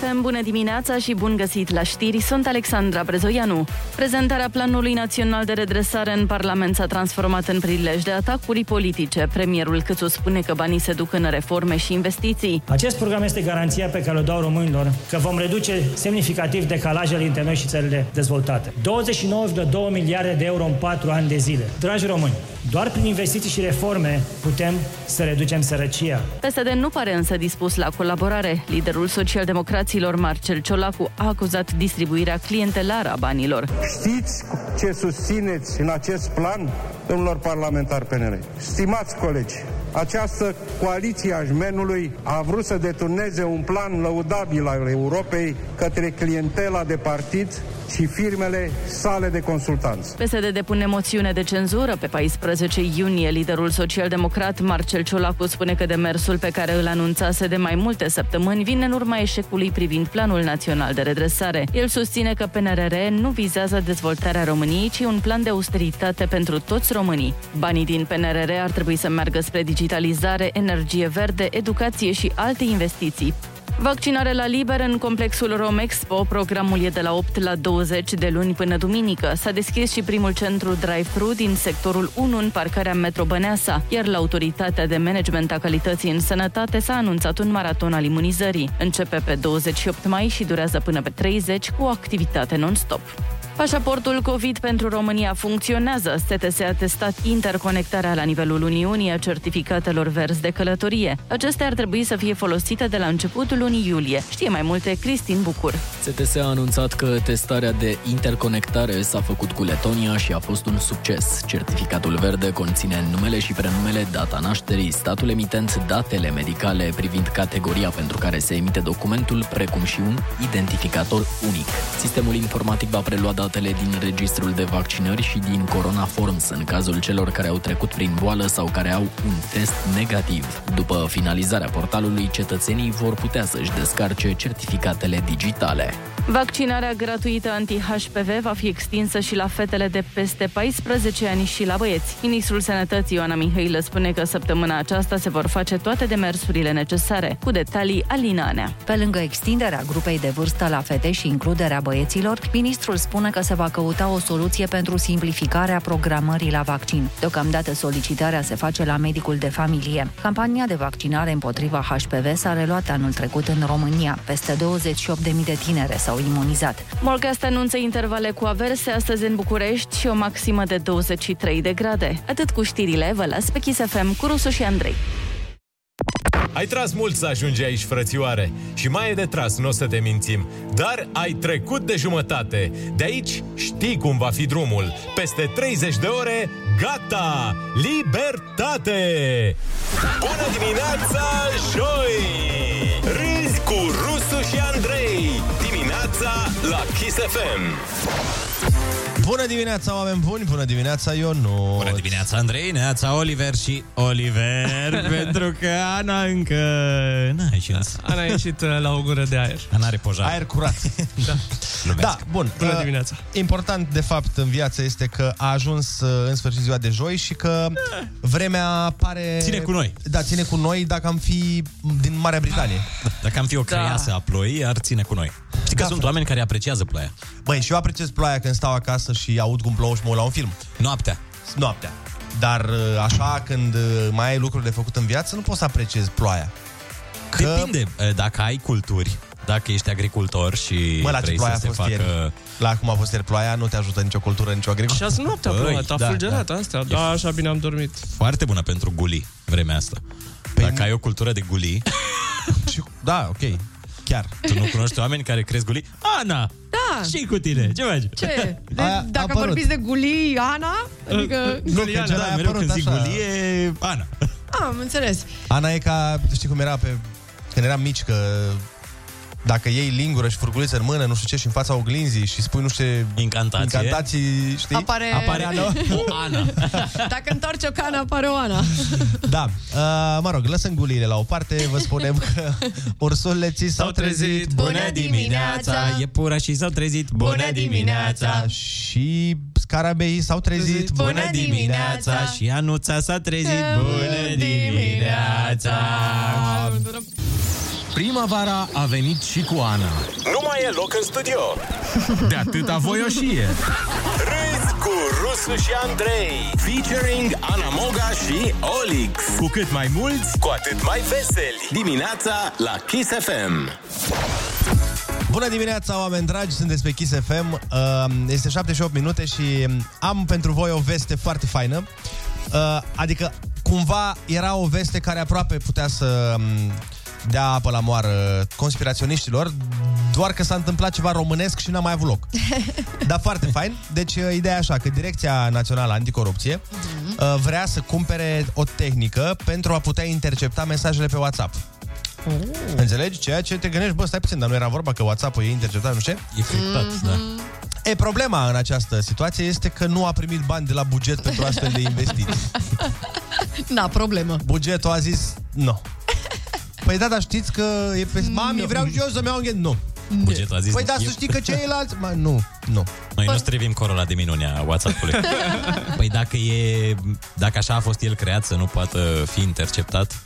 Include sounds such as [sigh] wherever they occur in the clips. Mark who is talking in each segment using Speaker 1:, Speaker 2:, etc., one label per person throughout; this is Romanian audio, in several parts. Speaker 1: FM, bună dimineața și bun găsit la știri, sunt Alexandra Brezoianu. Prezentarea Planului Național de Redresare în Parlament s-a transformat în prilej de atacuri politice. Premierul Câțu spune că banii se duc în reforme și investiții.
Speaker 2: Acest program este garanția pe care o dau românilor că vom reduce semnificativ decalajele între noi și țările dezvoltate. 29,2 miliarde de euro în 4 ani de zile. Dragi români, doar prin investiții și reforme putem să reducem sărăcia.
Speaker 1: PSD nu pare însă dispus la colaborare. Liderul socialdemocraților Marcel Ciolacu a acuzat distribuirea clientelară a banilor.
Speaker 3: Știți ce susțineți în acest plan, domnilor parlamentari PNR? Stimați colegi, această coaliție a jmenului a vrut să deturneze un plan lăudabil al Europei către clientela de partid și firmele sale de consultanți.
Speaker 1: PSD depune moțiune de cenzură pe 14 iunie. Liderul social-democrat Marcel Ciolacu spune că demersul pe care îl anunțase de mai multe săptămâni vine în urma eșecului privind Planul Național de Redresare. El susține că PNRR nu vizează dezvoltarea României, ci un plan de austeritate pentru toți românii. Banii din PNRR ar trebui să meargă spre digitalizare, energie verde, educație și alte investiții. Vaccinare la liber în complexul Romexpo. Programul e de la 8 la 20 de luni până duminică. S-a deschis și primul centru drive-thru din sectorul 1 în parcarea Metro Băneasa, iar la Autoritatea de Management a Calității în Sănătate s-a anunțat un maraton al imunizării. Începe pe 28 mai și durează până pe 30 cu activitate non-stop. Pașaportul COVID pentru România funcționează. STS a testat interconectarea la nivelul Uniunii a certificatelor verzi de călătorie. Acestea ar trebui să fie folosite de la începutul lunii iulie. Știe mai multe Cristin Bucur.
Speaker 4: STS a anunțat că testarea de interconectare s-a făcut cu Letonia și a fost un succes. Certificatul verde conține numele și prenumele, data nașterii, statul emitent, datele medicale privind categoria pentru care se emite documentul, precum și un identificator unic. Sistemul informatic va prelua data datele din registrul de vaccinări și din Corona Forms în cazul celor care au trecut prin boală sau care au un test negativ. După finalizarea portalului, cetățenii vor putea să-și descarce certificatele digitale.
Speaker 1: Vaccinarea gratuită anti-HPV va fi extinsă și la fetele de peste 14 ani și la băieți. Ministrul Sănătății Ioana Mihailă spune că săptămâna aceasta se vor face toate demersurile necesare. Cu detalii, Alina Anea.
Speaker 5: Pe lângă extinderea grupei de vârstă la fete și includerea băieților, ministrul spune că se va căuta o soluție pentru simplificarea programării la vaccin. Deocamdată solicitarea se face la medicul de familie. Campania de vaccinare împotriva HPV s-a reluat anul trecut în România. Peste 28.000 de tinere s-au imunizat.
Speaker 1: Morcast anunță intervale cu averse astăzi în București și o maximă de 23 de grade. Atât cu știrile, vă las pe Kiss FM cu Rusu și Andrei.
Speaker 6: Ai tras mult să ajungi aici, frățioare, și mai e de tras, nu o să te mințim. Dar ai trecut de jumătate. De aici știi cum va fi drumul. Peste 30 de ore, gata! Libertate! Bună dimineața, joi! Râzi cu Rusu și Andrei! Dimineața la Kiss FM!
Speaker 7: Bună dimineața, oameni buni! Bună dimineața, Ionu!
Speaker 8: Bună dimineața, Andrei, neața Oliver și
Speaker 7: [laughs]
Speaker 8: Oliver, pentru că Ana încă n-a ieșit.
Speaker 9: Ana a ieșit uh, la o gură de aer.
Speaker 8: Ana are pojar.
Speaker 7: Aer curat.
Speaker 9: Da.
Speaker 7: da, bun.
Speaker 9: Bună
Speaker 7: Uh,
Speaker 9: dimineața.
Speaker 7: Important, de fapt, în viață este că a ajuns uh, în sfârșit ziua de joi și că vremea pare...
Speaker 8: Ține cu noi.
Speaker 7: Da, ține cu noi dacă am fi din Marea Britanie.
Speaker 8: Dacă am fi o creiasă a ploii, ar ține cu noi. Știi că sunt
Speaker 7: Da, frate.
Speaker 8: oameni care apreciază ploaia.
Speaker 7: Băi, și eu apreciez ploaia când stau acasă și aud cum plouă și mă uit la un film.
Speaker 8: Noaptea.
Speaker 7: Noaptea. Dar uh, așa, când uh, mai ai lucruri de făcut în viață, nu poți să apreciezi ploaia.
Speaker 8: Că... Depinde uh, dacă ai culturi, dacă ești agricultor și
Speaker 7: Mă, la ce
Speaker 8: vrei
Speaker 7: ploaia
Speaker 8: să
Speaker 7: a
Speaker 8: se
Speaker 7: fost
Speaker 8: facă...
Speaker 7: ieri. La cum a fost ieri ploaia, nu te ajută nicio cultură, nicio
Speaker 9: [laughs] Și
Speaker 7: agricultură.
Speaker 9: azi noaptea a
Speaker 8: Băi,
Speaker 9: plouat, a
Speaker 8: da,
Speaker 9: fulgerat
Speaker 8: da.
Speaker 9: asta. Da, așa bine am dormit.
Speaker 8: Foarte bună pentru guli vremea asta. Dacă ai o cultură de guli,
Speaker 7: Păi [laughs] Și- Da, ok. Chiar.
Speaker 8: tu nu cunoști oameni care cresc guli? Ana!
Speaker 10: Da.
Speaker 8: ce cu tine? Ce faci? [laughs]
Speaker 10: Ce? De,
Speaker 7: Aia a
Speaker 10: dacă
Speaker 7: apărut.
Speaker 10: vorbiți de gulii, Ana, adică...
Speaker 7: Nu,
Speaker 8: Ana,
Speaker 7: gen, ai
Speaker 8: mereu
Speaker 7: apărut
Speaker 8: când zic
Speaker 7: așa.
Speaker 8: guli e Ana.
Speaker 10: Am înțeles.
Speaker 7: Ana e ca, știi cum era pe, când eram mici, că dacă iei lingură și furculiță în mână, nu știu ce, și în fața oglinzii și spui nu știu ce
Speaker 8: Incantație.
Speaker 7: incantații știi?
Speaker 10: Apare-
Speaker 7: Apare [laughs] Ana.
Speaker 8: O Ana.
Speaker 10: Dacă întorci o cană, apare o Ana. [laughs]
Speaker 7: Da, uh, mă rog, lăsăm guliile la o parte, vă spunem că ursuleții s-au trezit.
Speaker 10: Bună dimineața!
Speaker 8: Iepurașii s-au trezit
Speaker 10: Bună dimineața!
Speaker 7: Și scarabeii s-au trezit.
Speaker 10: Bună dimineața!
Speaker 8: Și Anuța s-a trezit
Speaker 10: Bună dimineața!
Speaker 11: Primăvara a venit și cu Ana.
Speaker 6: Nu mai e loc în [laughs] studio.
Speaker 11: De atâta voioșie.
Speaker 6: Râzi cu Rusu și Andrei. Featuring Ana Moga și Olix. Cu cât mai mulți, cu atât mai veseli. Dimineața la Kiss [laughs] FM.
Speaker 7: Bună dimineața, oameni dragi, sunt despre Kiss FM. Uh, Este 78 minute și am pentru voi o veste foarte faină. Uh, Adică, cumva, era o veste care aproape putea să um, dea apă la moară conspiraționiștilor, doar că s-a întâmplat ceva românesc și n-a mai avut loc. Dar foarte fain. Deci, uh, ideea e așa, că Direcția Națională Anticorupție uh, vrea să cumpere o tehnică pentru a putea intercepta mesajele pe WhatsApp. Mm. Înțelegi? Ceea ce te gândești, bă, stai puțin, dar nu era vorba că WhatsApp-ul e interceptat, nu știu E
Speaker 8: friptat, Mhm. da.
Speaker 7: E, problema în această situație este că nu a primit bani de la buget pentru astfel de investiții.
Speaker 10: Na, Da, problemă.
Speaker 7: Bugetul a zis, nu. No. Păi da, dar știți că e pe... Mami, vreau și eu să-mi iau un ghen. Nu.
Speaker 8: Bugetul a zis,
Speaker 7: Păi da,
Speaker 8: e-
Speaker 7: să știi că ceilalți... Mă, nu, nu.
Speaker 8: Noi nu strivim corola de minunea WhatsApp-ului.
Speaker 10: [laughs]
Speaker 8: păi dacă e... Dacă așa a fost el creat să nu poată fi interceptat...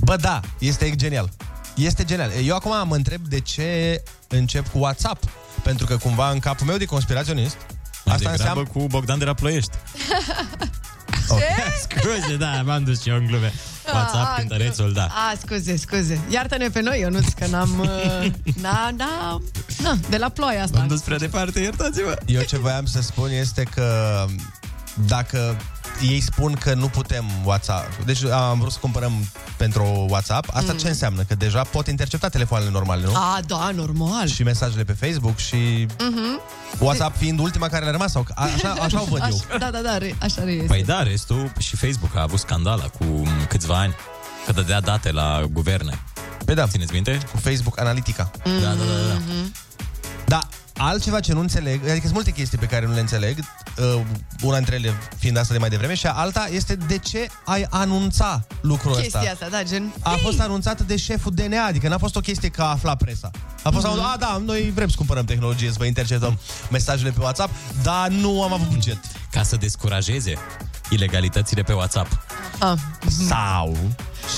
Speaker 7: Bă, da, este genial. Este genial. Eu acum mă întreb de ce încep cu WhatsApp. Pentru că cumva în capul meu de conspiraționist... Asta înseamnă...
Speaker 8: cu Bogdan de la Ploiești. Scuze, da, m-am dus și eu în glume. WhatsApp,
Speaker 10: Ah,
Speaker 8: cântărețul, da.
Speaker 10: A, scuze, scuze. Iartă-ne pe noi, Ionuț, că n-am... uh, Na, na, na, de la ploaia asta.
Speaker 8: dus prea departe, iertați-mă.
Speaker 7: Eu ce voiam să spun este că dacă ei spun că nu putem WhatsApp, deci am vrut să cumpărăm pentru WhatsApp, asta mm. ce înseamnă? Că deja pot intercepta telefoanele normale, nu?
Speaker 10: A, da, normal.
Speaker 7: Și mesajele pe Facebook și
Speaker 10: Mhm.
Speaker 7: WhatsApp fiind ultima care a rămas sau a- așa, așa o văd eu.
Speaker 10: Așa- Da, da, da, re, așa reiese.
Speaker 8: Păi da, restul și Facebook a avut scandal acum câțiva ani, că dădea date la guverne.
Speaker 7: Păi da.
Speaker 8: Țineți minte?
Speaker 7: Cu Facebook Analitica.
Speaker 8: Da,
Speaker 10: Mm-hmm.
Speaker 8: da, da. da.
Speaker 7: Da, altceva ce nu înțeleg, adică sunt multe chestii pe care nu le înțeleg, uh, una dintre ele fiind asta de mai devreme, și alta este de ce ai anunța lucrul
Speaker 10: Chestia
Speaker 7: ăsta.
Speaker 10: asta, da, gen...
Speaker 7: A fost anunțată de șeful DNA, adică n-a fost o chestie că a aflat presa. A
Speaker 10: Mhm.
Speaker 7: fost, mm-hmm. a, da, noi vrem să cumpărăm tehnologie, să vă interceptăm mesajele pe WhatsApp, dar nu am avut buget.
Speaker 8: Ca să descurajeze ilegalitățile pe WhatsApp.
Speaker 10: Ah.
Speaker 7: Sau,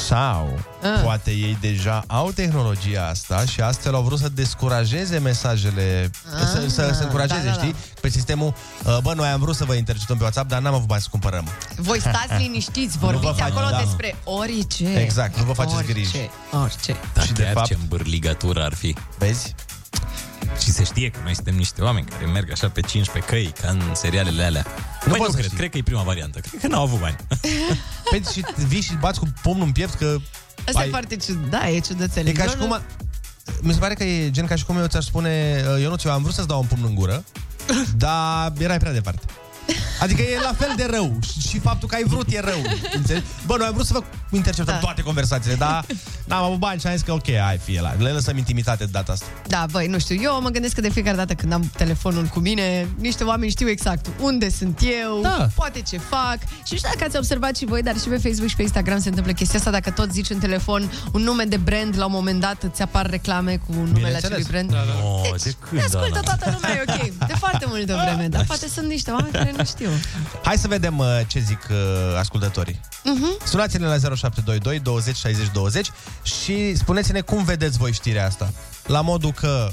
Speaker 7: sau,
Speaker 10: Ah.
Speaker 7: poate ei deja au tehnologia asta și astfel au vrut să descurajeze mesajele,
Speaker 10: Ah,
Speaker 7: să, să, să încurajeze,
Speaker 10: da, da, da.
Speaker 7: știi, pe sistemul, uh, bă, noi am vrut să vă interceptăm pe WhatsApp, dar n-am avut bani să cumpărăm.
Speaker 10: Voi stați
Speaker 7: [laughs]
Speaker 10: liniștiți,
Speaker 7: Nu
Speaker 10: vorbiți
Speaker 7: vă fac-
Speaker 10: acolo
Speaker 7: da.
Speaker 10: despre orice.
Speaker 7: Exact, nu vă faceți
Speaker 10: orice.
Speaker 7: griji.
Speaker 10: Orice.
Speaker 8: Dar și de fapt... ce îmbârligatură ar fi.
Speaker 7: Vezi?
Speaker 8: Și se știe că noi suntem niște oameni care merg așa pe 15 căi, ca în serialele alea. Păi Nu, Băi, nu cred, cred că e prima variantă. Cred că [laughs] n-au avut bani.
Speaker 7: [laughs] Păi și vii și bați cu pomnul în piept că...
Speaker 10: Asta
Speaker 7: ai-
Speaker 10: e foarte ciudat, da, e ciudățel.
Speaker 7: E ca și cum... a- Mi se pare că e gen ca și cum eu ți-aș spune uh, Ionuț, eu am vrut să-ți dau un pumn în
Speaker 10: [laughs]
Speaker 7: gură Dar erai prea departe Adică e la fel de rău și- Și faptul că ai vrut e rău înțelegi? Bă, noi am vrut să vă interceptăm da. toate conversațiile Dar n-am avut bani și am zis că ok, hai fie la Le lăsăm intimitate de data asta
Speaker 10: Da, băi, nu știu, eu mă gândesc că de fiecare dată când am telefonul cu mine, niște oameni știu exact unde sunt eu, da. poate ce fac. Și nu știu dacă ați observat și voi, dar și pe Facebook și pe Instagram se întâmplă chestia asta, dacă tot zici în telefon un nume de brand, la un moment dat îți apar reclame cu numele acelui brand.
Speaker 8: da. No, de când,
Speaker 10: Ascultă toată lumea, e ok. De foarte multă vreme, dar
Speaker 7: Da.
Speaker 10: poate sunt niște oameni care nu
Speaker 7: [laughs]
Speaker 10: știu.
Speaker 7: Hai să vedem uh, ce zic uh, ascultătorii
Speaker 10: Mhm.
Speaker 7: Sunați-ne la 0722 20 60 20 și spuneți-ne cum vedeți voi știrea asta. La modul că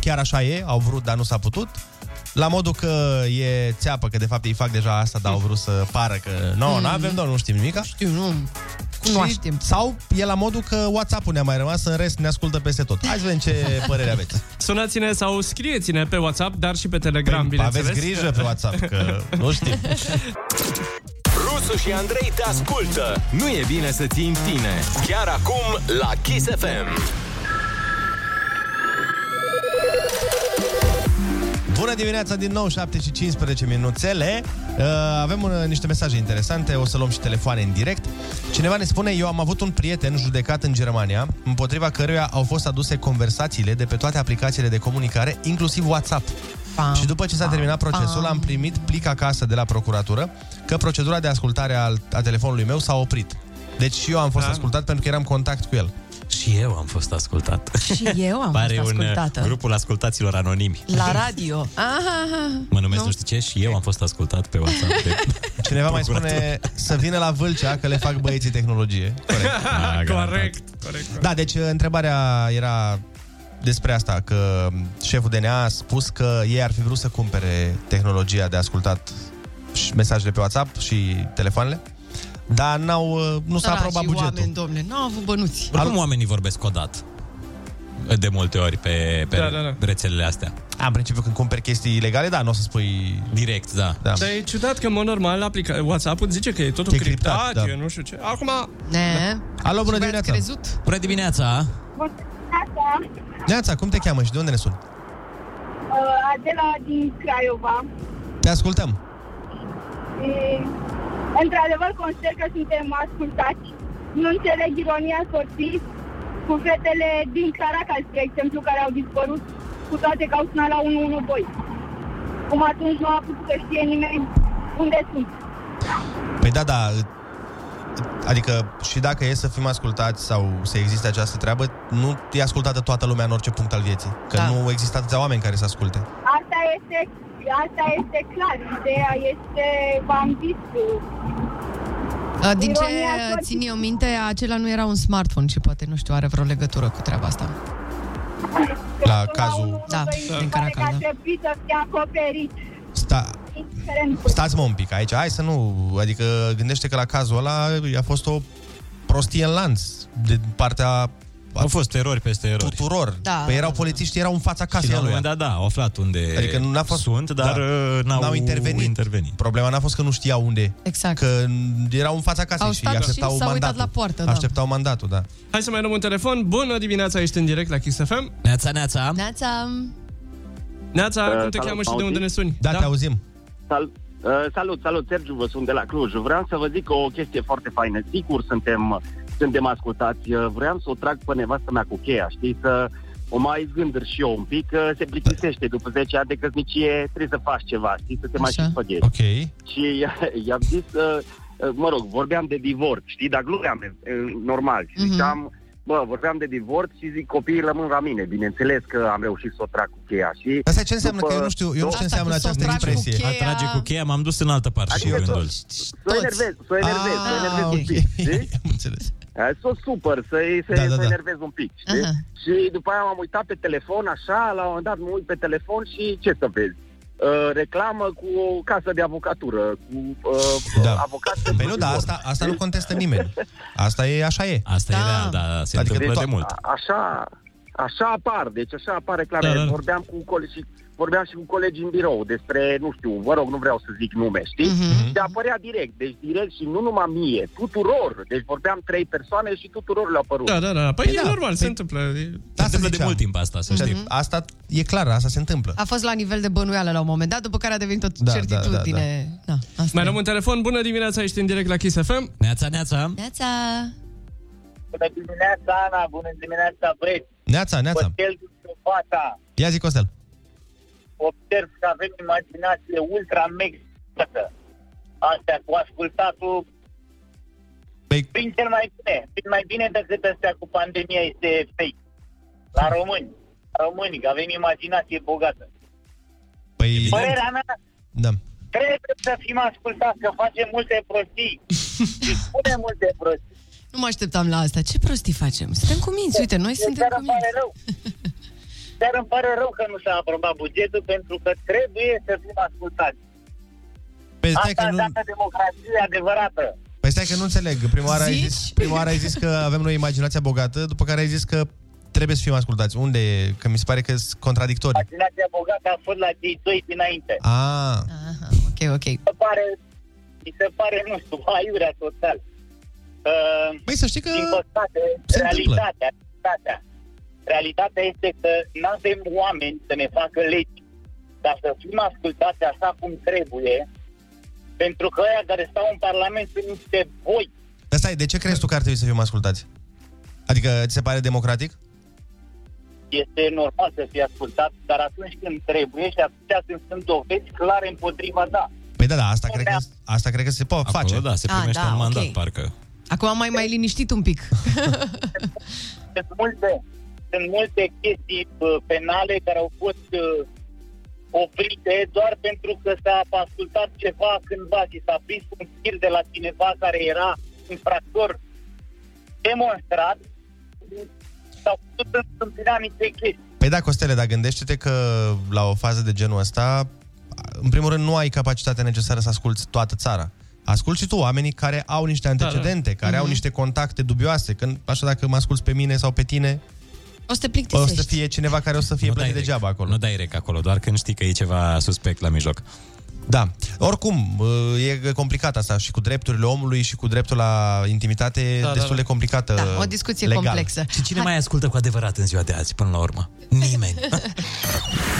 Speaker 7: chiar așa e, au vrut, dar nu s-a putut. La modul că e țeapă, că de fapt ei fac deja asta, dar au vrut să pară că nu,
Speaker 10: Mm.
Speaker 7: nu avem, doar nu știm nimica.
Speaker 10: Știu, nu. Cunoaștem.
Speaker 7: Sau e la modul că WhatsApp-ul ne-a mai rămas, în rest ne ascultă peste tot. Hai să vedem
Speaker 10: [laughs]
Speaker 7: ce părere aveți.
Speaker 9: Sunați-ne sau scrieți-ne pe WhatsApp, dar și pe Telegram, bineînțeles.
Speaker 7: Păi, Aveți grijă pe WhatsApp,
Speaker 9: [laughs]
Speaker 7: că nu știm.
Speaker 6: Rusu și Andrei te ascultă. Nu e bine să ții în tine. Chiar acum la Kiss FM.
Speaker 7: Bună dimineața din nou, 7 și 15 minuțele. Uh, avem un, niște mesaje interesante, o să luăm și telefoane în direct. Cineva ne spune, eu am avut un prieten judecat în Germania, împotriva căruia au fost aduse conversațiile de pe toate aplicațiile de comunicare, inclusiv WhatsApp.
Speaker 10: Pam,
Speaker 7: și după ce s-a terminat procesul, am primit plic acasă de la procuratură că procedura de ascultare al, a telefonului meu s-a oprit. Deci și eu am fost ascultat pentru că eram în contact cu el.
Speaker 8: Și Da. Și eu am fost ascultat.
Speaker 10: Și eu am
Speaker 8: Pare
Speaker 10: fost
Speaker 8: un, uh,
Speaker 10: ascultată.
Speaker 8: grupul ascultaților anonimi.
Speaker 10: La radio. Aha, aha.
Speaker 8: Mă numesc nu, nu știu ce și eu am fost ascultat pe WhatsApp. De...
Speaker 7: [laughs] Cineva mai spune să vină la Vâlcea, că le fac băieții
Speaker 8: [laughs]
Speaker 7: tehnologie.
Speaker 9: [laughs]
Speaker 8: Corect.
Speaker 9: corect, corect.
Speaker 7: Da, deci întrebarea era despre asta, că șeful DNA a spus că ei ar fi vrut să cumpere tehnologia de ascultat și mesajele pe WhatsApp și telefoanele, dar n-au, uh, nu s-a aprobat
Speaker 10: Dragii
Speaker 7: bugetul.
Speaker 10: oameni, domne, n-au avut bănuți.
Speaker 8: Oricum oamenii vorbesc odat. De multe ori pe, pe
Speaker 9: Da,
Speaker 8: da,
Speaker 9: da,
Speaker 8: da,
Speaker 9: da.
Speaker 8: rețelele astea.
Speaker 7: A, Ah, în principiu când cumperi chestii ilegale, da, nu o să spui...
Speaker 8: Direct, da.
Speaker 7: da.
Speaker 9: Dar e ciudat că, în mod normal, aplica... WhatsApp-ul zice că e totul
Speaker 7: E
Speaker 9: e
Speaker 7: criptat,
Speaker 9: criptat,
Speaker 7: da.
Speaker 9: da. eu nu știu ce. Acum,
Speaker 10: Ne.
Speaker 7: Alo, bună
Speaker 10: eh? Și voi ați
Speaker 7: dimineața!
Speaker 10: crezut?
Speaker 8: Bună dimineața!
Speaker 7: Neața, cum te cheamă și de unde ne suni?
Speaker 12: Adela din Craiova.
Speaker 7: Te ascultăm.
Speaker 12: E, într-adevăr, consider că suntem ascultați. Nu înțeleg ironia sorții cu fetele din Caracal, spre exemplu, care au dispărut, cu toate că au sunat la 112. Cum atunci nu a putut să știe nimeni unde sunt.
Speaker 7: Păi da, da, adică și dacă e să fim ascultați sau să existe această treabă, nu e ascultată toată lumea în orice punct al vieții. Că
Speaker 10: Da.
Speaker 7: da. nu există atâția oameni care să asculte.
Speaker 12: Asta este, asta este clar. Ideea este, v-am zis,
Speaker 10: A, Din ce
Speaker 12: Ironia sorții.
Speaker 10: țin eu minte, acela nu era un smartphone și poate, nu știu, are vreo legătură cu treaba asta.
Speaker 7: La cazul...
Speaker 10: Da, din
Speaker 12: care
Speaker 10: Caracal, da.
Speaker 12: a trebuit să fie acoperit.
Speaker 7: Sta...
Speaker 12: indiferent cu
Speaker 7: Stați-mă un pic aici, hai să nu... Adică gândește că la cazul ăla a fost o prostie în lanț de partea
Speaker 8: Au fost erori peste erori.
Speaker 7: tuturor.
Speaker 10: Da.
Speaker 7: păi erau polițiști, erau în fața
Speaker 8: Și la
Speaker 7: casei
Speaker 8: un
Speaker 7: lui.
Speaker 8: moment dat, da, au aflat unde
Speaker 7: Adică nu a fost-
Speaker 8: sunt, dar
Speaker 7: da.
Speaker 8: da. n-au,
Speaker 7: N-au intervenit.
Speaker 8: intervenit.
Speaker 7: Problema n-a fost că nu știau unde
Speaker 10: Exact.
Speaker 7: că erau în fața casei
Speaker 10: Au
Speaker 7: și
Speaker 10: stat și
Speaker 7: așteptau
Speaker 10: s-au uitat
Speaker 7: mandatul.
Speaker 10: la poartă, da.
Speaker 7: Așteptau mandatul, da.
Speaker 9: hai să mai luăm un telefon. Bună dimineața, ești în direct la Kiss FM.
Speaker 8: Neața, neața!
Speaker 10: Neața,
Speaker 9: Neața,
Speaker 13: Uh,
Speaker 9: cum te
Speaker 13: salut,
Speaker 9: cheamă și de
Speaker 13: m-auzi?
Speaker 9: unde ne suni?
Speaker 7: Da, da? te auzim.
Speaker 13: Sal- uh, salut, salut, Sergiu, vă sunt de la Cluj. Vreau să vă zic o chestie foarte faină. Sigur, suntem, suntem ascultați. Uh, Vreau să o trag pe nevastă mea cu cheia, știi, să o mai zgândăr și eu un pic, că se plictisește după 10 ani de căsnicie, trebuie să faci ceva, știi, să te mai
Speaker 10: Așa.
Speaker 13: și spăghești.
Speaker 7: Ok.
Speaker 13: Și i- i-am zis, uh, uh, mă rog, vorbeam de divorț, știi, dar glumeam, uh, normal. Și
Speaker 10: Mhm.
Speaker 13: ziceam, bă, vorbeam de divorț și zic, copiii rămân la mine. Bineînțeles că am reușit să o trag cu cheia și...
Speaker 7: Asta ce înseamnă?
Speaker 13: după
Speaker 7: Că eu nu știu, eu nu
Speaker 13: două-
Speaker 7: știu
Speaker 10: Asta
Speaker 7: ce înseamnă
Speaker 10: cu s-o
Speaker 7: această
Speaker 10: trage cu
Speaker 7: expresie.
Speaker 10: cheia.
Speaker 8: A trage cu cheia, m-am dus în altă parte
Speaker 13: Adică
Speaker 8: cu
Speaker 13: tot-
Speaker 8: gândul.
Speaker 13: Să o
Speaker 10: toți.
Speaker 13: enervez, să o enervez, să o
Speaker 7: Ah,
Speaker 13: enervez un
Speaker 7: ok. [laughs]
Speaker 13: pic, știi?
Speaker 7: Am înțeles.
Speaker 13: Să o supăr, să-i să,
Speaker 7: Da,
Speaker 13: da,
Speaker 7: da,
Speaker 13: da, să
Speaker 7: da.
Speaker 13: enervez un pic, știi?
Speaker 10: Aha.
Speaker 13: Și după aia m-am uitat pe telefon, așa, la un moment dat mă uit pe telefon și ce să vezi? Uh, reclamă cu o casă de avocatură, cu uh,
Speaker 7: Da.
Speaker 13: da. avocat.
Speaker 7: Păi nu, dar asta, asta nu contestă nimeni. Asta e, așa e.
Speaker 8: Asta
Speaker 10: Da.
Speaker 8: e real, da, se
Speaker 7: Adică
Speaker 8: întâmplă
Speaker 7: tot-
Speaker 8: de mult.
Speaker 13: A- Așa, așa apar, deci așa apar reclamele.
Speaker 9: Da, da, da.
Speaker 13: Vorbeam cu colegi, vorbeam și cu colegii în birou despre, nu știu, vă rog, nu vreau să zic nume, știi?
Speaker 10: Mhm.
Speaker 13: Mm-hmm. De apărea direct, deci direct și nu numai mie, tuturor. Deci vorbeam trei persoane și tuturor le-au apărut.
Speaker 9: Da, da, da. Păi,
Speaker 7: Păi
Speaker 9: e
Speaker 7: da,
Speaker 9: normal,
Speaker 7: păi-
Speaker 9: se întâmplă. E-
Speaker 8: Se întâmplă
Speaker 7: Asta
Speaker 8: de mult
Speaker 7: ziceam. Mhm.
Speaker 8: timp asta, să știi.
Speaker 7: Asta e clar, asta se întâmplă.
Speaker 10: a fost la nivel de bănuială la un moment dat, după care a devenit tot
Speaker 7: Da, da, da,
Speaker 10: certitudine. Da, asta
Speaker 9: Mai
Speaker 10: e.
Speaker 9: luăm un telefon. Bună dimineața, ești în direct la Kiss FM.
Speaker 8: Neața, neața!
Speaker 10: Neața.
Speaker 12: Bună dimineața, Ana, bună dimineața, băieți.
Speaker 7: Neața, neața.
Speaker 12: Costel cu fata.
Speaker 7: Ia zi, Costel.
Speaker 12: Observ că avem imaginație ultra mexicată. Astea cu ascultatul
Speaker 7: Păi,
Speaker 12: prin cel mai bine. Prin mai bine decât astea cu pandemia este fake.
Speaker 7: Hm.
Speaker 12: La români. La români, că avem imaginație bogată.
Speaker 7: păi,
Speaker 12: Părerea mea,
Speaker 7: da.
Speaker 12: trebuie să fim ascultați, că facem multe
Speaker 7: [laughs]
Speaker 12: prostii. Și spune multe prostii.
Speaker 10: Nu mă așteptam la asta. Ce prostii facem? Suntem cuminți, Deci, uite, noi suntem
Speaker 12: Dar îmi pare
Speaker 10: cuminți.
Speaker 12: rău. Dar îmi pare rău că nu s-a aprobat bugetul pentru că trebuie să fim ascultați.
Speaker 7: Păi stai,
Speaker 12: Asta
Speaker 7: că nu,
Speaker 12: înseamnă democrație adevărată.
Speaker 7: păi stai că nu înțeleg. Prima oară, ai
Speaker 10: Zici?
Speaker 7: zis, prima oară ai zis că avem noi imaginația bogată, după care ai zis că trebuie să fim ascultați. Unde e? Că mi se pare că sunt contradictorii.
Speaker 12: Imaginația bogată a fost la cei doi dinainte.
Speaker 7: Ah,
Speaker 10: Aha, ok, ok.
Speaker 12: Mi se pare, mi se pare nu știu, aiurea total. Uh,
Speaker 7: Băi, să știi că...
Speaker 12: din păcate,
Speaker 7: se
Speaker 12: realitatea, realitatea, realitatea este că nu avem oameni să ne facă legi, dar să fim ascultați așa cum trebuie, pentru că aia care stau în Parlament sunt niște voi.
Speaker 7: Dar stai, de ce crezi tu că ar trebui să fim ascultați? Adică, ți se pare democratic?
Speaker 12: Este normal să fie ascultat, dar atunci când trebuie și atunci când sunt dovezi clare împotriva ta.
Speaker 7: Păi da, da, asta cred că, asta cred că se poate
Speaker 8: Acolo,
Speaker 7: face.
Speaker 8: da, se
Speaker 10: Ah,
Speaker 8: primește
Speaker 10: da,
Speaker 8: un mandat,
Speaker 10: ok.
Speaker 8: parcă.
Speaker 10: Acum am mai mai liniștit un pic.
Speaker 14: sunt multe, sunt multe chestii uh, penale care au fost uh, oprite doar pentru că s-a ascultat ceva cândva și s-a prins un fir de la cineva care era infractor demonstrat s-au putut întâmpina niște chestii.
Speaker 7: Păi da, Costele, dar gândește-te că la o fază de genul ăsta, în primul rând, nu ai capacitatea necesară să asculți toată țara. Ascult și tu oamenii care au niște antecedente,
Speaker 10: da.
Speaker 7: care au
Speaker 10: Mhm.
Speaker 7: niște contacte dubioase, când, așa dacă mă asculți pe mine sau pe tine,
Speaker 10: O să te
Speaker 7: o
Speaker 10: plictisești.
Speaker 7: să fie cineva care o să fie plătit degeaba acolo.
Speaker 8: Nu dai rec acolo, doar când știi că e ceva suspect da, la mijloc.
Speaker 7: Da. Oricum, e complicat asta și cu drepturile omului și cu dreptul la intimitate,
Speaker 8: Da,
Speaker 7: da,
Speaker 8: da,
Speaker 7: destul
Speaker 8: da.
Speaker 7: de complicată.
Speaker 10: Da, o discuție
Speaker 7: legal.
Speaker 10: complexă.
Speaker 8: Și cine mai ascultă cu adevărat în ziua de azi, până la urmă? Nimeni.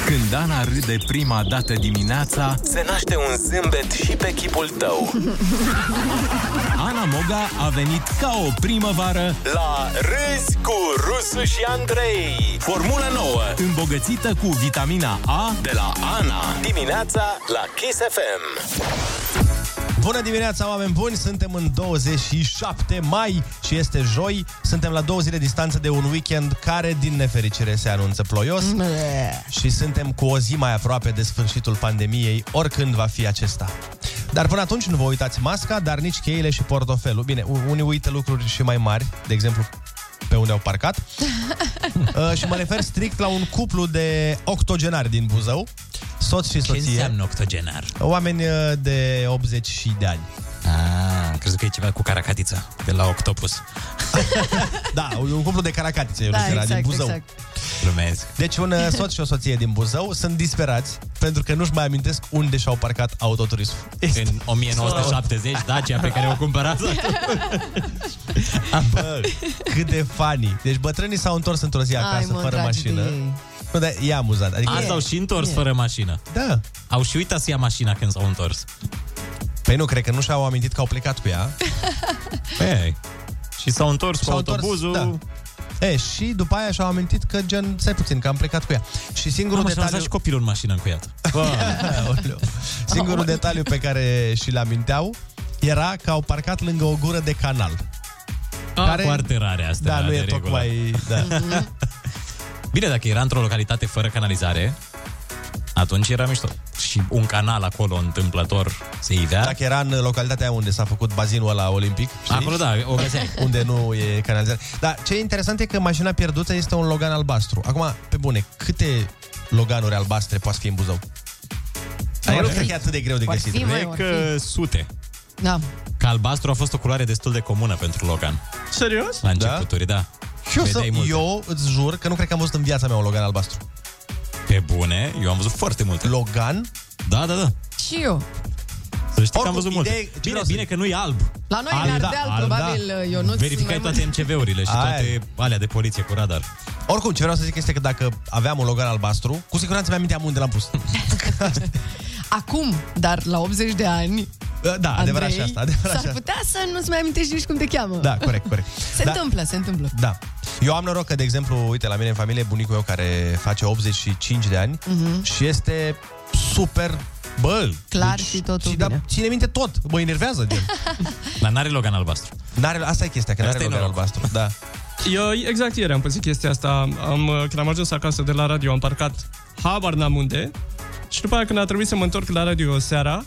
Speaker 11: Când Ana râde prima dată dimineața, se naște un zâmbet și pe chipul tău.
Speaker 6: Ana Moga a venit ca o primăvară
Speaker 11: La Râzi cu Rusu și Andrei. Formulă nouă,
Speaker 6: îmbogățită cu vitamina A
Speaker 11: de la Ana. Dimineața la Kiss FM.
Speaker 7: Bună dimineața, oameni buni! Suntem în 27 mai și este joi. Suntem la două zile distanță de un weekend care, din nefericire, se anunță ploios.
Speaker 12: Mm.
Speaker 7: Și suntem cu o zi mai aproape de sfârșitul pandemiei, oricând va fi acesta. Dar până atunci nu vă uitați masca, dar nici cheile și portofelul. Bine, u- unii uită lucruri și mai mari, de exemplu pe unde au parcat. uh, și mă refer strict la un cuplu de octogenari din Buzău, soț și soție.
Speaker 8: Ce înseamnă octogenar?
Speaker 7: Oameni uh, de 80 și de ani.
Speaker 8: Ah, am crezut că e ceva cu caracatița de la Octopus.
Speaker 7: [laughs] da, un cuplu de caracatițe, eu
Speaker 8: Da,
Speaker 7: da, exact, din
Speaker 8: exact,
Speaker 7: Buzău.
Speaker 8: exact.
Speaker 7: Exact.
Speaker 8: Glumesc.
Speaker 7: Deci un
Speaker 8: [laughs]
Speaker 7: uh, soț și o soție din Buzău sunt disperați pentru că nu-și mai amintesc unde și-au parcat autoturismul.
Speaker 8: În 1970, Dacia da, pe care o [laughs] cumpărați.
Speaker 7: Bă, cât de funny. Deci bătrânii s-au întors într-o zi
Speaker 8: Ai,
Speaker 7: acasă
Speaker 8: mă,
Speaker 7: fără
Speaker 8: dragi
Speaker 7: mașină.
Speaker 8: de ei.
Speaker 7: Nu, dar e amuzant. Adică
Speaker 8: Adică A, s-au și întors fără mașină.
Speaker 7: Da.
Speaker 8: Au și uitat să ia mașina când s-au întors.
Speaker 7: Păi nu, cred că nu și-au amintit că au plecat
Speaker 8: [laughs]
Speaker 7: cu ea.
Speaker 8: Păi, și s-au întors cu autobuzul.
Speaker 7: Da. E, și după aia și-au amintit că gen, stai puțin, că am plecat cu ea. Și singurul
Speaker 8: Mamă, și-au
Speaker 7: detaliu...
Speaker 8: lăsat și copilul în mașină încuiat.
Speaker 7: [laughs] Aoleu. Singurul detaliu pe care și-l aminteau era că au parcat lângă o gură de canal.
Speaker 8: Care... Ah, Foarte rare asta.
Speaker 7: Da, nu
Speaker 8: de
Speaker 7: e
Speaker 8: regulă.
Speaker 7: tocmai... Da.
Speaker 8: [laughs] Bine, dacă era într-o localitate fără canalizare, atunci era mișto. Și un canal acolo întâmplător se ivea.
Speaker 7: Dacă era în localitatea unde s-a făcut bazinul ăla olimpic, știi?
Speaker 8: Acolo, da, o găseai.
Speaker 7: [laughs] Unde nu e canalizare. Dar ce e interesant e că mașina pierdută este un Logan albastru. Acum, pe bune, câte Loganuri albastre poate fi în Buzău? Dar eu nu
Speaker 8: Foarte.
Speaker 7: cred că e atât de greu de
Speaker 8: Ar
Speaker 7: găsit.
Speaker 8: fi, măi, Cred or că sute.
Speaker 10: Da.
Speaker 8: Că albastru a fost o culoare destul de comună pentru Logan.
Speaker 9: Serios?
Speaker 8: La începuturi, da.
Speaker 7: Și eu, să,
Speaker 8: Vedeai multe.
Speaker 7: eu îți jur că nu cred că am văzut în viața mea un Logan albastru.
Speaker 8: Pe bune, eu am văzut foarte multe.
Speaker 7: Logan?
Speaker 8: Da, da, da.
Speaker 10: Și eu.
Speaker 8: Să știi că
Speaker 10: Oricum,
Speaker 8: am văzut
Speaker 10: idee-
Speaker 8: multe.
Speaker 10: ce
Speaker 8: Bine,
Speaker 10: vreau să
Speaker 8: bine că nu e alb. da,
Speaker 10: La noi în Ardeal, probabil, uh, Ionuț, mai
Speaker 8: Verificai
Speaker 10: mult-
Speaker 8: toate MCV-urile și
Speaker 7: Aia.
Speaker 8: toate alea de poliție cu radar.
Speaker 7: Oricum, ce vreau să zic este că dacă aveam un Logan albastru, cu siguranță mi-aminteam unde l-am
Speaker 10: [laughs]
Speaker 7: pus.
Speaker 10: Acum, dar la 80 de ani,
Speaker 7: Da, adevărat și
Speaker 10: Andrei,
Speaker 7: asta, adevărat și
Speaker 10: s-ar
Speaker 7: asta.
Speaker 10: putea să nu-ți mai amintești nici cum te cheamă.
Speaker 7: Da, corect, corect.
Speaker 10: Se
Speaker 7: da,
Speaker 10: întâmplă, se întâmplă.
Speaker 7: Da. Eu am noroc că, de exemplu, uite, la mine în familie, bunicul meu care face 85 de ani
Speaker 10: Mhm.
Speaker 7: și este super, bă,
Speaker 10: Clar și totul
Speaker 7: și da,
Speaker 10: bine.
Speaker 7: ține minte tot, mă enervează, gen.
Speaker 8: Dar n-are Logan albastru.
Speaker 7: N-are, asta e chestia, că n-are
Speaker 8: Asta e
Speaker 7: Logan albastru, da.
Speaker 9: [laughs] Eu exact ieri am pățit chestia asta. Am, uh, când am ajuns acasă de la radio, am parcat habar n-am unde. Și după aia când a trebuit să mă întorc la radio seara,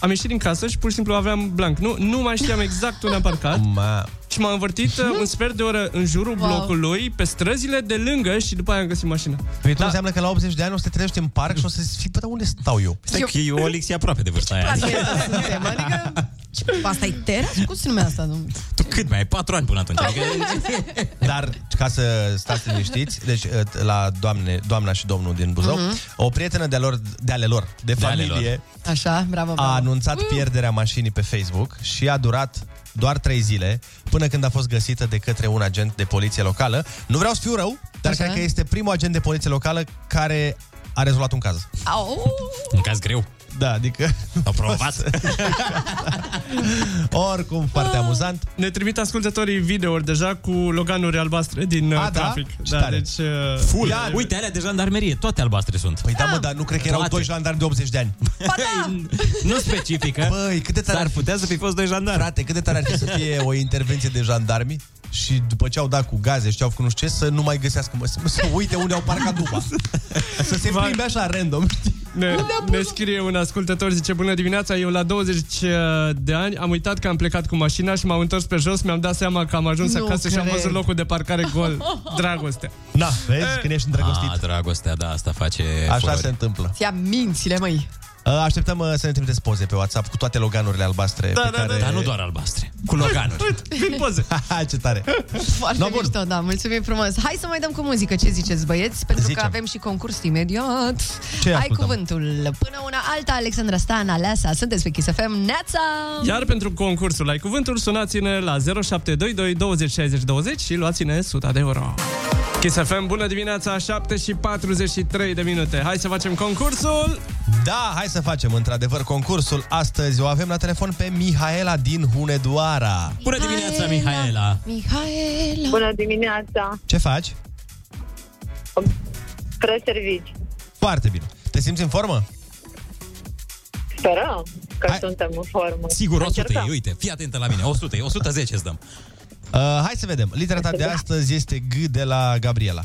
Speaker 9: am ieșit din casă și pur și simplu aveam blank. Nu, nu mai știam exact unde am parcat.
Speaker 7: [laughs] Ma.
Speaker 9: Și m-am învârtit uh, un sfert de oră în jurul
Speaker 7: Wow.
Speaker 9: wow. blocului, pe străzile de lângă și după aia am găsit mașina.
Speaker 7: Păi da. înseamnă că la 80 de ani o să te trezești în parc și o să zici, bă, dar unde stau Păi, eu?
Speaker 8: Stai că eu Olix e aproape de vârsta aia.
Speaker 10: Suntem, adică... Ce, asta e teras? Cum se numea asta, domnul?
Speaker 8: Tu cât mai ai? Patru ani până atunci. Adică
Speaker 7: Da. [laughs] Dar ca să stați liniștiți, deci la doamne, doamna și domnul din Buzău,
Speaker 10: Mhm.
Speaker 7: o prietenă de-a lor, de-ale lor, de
Speaker 8: De ale
Speaker 7: familie, de
Speaker 10: Așa, bravo, bravo.
Speaker 7: a anunțat pierderea mașinii pe Facebook și a durat doar 3 zile până când a fost găsită de către un agent de poliție locală. Nu vreau să fiu rău, dar
Speaker 10: Așa.
Speaker 7: cred că este primul agent de poliție locală care a rezolvat un caz.
Speaker 10: Au,
Speaker 8: un caz greu.
Speaker 7: Da, adică... [laughs]
Speaker 8: Au promovat.
Speaker 7: Oricum, foarte amuzant.
Speaker 9: Ne trimit ascultătorii videouri deja cu loganuri albastre din
Speaker 7: A,
Speaker 9: A,
Speaker 7: da?
Speaker 9: trafic.
Speaker 7: Ce
Speaker 9: Da,
Speaker 7: tare.
Speaker 9: deci... uh,
Speaker 8: Full. Ia, uite, alea de jandarmerie, toate albastre sunt.
Speaker 7: Păi da, mă, dar nu cred că erau
Speaker 8: Toate.
Speaker 7: doi jandarmi de 80 de ani.
Speaker 8: Nu specifică.
Speaker 7: Băi, cât de tare
Speaker 8: S-ar putea să fi fost doi jandarmi.
Speaker 7: Frate, cât de tare ar fi să fie o intervenție de jandarmi și după ce au dat cu gaze și ce au făcut nu știu ce, să nu mai găsească, mă, să, să uite unde au parcat după. Să se plimbe așa, random.
Speaker 9: Ne, ne scrie un ascultător, zice Bună dimineața, eu la 20 de ani am uitat că am plecat cu mașina și m-am întors pe jos Mi-am dat seama că am ajuns
Speaker 10: Nu
Speaker 9: acasă și am
Speaker 10: cred.
Speaker 9: văzut locul de parcare gol Dragoste
Speaker 7: Na,
Speaker 10: Eh.
Speaker 7: vezi, când ești îndrăgostit.
Speaker 8: A, dragostea, da, asta face
Speaker 7: Așa
Speaker 8: furori.
Speaker 7: se întâmplă.
Speaker 10: Ți-a mințile,
Speaker 7: [laughs]
Speaker 10: măi.
Speaker 7: Așteptăm uh, să ne trimiteți poze pe WhatsApp cu toate loganurile albastre.
Speaker 8: Da,
Speaker 7: pe
Speaker 8: da,
Speaker 7: care...
Speaker 8: da. Dar nu doar albastre, cu loganuri.
Speaker 9: Vin
Speaker 7: [laughs]
Speaker 9: poze.
Speaker 7: Ce tare.
Speaker 10: Foarte
Speaker 7: No,
Speaker 10: no,
Speaker 7: bun.
Speaker 10: mișto, da, mulțumim frumos. Hai să mai dăm cu muzică, ce ziceți băieți? Pentru
Speaker 7: Zicem.
Speaker 10: că avem și concurs imediat.
Speaker 7: Ce
Speaker 10: Ai
Speaker 7: ascultăm?
Speaker 10: cuvântul. Până una alta, Alexandra Stan, Aleasa, sunteți pe Kiss FM, Neața!
Speaker 9: Iar pentru concursul Ai Cuvântul Sunați-ne la 0722 20 60 20 Și luați-ne 100 de euro Kiss FM, bună dimineața, 7 și 43 de minute Hai să facem concursul
Speaker 7: Da, hai să facem într-adevăr concursul. Astăzi o avem la telefon pe Mihaela din Hunedoara.
Speaker 8: Bună dimineața, Mihaela!
Speaker 10: Mihaela!
Speaker 15: Bună dimineața!
Speaker 7: Ce faci?
Speaker 15: Preservici!
Speaker 7: Foarte bine. Te simți în formă?
Speaker 15: Sperăm că Hai. suntem în formă.
Speaker 8: Sigur, 100 e,
Speaker 15: Încercăm.
Speaker 8: uite, fii atentă la mine, 100 e, 110 îți dăm.
Speaker 7: Uh, hai să vedem. Litera ta de astăzi este G de la Gabriela.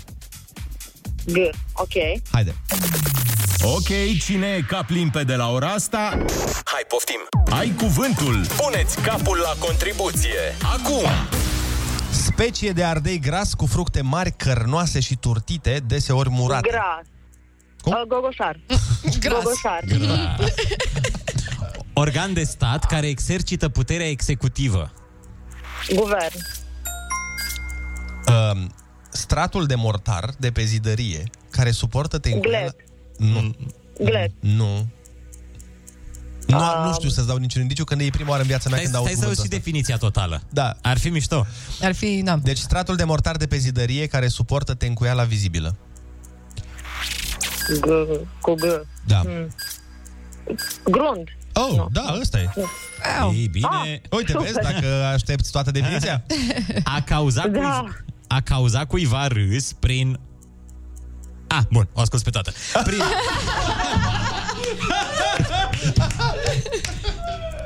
Speaker 15: G, ok.
Speaker 10: Exact.
Speaker 7: Haide.
Speaker 11: Ok, cine e cap limpede la ora asta?
Speaker 6: Hai, poftim!
Speaker 11: Ai cuvântul!
Speaker 6: Puneți capul la contribuție! Acum!
Speaker 7: Specie de ardei gras cu fructe mari, cărnoase și turtite, deseori murate.
Speaker 15: Gras.
Speaker 7: Cum?
Speaker 15: Uh, Gogoșar.
Speaker 10: [laughs] Gras.
Speaker 15: Gogoșar.
Speaker 8: Organ de stat care exercită puterea executivă.
Speaker 15: Guvern.
Speaker 7: Uh, stratul de mortar de pe zidărie, care suportă tencuiala...
Speaker 15: Glet.
Speaker 8: Mm.
Speaker 7: Nu.
Speaker 15: Glet.
Speaker 7: Nu. Nu, am, nu știu să-ți dau niciun indiciu, că nu e prima oară în viața mea
Speaker 8: Stai,
Speaker 7: când aud
Speaker 8: stai să
Speaker 7: cuvântul
Speaker 8: auzi și
Speaker 7: ăsta.
Speaker 8: definiția totală.
Speaker 7: Da.
Speaker 8: Ar fi mișto.
Speaker 10: Ar fi, da.
Speaker 7: Deci stratul de mortar de pe zidărie care suportă tencuiala vizibilă.
Speaker 15: G, cu G.
Speaker 7: Da.
Speaker 15: Mm. Grund. Ah.
Speaker 7: Oh, no. da, ăsta e.
Speaker 8: Ei bine,
Speaker 7: Uite, vezi, dacă aștepți toată definiția.
Speaker 8: a cauza,
Speaker 15: Da.
Speaker 8: cuiva, a cauza cuiva râs prin... Ah, bun, o ascult pe toată. Prin,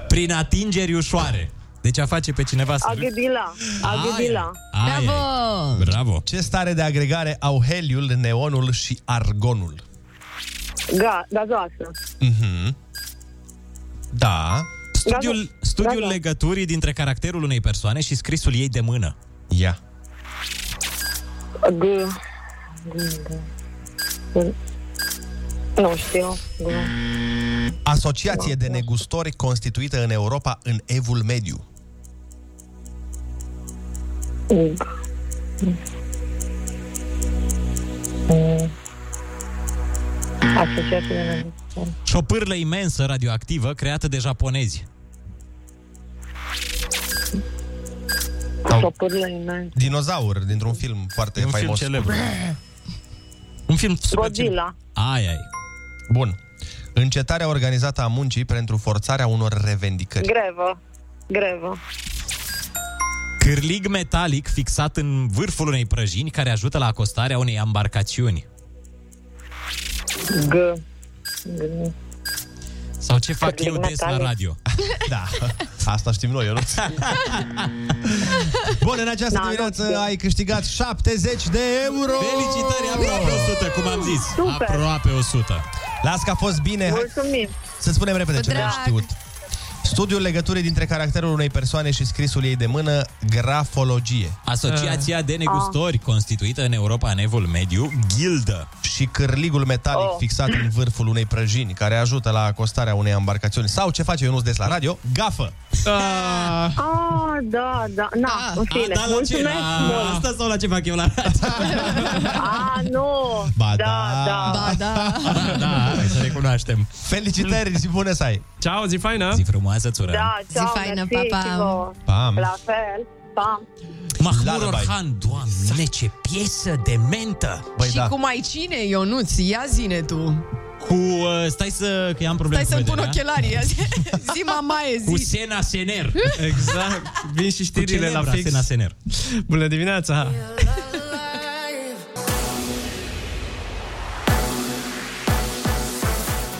Speaker 8: prin atingeri ușoare. Deci a face pe cineva să
Speaker 15: A
Speaker 8: râdă.
Speaker 15: gâdila. A gâdila.
Speaker 8: Aia e.
Speaker 10: Bravo!
Speaker 8: Bravo.
Speaker 7: Ah. Ce stare de agregare au heliul, neonul și argonul?
Speaker 15: Ga, gazoasă.
Speaker 7: Mhm. Da.
Speaker 8: Studiul,
Speaker 15: Da, da.
Speaker 8: studiul
Speaker 15: Da, da.
Speaker 8: legăturii dintre caracterul unei persoane și scrisul ei de mână.
Speaker 7: Ia.
Speaker 15: G. G. Nu știu. G.
Speaker 7: Asociație de negustori constituită în Europa în evul mediu.
Speaker 15: G. Asociație de negustori.
Speaker 8: Șopârlă imensă radioactivă creată de japonezi.
Speaker 15: Șopârlă imense.
Speaker 7: Dinozaur, dintr-un film foarte
Speaker 8: E un film
Speaker 7: faimos.
Speaker 8: celebru. Un film super
Speaker 15: Godzilla.
Speaker 8: Ai, ai.
Speaker 7: Bun. Încetarea organizată a muncii pentru forțarea unor revendicări.
Speaker 15: Grevă. Grevă.
Speaker 8: Cârlig metalic fixat în vârful unei prăjini care ajută la acostarea unei embarcațiuni.
Speaker 15: G.
Speaker 8: Sau ce fac
Speaker 15: Cârlig
Speaker 8: eu des la
Speaker 15: metalic.
Speaker 8: radio.
Speaker 7: Da, asta știm noi,
Speaker 8: [laughs]
Speaker 7: eu nu. Bun, în această
Speaker 15: Da, nu
Speaker 7: dimineață
Speaker 15: știu.
Speaker 7: ai câștigat 70 de euro!
Speaker 8: Felicitări, aproape 100, cum am zis.
Speaker 15: Super.
Speaker 8: Aproape 100.
Speaker 7: Las că a fost bine, hai
Speaker 15: Mulțumim.
Speaker 7: să spunem repede
Speaker 10: Cu
Speaker 7: ce vrei
Speaker 10: drag.
Speaker 7: știut. Studiul legăturii dintre caracterul unei persoane și scrisul ei de mână, grafologie.
Speaker 8: Asociația
Speaker 15: Ah.
Speaker 8: de negustori constituită în Europa în evul mediu, Gildă.
Speaker 7: și cârligul metalic oh.
Speaker 15: Oh.
Speaker 7: fixat în vârful unei prăjini, care ajută la acostarea unei embarcațiuni. Sau ce face Ionuț des la radio? Gafă!
Speaker 9: Ah,
Speaker 15: Ah, da, da. Na, în fine.
Speaker 8: da, la ce?
Speaker 15: Mulțumesc
Speaker 8: La
Speaker 15: mult.
Speaker 8: asta sau la ce fac eu la radio?
Speaker 15: Ah, nu.
Speaker 7: Ba da.
Speaker 15: da, da.
Speaker 10: Ba, da.
Speaker 8: da, hai să recunoaștem.
Speaker 7: Felicitări și bună să ai!
Speaker 9: Ceau, zi faină
Speaker 8: Zi frumoasă, țură.
Speaker 15: Da,
Speaker 10: Zi
Speaker 15: ciao,
Speaker 10: faină,
Speaker 15: mersi
Speaker 10: pa, pa.
Speaker 15: și vouă.
Speaker 7: Pam!
Speaker 15: La fel. Pam.
Speaker 8: Mahmur
Speaker 7: Lullaby.
Speaker 8: Orhan, doamne, ce piesă de mentă!
Speaker 7: Băi,
Speaker 10: și
Speaker 7: da.
Speaker 10: cu mai cine, Ionuț? Ia zine tu.
Speaker 8: Cu, uh, stai să, că eu am probleme
Speaker 10: Stai să-mi
Speaker 8: cu
Speaker 10: pun
Speaker 8: vederea.
Speaker 10: ochelarii azi. Zi, [laughs] mamaie,
Speaker 8: Cu
Speaker 10: zi.
Speaker 8: Sena Sener.
Speaker 9: Exact. Vin și știrile la
Speaker 8: celebra
Speaker 9: fix.
Speaker 8: Sena Sener.
Speaker 9: Bună dimineața!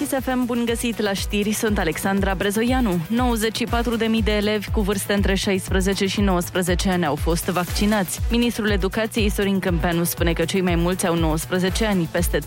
Speaker 1: KSFM, bun găsit la știri, sunt Alexandra Brezoianu. 94.000 de elevi cu vârste între 16 și 19 ani au fost vaccinați. Ministrul Educației Sorin Câmpeanu spune că cei mai mulți au 19 ani, peste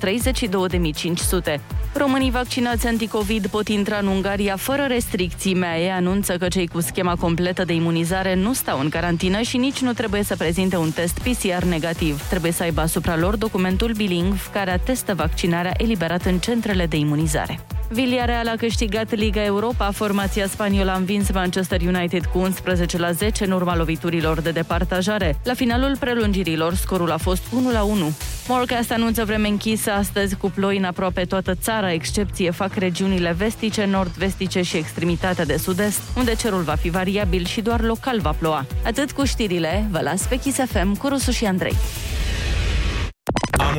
Speaker 1: 32.500. Românii vaccinați anticovid pot intra în Ungaria fără restricții. MAE anunță că cei cu schema completă de imunizare nu stau în carantină și nici nu trebuie să prezinte un test PCR negativ. Trebuie să aibă asupra lor documentul bilingv care atestă vaccinarea eliberată în centrele de imunizare. Villarreal a câștigat Liga Europa. Formația spaniolă a învins Manchester United cu 11 la 10 în urma loviturilor de departajare. La finalul prelungirilor, scorul a fost 1 la 1. Morcast anunță vreme închisă astăzi cu ploi în aproape toată țara, excepție fac regiunile vestice, nord-vestice și extremitatea de sud-est, unde cerul va fi variabil și doar local va ploua. Atât cu știrile, vă las pe Kiss FM cu Rusu și Andrei.
Speaker 6: Am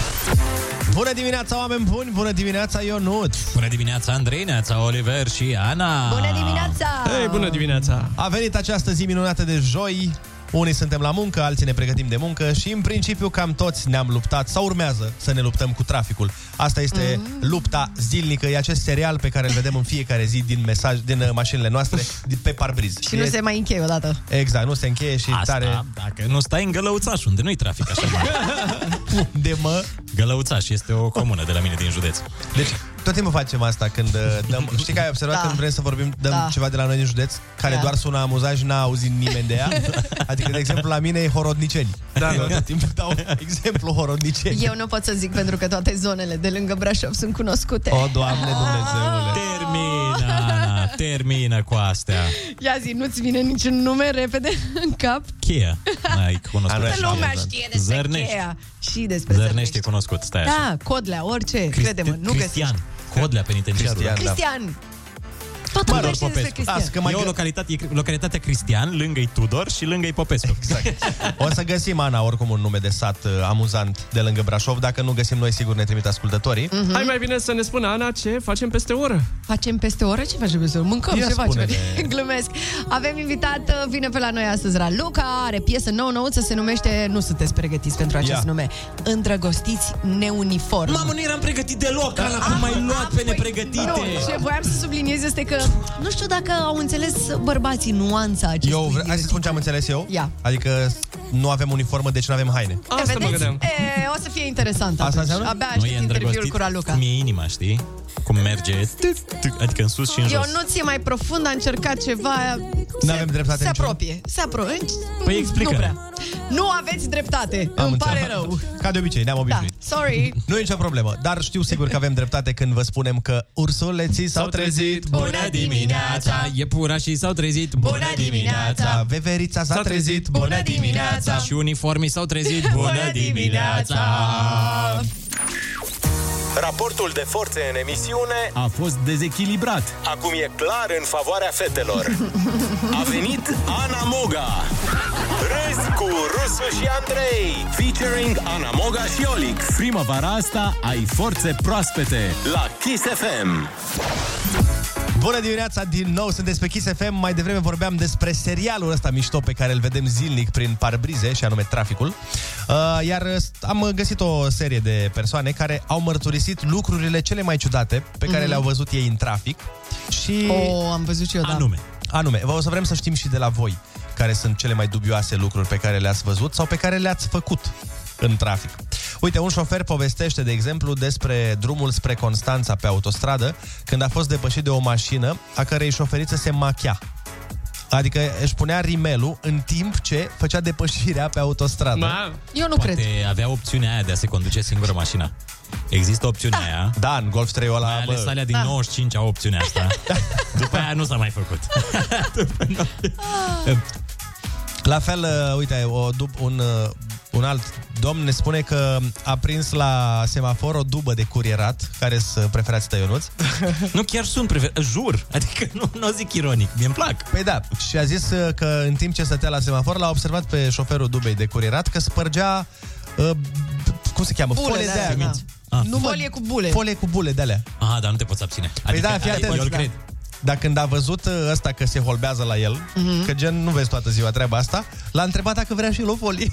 Speaker 7: Bună dimineața, oameni buni! Bună dimineața, Ionut!
Speaker 8: Bună dimineața, Andrei, Neața, Oliver și Ana.
Speaker 7: Bună
Speaker 10: dimineața!
Speaker 9: Hei, bună dimineața!
Speaker 7: A venit această zi minunată de joi. Unii suntem la muncă, alții ne pregătim de muncă și în principiu cam toți ne-am luptat sau urmează să ne luptăm cu traficul. Asta este lupta zilnică, e acest serial pe care îl vedem în fiecare zi din mesaj din uh, mașinile noastre din- pe parbriz.
Speaker 10: Și nu
Speaker 7: E-
Speaker 10: se mai încheie odată.
Speaker 7: Exact, nu se încheie și
Speaker 8: Asta,
Speaker 7: tare.
Speaker 8: dacă nu stai în Gălăuțaș, unde nu-i trafic
Speaker 7: [laughs]
Speaker 8: așa mare.
Speaker 7: De mă?
Speaker 8: Gălăuțaș este o comună de la mine din județ.
Speaker 7: Deci, tot timpul facem asta când uh,
Speaker 10: [laughs]
Speaker 7: dăm, știi că ai observat
Speaker 8: Da.
Speaker 7: da. când vrem să vorbim, dăm
Speaker 8: Da.
Speaker 7: da. ceva de la noi din județ, care
Speaker 8: Da.
Speaker 7: da. doar sună amuzant și n-a auzit nimeni
Speaker 10: [laughs]
Speaker 7: de ea. Adică, de exemplu, la mine e horodniceni. Da, Eu tot timpul [laughs] dau exemplu horodniceni.
Speaker 10: Eu nu pot să zic pentru că toate zonele de lângă Brașov sunt cunoscute.
Speaker 7: O, Doamne Dumnezeule!
Speaker 8: Termină, Ana, termină cu astea.
Speaker 10: Ia zi, nu-ți vine niciun nume repede în cap?
Speaker 8: Cheia. Ai cunoscut.
Speaker 10: Toată
Speaker 8: așa.
Speaker 10: lumea știe despre
Speaker 8: Zărnești.
Speaker 10: cheia și despre
Speaker 8: Zărnești e cunoscut, stai așa.
Speaker 10: Da, Codlea, orice,
Speaker 8: Cristi-
Speaker 10: crede-mă, nu
Speaker 8: Cristian. Codlea penitenciarul.
Speaker 10: găsești.
Speaker 7: da.
Speaker 10: Cristian! Toată lumea știe despre Cristian.
Speaker 8: e o localitate, e localitatea Cristian, lângă-i Tudor și lângă-i Popescu.
Speaker 7: Exact. O să găsim, Ana, oricum un nume de sat uh, amuzant de lângă Brașov. Dacă nu găsim noi, sigur ne trimit ascultătorii.
Speaker 10: Mm.
Speaker 9: Mm-hmm. Hai mai bine să ne spună, Ana, ce facem peste o oră.
Speaker 10: Facem peste o oră? Ce facem peste o oră? Mâncăm
Speaker 9: Ia
Speaker 10: ceva, ceva.
Speaker 9: spune-ne.
Speaker 10: [laughs] Glumesc. Avem invitat, uh, vine pe la noi astăzi Raluca, are piesă nouă nouță, se numește, nu sunteți pregătiți pentru acest
Speaker 8: Ia.
Speaker 10: nume, Îndrăgostiți neuniform.
Speaker 8: Mamă, nu eram pregătit deloc, Ana, cum
Speaker 10: Am-
Speaker 8: m-ai luat pe
Speaker 10: Nu,
Speaker 8: nepregătite.
Speaker 10: ce voiam să subliniez este că nu știu dacă au înțeles bărbații nuanța acestui.
Speaker 7: Eu vre- Hai să spun ce am înțeles eu.
Speaker 10: Ia.
Speaker 7: Adică s- nu avem uniformă, deci nu avem haine.
Speaker 10: E, vedeți? E, o să fie interesant
Speaker 7: Asta
Speaker 10: atunci.
Speaker 7: înseamnă?
Speaker 10: Abia aștept interviul cu Raluca.
Speaker 8: cum e inima, știi? Cum merge, tic, tic, adică în sus și în
Speaker 10: Eu
Speaker 8: jos.
Speaker 10: nu ți mai profund, a încercat ceva,
Speaker 8: Nu avem dreptate
Speaker 10: se apropie. Se apropie.
Speaker 8: Păi
Speaker 10: Nu
Speaker 8: explică-ne.
Speaker 10: prea. Nu aveți dreptate.
Speaker 7: Am
Speaker 10: Îmi pare
Speaker 7: înțeles.
Speaker 10: rău.
Speaker 7: Ca de obicei, ne-am
Speaker 10: Da,
Speaker 7: obișnuit.
Speaker 10: sorry.
Speaker 7: Nu e nicio problemă, dar știu sigur că avem dreptate când vă spunem că ursuleții s-au trezit.
Speaker 8: Bună dimineața, iepurașii s-au trezit. Bună dimineața,
Speaker 7: veverița s-a trezit.
Speaker 8: Bună dimineața și uniformii s-au trezit. Bună dimineața.
Speaker 6: Raportul de forțe în emisiune
Speaker 8: a fost dezechilibrat.
Speaker 6: Acum e clar în favoarea fetelor. A venit Ana Moga. Râs cu Rusu și Andrei. Featuring Ana Moga și Olix.
Speaker 11: Primăvara asta ai forțe proaspete
Speaker 6: La Kiss FM.
Speaker 7: Bună dimineața din nou, sunteți pe Kiss FM. Mai devreme vorbeam despre serialul ăsta mișto pe care îl vedem zilnic prin parbrize, și anume Traficul. Uh, Iar uh, am găsit o serie de persoane care au mărturisit lucrurile cele mai ciudate pe care
Speaker 10: Mhm.
Speaker 7: le-au văzut ei în trafic. Și
Speaker 10: O, am văzut și eu, da.
Speaker 7: anume. Anume, vă o să vrem să știm și de la voi care sunt cele mai dubioase lucruri pe care le-ați văzut sau pe care le-ați făcut în trafic. Uite, un șofer povestește, de exemplu, despre drumul spre Constanța pe autostradă, când a fost depășit de o mașină a cărei șoferiță se machia. Adică își punea rimelul în timp ce făcea depășirea pe autostradă.
Speaker 10: Eu nu
Speaker 8: Poate cred. avea opțiunea aia de a se conduce singură mașina. Există opțiunea aia.
Speaker 7: Da, în Golf 3 ăla,
Speaker 8: Mai ales
Speaker 7: bă.
Speaker 8: alea din
Speaker 7: Da.
Speaker 8: 95
Speaker 7: [laughs]
Speaker 8: au opțiunea asta. După aia nu s-a mai făcut.
Speaker 7: Ehm, La fel, uh, uite, o, dup- un, uh, un alt domn ne spune că a prins la semafor o dubă de curierat, care sunt preferați tăi, Ionuț.
Speaker 8: [laughs] nu, chiar sunt preferat, jur. Adică nu, nu o zic ironic, mi îmi plac.
Speaker 7: Păi da, și a zis uh, că în timp ce stătea la semafor l-a observat pe șoferul dubei de curierat că spărgea, uh, cum se cheamă,
Speaker 10: Bulele
Speaker 7: fole de
Speaker 10: alea,
Speaker 7: aia.
Speaker 10: da. Nu mă- Folie cu bule.
Speaker 7: Folie cu bule de alea.
Speaker 8: Aha, dar nu te poți abține.
Speaker 7: Păi da, fii atent.
Speaker 8: Eu îl
Speaker 7: da.
Speaker 8: Adică cred.
Speaker 7: Dar când a văzut ă, ăsta că se holbează la el,
Speaker 8: Mhm.
Speaker 7: mm-hmm. că gen nu vezi toată ziua treaba asta, l-a întrebat dacă vrea și el o folie.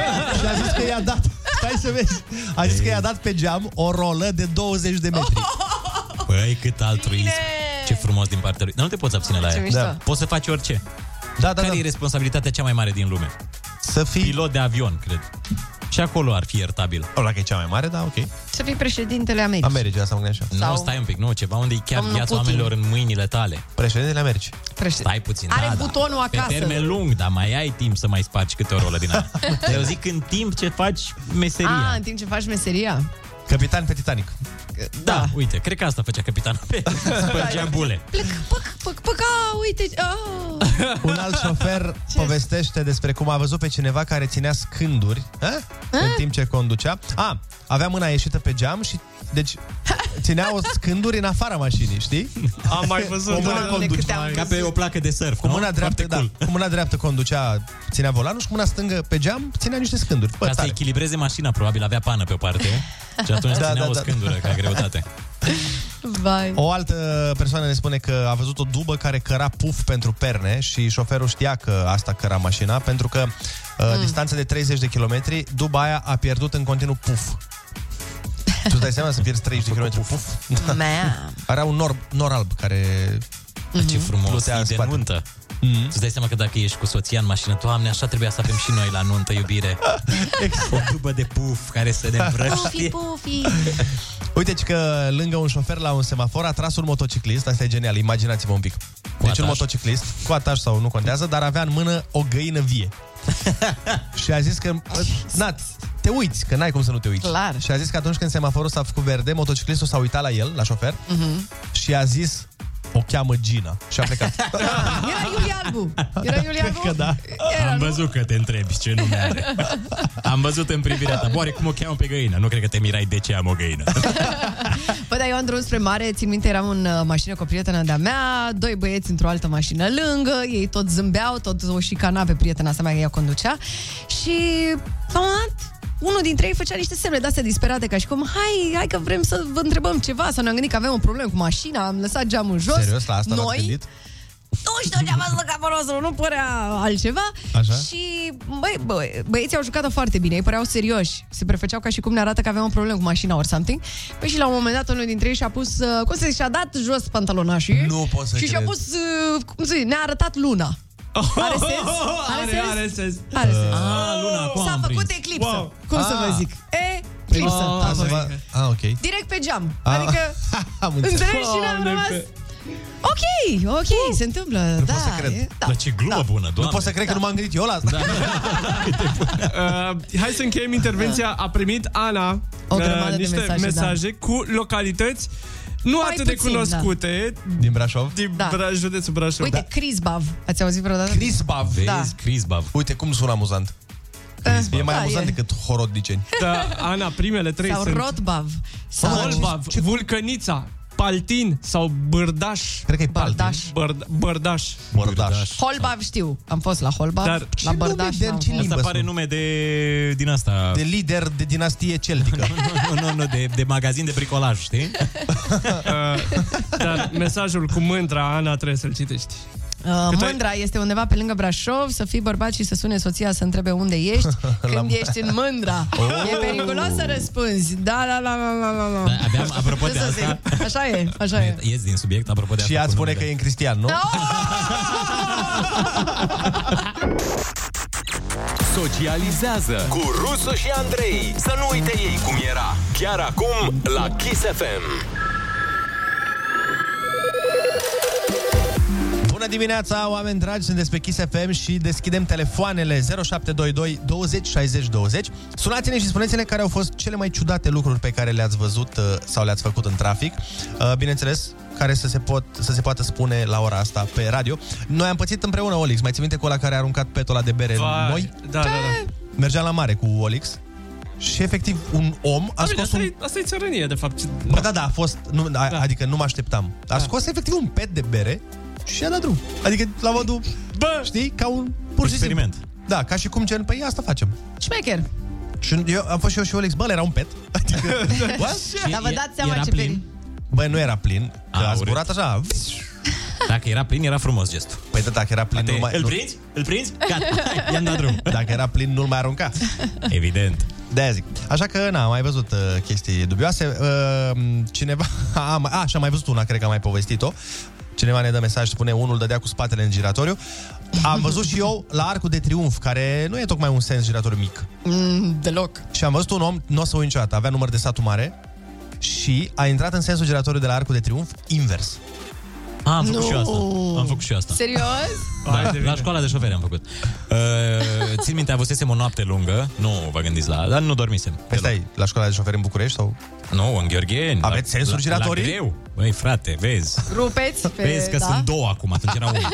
Speaker 7: [laughs] și a zis că i-a dat. Stai să vezi. A zis că i-a dat pe geam o rolă de 20 de metri.
Speaker 8: Păi cât altruism. Ce frumos din partea lui. Dar nu te poți abține la
Speaker 7: Ce
Speaker 8: ea.
Speaker 7: mișto. Da.
Speaker 8: Poți să faci orice.
Speaker 7: Da, da,
Speaker 8: Care
Speaker 7: da.
Speaker 8: e responsabilitatea cea mai mare din lume?
Speaker 7: Să fii...
Speaker 8: Pilot de avion, cred. Și acolo ar fi iertabil.
Speaker 7: O, dacă e cea mai mare, da, ok.
Speaker 10: Să fii președintele Americii.
Speaker 7: Americii, asta mă gândeam
Speaker 8: Nu,
Speaker 10: Sau-
Speaker 8: stai un pic, nu, ceva unde e chiar
Speaker 10: Domnul
Speaker 8: viața
Speaker 10: Putin.
Speaker 8: oamenilor în mâinile tale.
Speaker 7: Președintele Americii.
Speaker 10: Președ...
Speaker 8: Stai puțin,
Speaker 10: Are
Speaker 8: da, da.
Speaker 10: butonul acasă.
Speaker 8: Pe termen lung, dar mai ai timp să mai spargi câte o rolă din aia.
Speaker 10: [laughs]
Speaker 8: Eu zic în timp ce faci meseria.
Speaker 10: A, Ah, în timp ce faci meseria.
Speaker 7: Capitan pe Titanic.
Speaker 8: Da, da, uite, cred că asta făcea capitanul
Speaker 10: [laughs]
Speaker 8: pe spărgea bule.
Speaker 10: Păc, păc, a, uite, ah, a.
Speaker 7: [laughs] Un alt șofer povestește despre cum a văzut pe cineva care ținea scânduri a? în timp ce conducea. A, avea mâna ieșită pe geam și deci ținea o scânduri în afara mașinii, știi?
Speaker 8: Am mai văzut,
Speaker 7: o mână
Speaker 8: da,
Speaker 7: conducea,
Speaker 8: câte am Ca văzut. pe o placă de surf,
Speaker 7: Cu
Speaker 8: nu?
Speaker 7: mâna dreaptă,
Speaker 8: Foarte
Speaker 7: da, cu mâna dreaptă conducea, ținea volanul și cu mâna stângă pe geam ținea niște scânduri. Bă,
Speaker 8: Ca să
Speaker 7: tare.
Speaker 8: echilibreze mașina, probabil avea pană pe o parte și atunci da,
Speaker 7: Da,
Speaker 8: ținea
Speaker 7: da,
Speaker 8: da, o
Speaker 7: da.
Speaker 8: scândură ca greutate.
Speaker 10: Vai.
Speaker 7: O altă persoană ne spune că a văzut o dubă care căra puf pentru perne și șoferul știa că asta căra mașina pentru că uh,
Speaker 10: Mm.
Speaker 7: distanță de 30 de kilometri, duba aia a pierdut în continuu
Speaker 10: [laughs]
Speaker 7: puf. tu îți dai seama să pierzi 30 de kilometri puf? Da.
Speaker 10: Man.
Speaker 7: [laughs]
Speaker 10: Mhm.
Speaker 7: Era un nor, nor alb care
Speaker 8: Ce
Speaker 7: Mhm.
Speaker 8: frumos,
Speaker 7: plutea în
Speaker 8: e de
Speaker 7: spate.
Speaker 8: nuntă. Mm. Îți dai seama că dacă ești cu soția în mașină, Doamne, așa trebuia să avem și noi la nuntă, [laughs] iubire. o tubă de puf care
Speaker 10: [laughs]
Speaker 8: să ne îmbrăștie.
Speaker 10: pufi.
Speaker 7: Uite ci că lângă un șofer la un semafor a tras un motociclist, asta e genial, imaginați-vă un pic. deci un
Speaker 8: ataș.
Speaker 7: motociclist, cu ataș sau nu contează, dar avea în mână o găină
Speaker 10: [laughs]
Speaker 7: vie. și a zis că, na, te uiți, că n-ai cum să nu te uiți.
Speaker 10: Clar.
Speaker 7: Și a zis că atunci când semaforul s-a făcut verde, motociclistul s-a uitat la el, la șofer,
Speaker 10: Mhm.
Speaker 7: și a zis, o cheamă Gina. Și a
Speaker 10: [laughs]
Speaker 7: plecat.
Speaker 10: Era Iulie Albu. Era Iulie Albu?
Speaker 8: da. Am văzut că te întrebi ce nume are. Am văzut în privirea ta. Bă, oare cum o cheamă pe găină? Nu cred că te mirai de ce am o găină.
Speaker 10: Bă, dar eu am drum da, spre mare, țin minte, eram în uh, mașină cu o prietenă de-a mea, doi băieți într-o altă mașină lângă, ei tot zâmbeau, tot o șicana pe prietena asta mea, că ea conducea și la un moment dat, unul dintre ei făcea niște semne de-astea disperate, ca și cum, hai, hai că vrem să vă întrebăm ceva, să ne-am gândit că avem o problemă cu mașina, am lăsat geamul jos.
Speaker 7: [laughs] Serios, la asta l-ați
Speaker 10: Noi,
Speaker 7: gândit?
Speaker 10: nu știu ce a fost la capul nostru, nu părea altceva.
Speaker 7: Așa.
Speaker 10: Și băi, băi, băieții au jucat foarte bine, ei păreau serioși. Se prefăceau ca și cum ne arată că aveam o problemă cu mașina or something. Păi și la un moment dat unul dintre ei și-a pus, uh, cum să zic, și-a dat jos pantalonașii.
Speaker 7: Nu pot să
Speaker 10: Și și-a
Speaker 7: cred.
Speaker 10: pus, uh, cum să zic, ne-a arătat luna. Are sens? Are,
Speaker 9: [laughs] Are,
Speaker 10: sens?
Speaker 9: are sens. Uh,
Speaker 10: Are sens.
Speaker 8: Ah,
Speaker 7: Da,
Speaker 8: luna, acum
Speaker 10: S-a
Speaker 8: am prins.
Speaker 10: făcut eclipsă.
Speaker 9: Wow.
Speaker 10: Cum să
Speaker 7: Ah.
Speaker 10: vă zic? Eclipsă.
Speaker 7: Ah, să va- ah, ok.
Speaker 10: Direct pe geam.
Speaker 7: Ah.
Speaker 10: Adică,
Speaker 7: [laughs] Am înțeles.
Speaker 10: înțelegi și n-am
Speaker 7: Doamne,
Speaker 10: rămas...
Speaker 7: pe-
Speaker 10: Ok, ok, se întâmplă, da.
Speaker 7: pot să cred.
Speaker 10: e- da.
Speaker 8: Dar ce glumă bună,
Speaker 7: Nu
Speaker 8: doamne. Da.
Speaker 7: pot să cred că nu m-am gândit eu la asta. [laughs]
Speaker 9: Uh, hai să încheiem intervenția.
Speaker 7: Da.
Speaker 9: A primit Ana uh,
Speaker 10: O grămadă de
Speaker 9: niște
Speaker 10: mesaje, da.
Speaker 9: mesaje cu localități nu
Speaker 10: Mai
Speaker 9: atât de
Speaker 10: puțin,
Speaker 9: cunoscute
Speaker 7: Din Brașov?
Speaker 9: din
Speaker 10: Da.
Speaker 9: Bra- județul Brașov.
Speaker 10: Uite, Crisbav. Ați auzit vreodată?
Speaker 7: Crisbav.
Speaker 8: Vezi,
Speaker 10: Da.
Speaker 8: Crisbav. Da,
Speaker 7: Uite cum sună amuzant. Eh, E mai amuzant decât
Speaker 8: [laughs]
Speaker 7: horodniceni.
Speaker 9: Da, Ana, primele trei
Speaker 10: Sau
Speaker 9: sunt
Speaker 10: Rotbav. Sau
Speaker 9: Volbav, Vulcănița, Paltin sau Bârdaș.
Speaker 7: Cred că e
Speaker 10: Bărdaș.
Speaker 9: Bărd- Bărdaș.
Speaker 7: Bărdaș.
Speaker 10: Holbav știu. Am fost la Holbav.
Speaker 9: Dar
Speaker 10: la Bărdaș.
Speaker 7: de,
Speaker 10: n-am
Speaker 7: ce
Speaker 10: fost.
Speaker 8: Asta
Speaker 7: limbă
Speaker 8: pare
Speaker 7: sunt?
Speaker 8: nume de din asta.
Speaker 7: de lider de dinastie celtică.
Speaker 8: [laughs] Nu, nu, nu, de, de magazin de bricolaj,
Speaker 9: [laughs]
Speaker 8: știi?
Speaker 9: Uh, Dar mesajul cu mândra, Ana, trebuie să-l citești.
Speaker 10: Uh,
Speaker 9: Cât ai-
Speaker 10: mândra este undeva pe lângă Brașov, să fii bărbat și să sune soția să întrebe unde ești
Speaker 8: [laughs]
Speaker 10: când ești în mândra.
Speaker 8: Oh!
Speaker 10: E periculos să răspunzi. Da, la, la, la, la, la, la.
Speaker 8: Da, abia, apropo de
Speaker 10: Ce să
Speaker 8: asta,
Speaker 10: zic? Așa e, așa e.
Speaker 8: ies din subiect, apropo de
Speaker 7: Și
Speaker 8: asta.
Speaker 7: ea
Speaker 8: cu
Speaker 7: spune că
Speaker 8: numele.
Speaker 7: e în cristian, nu?
Speaker 11: Socializează cu Rusu și Andrei. Să nu uite ei cum era. Chiar acum la Kiss FM.
Speaker 7: Bună dimineața, oameni dragi, sunt pe Kiss FM și deschidem telefoanele 0722 20 60 20. Sunați-ne și spuneți-ne care au fost cele mai ciudate lucruri pe care le-ați văzut uh, sau le-ați făcut în trafic. Uh, Bineînțeles, care să se, pot, să se poată spune la ora asta pe radio. Noi am pățit împreună Olix, mai ții minte cu ăla care a aruncat petola de bere
Speaker 9: Vai,
Speaker 7: în noi?
Speaker 9: da, da, da.
Speaker 7: Mergeam la mare cu Olix și efectiv un om a
Speaker 9: bine,
Speaker 7: scos
Speaker 9: asta,
Speaker 7: un...
Speaker 9: e, asta e țărănie, de fapt. Da.
Speaker 7: Bă, da, da, a fost, nu, a, da. adică nu mă așteptam. A scos efectiv un pet de bere și a dat drum. Adică la modul, Bă! știi, ca un pur și Experiment. simplu. Da, ca și cum gen, păi asta facem.
Speaker 10: Șmecher.
Speaker 7: Și eu, am fost și eu și Olex, bă, ăla era un pet. [laughs]
Speaker 9: [laughs]
Speaker 7: Adică, what?
Speaker 10: Dar vă dați seama ce perii.
Speaker 7: Bă, nu era plin, că a, a zburat așa.
Speaker 8: Dacă era plin, era frumos gestul.
Speaker 7: Păi da, dacă era plin, nu mai...
Speaker 8: Îl
Speaker 7: nu-
Speaker 8: prinzi? Îl prinzi? Gata, hai, i-am dat drum.
Speaker 7: Dacă era plin, nu-l mai [laughs] arunca.
Speaker 8: Evident.
Speaker 7: de zic. Așa că, na, am mai văzut uh, chestii dubioase. Uh, cineva... [laughs] A, mai- a, și am mai văzut una, cred că am mai povestit-o. Cineva ne dă mesaj, spune, unul dădea cu spatele în giratoriu. Am văzut și eu la Arcul de Triunf, care nu e tocmai un sens giratoriu mic.
Speaker 10: Mm, deloc.
Speaker 7: Și am văzut un om, nu o să uit niciodată, avea număr de satul mare și a intrat în sensul giratoriu de la Arcul de Triunf invers.
Speaker 8: A, am făcut
Speaker 7: Nu.
Speaker 8: și eu asta. Am făcut și eu asta.
Speaker 10: Serios?
Speaker 8: Da, la școala de șoferi am făcut. Uh, țin minte, avusesem o noapte lungă. Nu vă gândiți la... Dar nu dormisem. Păi
Speaker 7: stai, la școala de șoferi în București sau?
Speaker 8: Nu, în Gheorgheni.
Speaker 7: Aveți sensuri
Speaker 8: la, la
Speaker 7: giratorii?
Speaker 8: greu. Băi, frate, vezi.
Speaker 10: Rupeți pe...
Speaker 8: Vezi că
Speaker 10: da?
Speaker 8: sunt două acum, atunci era
Speaker 10: [laughs]
Speaker 8: una.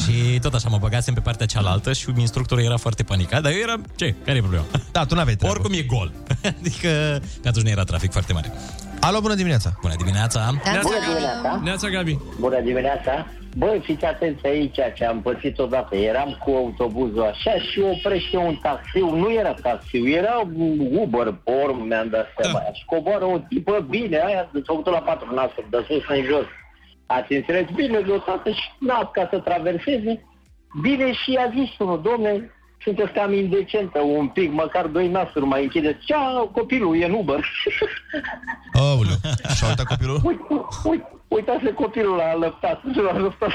Speaker 8: și tot așa mă băgasem pe partea cealaltă și instructorul era foarte panicat, dar eu eram, ce, care e problema?
Speaker 7: Da, tu n-aveai
Speaker 8: Oricum e gol. [laughs] adică, că atunci nu era trafic foarte mare.
Speaker 7: Alo, bună dimineața!
Speaker 8: Bună dimineața!
Speaker 9: Neața,
Speaker 16: Bună dimineața!
Speaker 9: Gabi. Neața, Gabi.
Speaker 16: Bună dimineața! Băi, fiți atenți aici ce am pățit odată. Eram cu autobuzul așa și oprește un taxiu. Nu era taxiu, era un Uber, pe urmă mi-am dat seama. Da. Și coboară o tipă, bine, aia s-a făcut la patru nasuri, de sus în jos. Ați înțeles? Bine, lăsată și nas ca să traverseze. Bine și i-a zis unul, domne, sunteți cam indecentă un pic, măcar doi nasuri mai închideți. Cea, copilul e în Uber.
Speaker 7: Aoleu,
Speaker 16: [laughs]
Speaker 7: și-a uitat copilul?
Speaker 16: Uite, uite, uitați-le copilul la lăptat. L-a lăptat.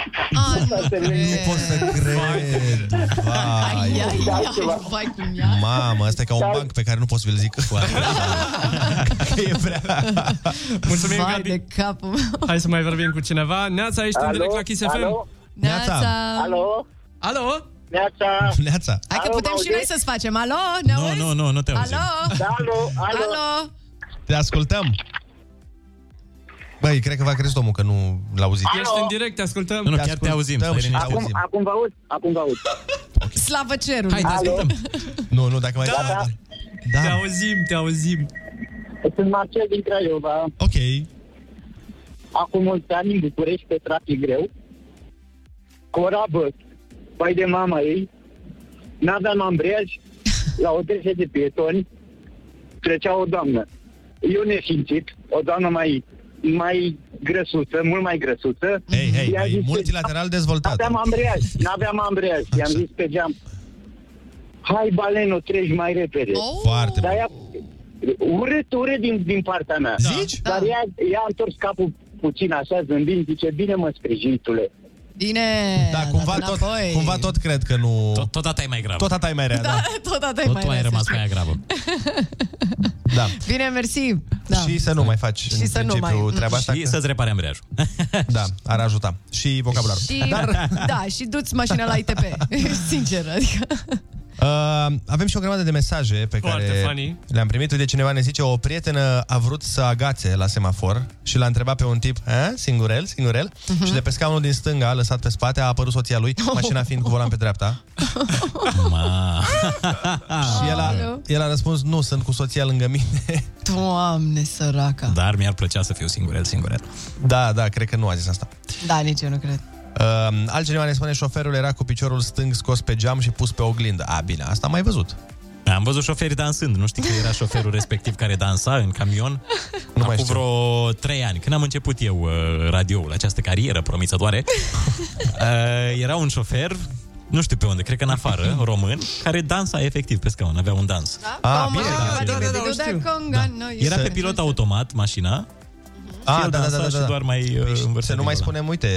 Speaker 16: Nu
Speaker 7: pot să cred.
Speaker 10: Ai, ai,
Speaker 7: Vai,
Speaker 10: ai, vai cum ea.
Speaker 7: Mamă, asta e ca un banc pe care nu pot să vi-l zic. Că [laughs] e prea...
Speaker 9: Mulțumim,
Speaker 10: Vai
Speaker 9: Gabi.
Speaker 10: de capul meu.
Speaker 9: Hai să mai vorbim cu cineva. Neața, ești în
Speaker 10: Alo?
Speaker 9: direct la Kiss FM.
Speaker 10: Alo? Neața. Neața. Alo?
Speaker 9: Alo?
Speaker 16: Neața.
Speaker 7: Neața.
Speaker 10: Hai că
Speaker 16: Alo,
Speaker 10: putem și
Speaker 16: m-auziți?
Speaker 10: noi să-ți facem. Alo? Ne auzi?
Speaker 8: nu, nu, nu te
Speaker 10: Alo?
Speaker 16: Da, Alo? Alo?
Speaker 10: Alo?
Speaker 7: Te ascultăm. Băi, cred că v-a crezut omul că nu l-a auzit.
Speaker 9: Ești în direct, te ascultăm.
Speaker 7: Nu, nu, chiar te auzim, stai
Speaker 9: și
Speaker 7: liniștit.
Speaker 16: Acum, acum vă aud, acum vă aud.
Speaker 10: Slavă cerului.
Speaker 16: Hai, te ascultăm.
Speaker 7: Nu, nu, dacă mai...
Speaker 9: Da, da.
Speaker 7: da.
Speaker 9: Te auzim, te auzim.
Speaker 16: Sunt Marcel din Craiova.
Speaker 7: Ok.
Speaker 16: Acum mulți ani în București pe trafic greu. Corabă, pai de mama ei. N-avea în ambreiaj la o trece de pietoni. Trecea o doamnă. Eu nesimțit, o doamnă mai mai grăsuță, mult mai grăsuță.
Speaker 7: Hei, hei,
Speaker 16: I-a
Speaker 7: mai
Speaker 16: zis,
Speaker 7: multilateral dezvoltat.
Speaker 16: N-aveam ambreiaj, n-aveam ambreiaj. I-am zis pe geam, hai baleno, treci mai repede.
Speaker 7: Oh. Foarte
Speaker 16: Dar ea, urât, urât din, din partea mea.
Speaker 7: Zici?
Speaker 16: Dar ea, ea a întors capul puțin așa, zâmbind, zice, bine mă sprijintule.
Speaker 10: Bine.
Speaker 7: Da, cumva
Speaker 10: Eh, dat
Speaker 7: tot,
Speaker 10: înapoi.
Speaker 7: cumva tot cred că nu... Tot,
Speaker 8: tot e mai grav.
Speaker 7: Tot ata e mai rea, da.
Speaker 10: [laughs] Da, tot atât
Speaker 8: Tot
Speaker 10: mai
Speaker 8: tu ai
Speaker 10: ales.
Speaker 8: rămas pe aia gravă.
Speaker 7: da.
Speaker 10: Bine, mersi. Da.
Speaker 7: Și să nu mai faci și în
Speaker 10: să nu
Speaker 7: principiu
Speaker 10: mai-
Speaker 7: treaba asta.
Speaker 8: Și să-ți repare ambreiajul.
Speaker 7: Da, ar ajuta. Și vocabularul.
Speaker 10: Și, Dar... [laughs] da, și du-ți mașina la ITP. Sincer, adică...
Speaker 7: Uh, avem și o grămadă de mesaje pe
Speaker 9: Foarte
Speaker 7: care
Speaker 9: funny.
Speaker 7: le-am primit. Uite, cineva ne zice, o prietenă a vrut să agațe la semafor și l-a întrebat pe un tip, "A? singurel, singurel?
Speaker 8: Mhm.
Speaker 7: Uh-huh. Și de pe scaunul din stânga, lăsat pe spate, a apărut
Speaker 8: [laughs]
Speaker 7: soția lui, mașina fiind cu volan pe dreapta.
Speaker 8: Ma.
Speaker 7: [laughs] și el a, el a răspuns, nu, sunt cu soția lângă mine.
Speaker 10: Doamne, săraca.
Speaker 8: Da. Dar mi-ar plăcea să fiu singurel, singurel.
Speaker 7: Da, da, cred că nu a zis asta.
Speaker 10: Da, nici eu nu cred.
Speaker 7: Uh, altcineva ne spune, șoferul era cu piciorul stâng scos pe geam și pus pe oglindă. A, bine, asta am mai văzut.
Speaker 8: Am văzut șoferii dansând, nu știi că era șoferul respectiv care dansa în camion nu acum vreo trei ani, când am început eu uh, radioul, această carieră
Speaker 7: [laughs]
Speaker 8: promițătoare, uh, era un șofer, nu știu pe unde, cred că în afară, român, care dansa efectiv pe scaun, avea un dans.
Speaker 7: Ah, bine,
Speaker 10: da, da, da, da, da, da.
Speaker 8: Era pe pilot automat mașina
Speaker 7: Ah,
Speaker 8: el
Speaker 7: da, da, da,
Speaker 8: dansa
Speaker 7: da,
Speaker 8: și
Speaker 7: da.
Speaker 8: doar mai uh,
Speaker 7: Să
Speaker 8: învârtea
Speaker 7: nu mai
Speaker 8: din
Speaker 7: spunem, uite,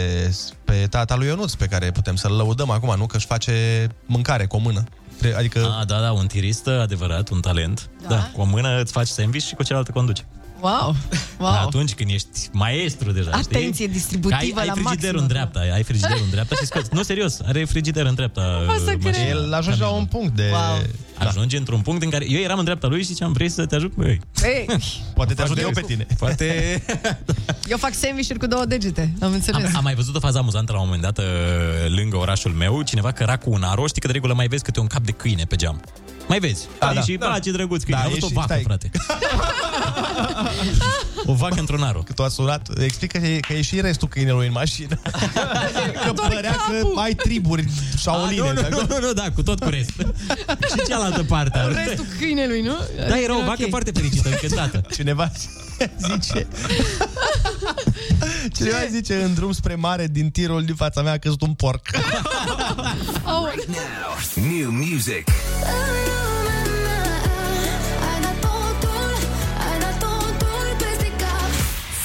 Speaker 7: pe tata lui Ionuț, pe care putem să-l lăudăm acum, nu? Că își face mâncare cu o mână. Tre- Adică...
Speaker 8: Ah, da, da, un tirist adevărat, un talent. Da. da. Cu o mână îți faci sandwich și cu cealaltă conduci.
Speaker 10: Wow! wow.
Speaker 8: Da, Atunci când ești maestru deja, știi?
Speaker 10: Atenție distributivă
Speaker 8: Că ai, ai
Speaker 10: la maxim.
Speaker 8: frigiderul în dreapta, ai frigiderul în dreapta și scoți. Nu, serios, are frigider în dreapta.
Speaker 10: pot să
Speaker 8: mașina.
Speaker 10: cred. El
Speaker 7: ajunge la un punct de... Da.
Speaker 8: Wow. Ajungi într-un punct în care... Eu eram în dreapta lui și ziceam, vrei să te ajut? Băi,
Speaker 10: Ei,
Speaker 8: poate
Speaker 7: te ajut eu pe tine.
Speaker 10: [laughs]
Speaker 8: Poate...
Speaker 10: eu fac sandwich-uri cu două degete, am înțeles.
Speaker 8: Am, am mai văzut o fază amuzantă la un moment dat uh, lângă orașul meu, cineva căra cu un aro, știi că de regulă mai vezi câte un cap de câine pe geam. Mai vezi.
Speaker 7: Da,
Speaker 8: Da,
Speaker 7: da.
Speaker 8: da, și,
Speaker 7: Da.
Speaker 8: da. ce drăguț câine.
Speaker 7: Da,
Speaker 8: Da, Am avut o
Speaker 7: ieși,
Speaker 8: vacă,
Speaker 7: stai.
Speaker 8: frate. o vacă într-un aro.
Speaker 7: Că tu a sunat, explică că e, că e și restul câinelui în mașină. că părea că ai triburi
Speaker 8: nu,
Speaker 7: șaoline.
Speaker 8: nu, nu, nu, nu, da, cu tot cu rest. [laughs] și cealaltă
Speaker 17: [laughs]
Speaker 8: parte. a-
Speaker 10: Restul câinelui, nu?
Speaker 8: Da, era o vacă
Speaker 10: Ok.
Speaker 8: foarte fericită,
Speaker 10: [laughs]
Speaker 8: încântată.
Speaker 7: Cineva [laughs] zice... Cineva zice în drum spre mare din tirul din fața mea a căzut un porc.
Speaker 10: Oh.
Speaker 11: New music.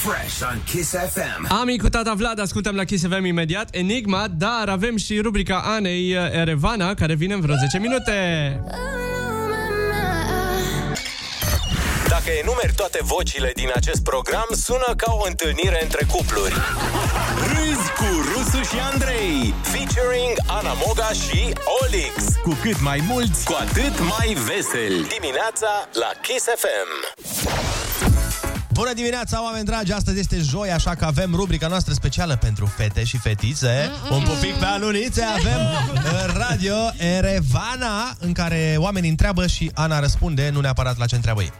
Speaker 11: Fresh on Kiss FM.
Speaker 9: Ami cu tata Vlad, ascultăm la Kiss FM imediat Enigma, dar avem și rubrica Anei uh, Erevana, care vine în vreo 10 minute.
Speaker 11: Dacă enumeri toate vocile din acest program, sună ca o întâlnire între cupluri. Râzi cu Rusu și Andrei, featuring Ana Moga și Olix. Cu cât mai mulți, cu atât mai veseli. Dimineața la Kiss FM.
Speaker 7: Bună dimineața, oameni dragi! Astăzi este joi, așa că avem rubrica noastră specială pentru fete și fetițe. Un pupic pe alunițe avem în Radio Erevana, în care oamenii întreabă și Ana răspunde, nu neapărat la ce întreabă ei.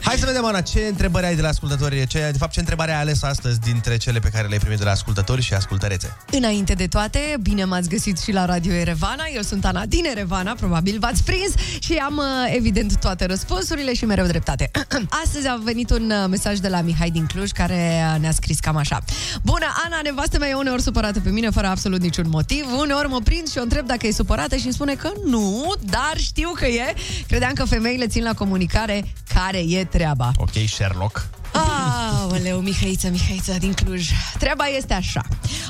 Speaker 7: Hai să vedem, Ana, ce întrebări ai de la ascultători? Ce, de fapt, ce întrebare ai ales astăzi dintre cele pe care le-ai primit de la ascultători și ascultărețe?
Speaker 10: Înainte de toate, bine m-ați găsit și la Radio Erevana. Eu sunt Ana din Erevana, probabil v-ați prins și am uh, evident toate răspunsurile și mereu dreptate. [clears throat] Astăzi a venit un uh, mesaj de la Mihai din Cluj care uh, ne-a scris cam așa. Bună, Ana, nevastă mea e uneori supărată pe mine fără absolut niciun motiv. Uneori mă prind și o întreb dacă e supărată și îmi spune că nu, dar știu că e. Credeam că femeile țin la comunicare care e treaba.
Speaker 7: Ok, Sherlock.
Speaker 10: Aoleu, Mihăiță, Mihăiță din Cluj. Treaba este așa.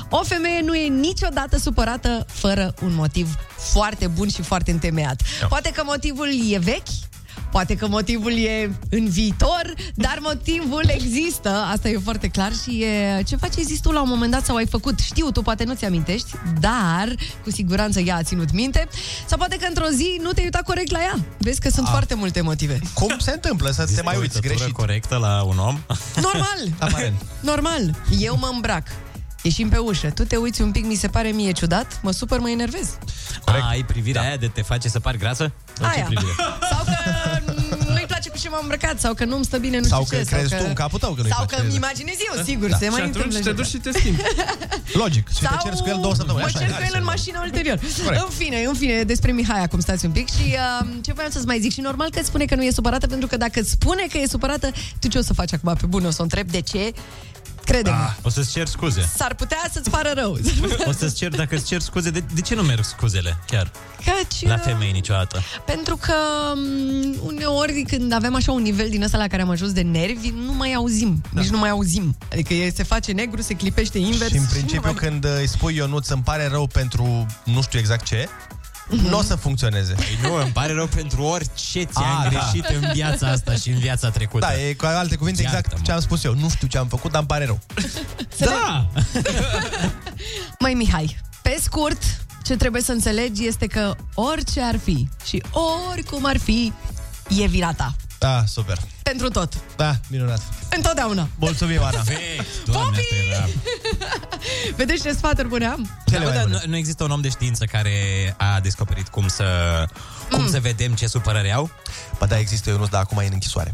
Speaker 10: O femeie nu e niciodată supărată fără un motiv foarte bun și foarte întemeiat. Poate că motivul e vechi, Poate că motivul e în viitor, dar motivul există, asta e foarte clar și e ceva ce există la un moment dat sau ai făcut. Știu, tu poate nu-ți amintești, dar cu siguranță ea a ținut minte. Sau poate că într-o zi nu te-ai uitat corect la ea. Vezi că sunt foarte multe motive.
Speaker 7: Cum se întâmplă să te mai uiți greșit?
Speaker 8: corectă la un om?
Speaker 10: Normal!
Speaker 7: Aparent.
Speaker 10: Normal, eu mă îmbrac. Ieșim pe ușă, tu te uiți un pic, mi se pare mie ciudat, mă supăr, mă enervez.
Speaker 8: Corect. A, ai privirea da. aia de te face să pari grasă? Sau ce
Speaker 10: Aia.
Speaker 8: privire?
Speaker 10: Sau că nu-i place cu ce m-am îmbrăcat, sau că nu-mi stă bine, nu
Speaker 7: Sau
Speaker 10: știu
Speaker 7: că
Speaker 10: ce.
Speaker 7: crezi tu în capul tău că nu-i
Speaker 10: Sau
Speaker 7: place.
Speaker 10: că îmi imaginez
Speaker 8: Eh?
Speaker 10: eu, sigur,
Speaker 7: Da.
Speaker 10: se
Speaker 7: Și
Speaker 10: mai
Speaker 7: atunci
Speaker 10: întâmplă.
Speaker 7: te
Speaker 10: ceva.
Speaker 7: duci și
Speaker 9: te
Speaker 8: [laughs]
Speaker 9: schimbi.
Speaker 7: Logic. Și
Speaker 10: Sau
Speaker 7: te ceri cu el două săptămâni.
Speaker 10: Mă
Speaker 7: așa
Speaker 10: cer
Speaker 7: e,
Speaker 10: cu
Speaker 7: hai
Speaker 10: el
Speaker 7: să-
Speaker 10: în mașină ulterior.
Speaker 7: Corect.
Speaker 10: În fine, în fine, despre Mihai acum stați un pic și uh, ce voiam să-ți mai zic. Și normal că îți spune că nu e supărată, pentru că dacă îți spune că e supărată, tu ce o să faci acum pe bun? O să o întreb de ce? Crede-mă.
Speaker 7: Da.
Speaker 8: Ah, o să-ți cer scuze.
Speaker 10: S-ar putea să-ți pară rău.
Speaker 8: O să-ți cer, dacă îți cer scuze, de, de ce nu merg scuzele chiar
Speaker 10: Căci,
Speaker 8: la
Speaker 10: uh,
Speaker 8: femei niciodată?
Speaker 10: Pentru că m, uneori când avem așa un nivel din ăsta la care am ajuns de nervi, nu mai auzim, da. nici nu mai auzim. Adică e, se face negru, se clipește invers.
Speaker 7: Și în
Speaker 10: nu
Speaker 7: principiu
Speaker 10: mai-
Speaker 7: când îi spui Ionuț îmi pare rău pentru nu știu exact ce,
Speaker 10: Mhm.
Speaker 7: nu o să funcționeze.
Speaker 8: Păi Nu, îmi pare rău pentru orice ți-am
Speaker 7: Ah, da.
Speaker 8: greșit în viața asta și în viața trecută.
Speaker 7: Da, e cu alte cuvinte exact ce am spus eu. Nu știu ce am făcut, dar îmi pare rău.
Speaker 8: Da!
Speaker 10: Mai Mihai, pe scurt, ce trebuie să înțelegi este că orice ar fi și oricum ar fi, e vina ta.
Speaker 7: Da, super.
Speaker 10: Pentru tot.
Speaker 7: Da, minunat.
Speaker 10: Întotdeauna.
Speaker 7: Mulțumim, Ana.
Speaker 8: Doamne, asta era...
Speaker 10: [laughs] Vedeți ce sfaturi bune am?
Speaker 8: Da, da, nu, nu există un om de știință care a descoperit cum să, cum să vedem ce supărări au?
Speaker 7: Ba da, există Ionuț, dar acum e în închisoare.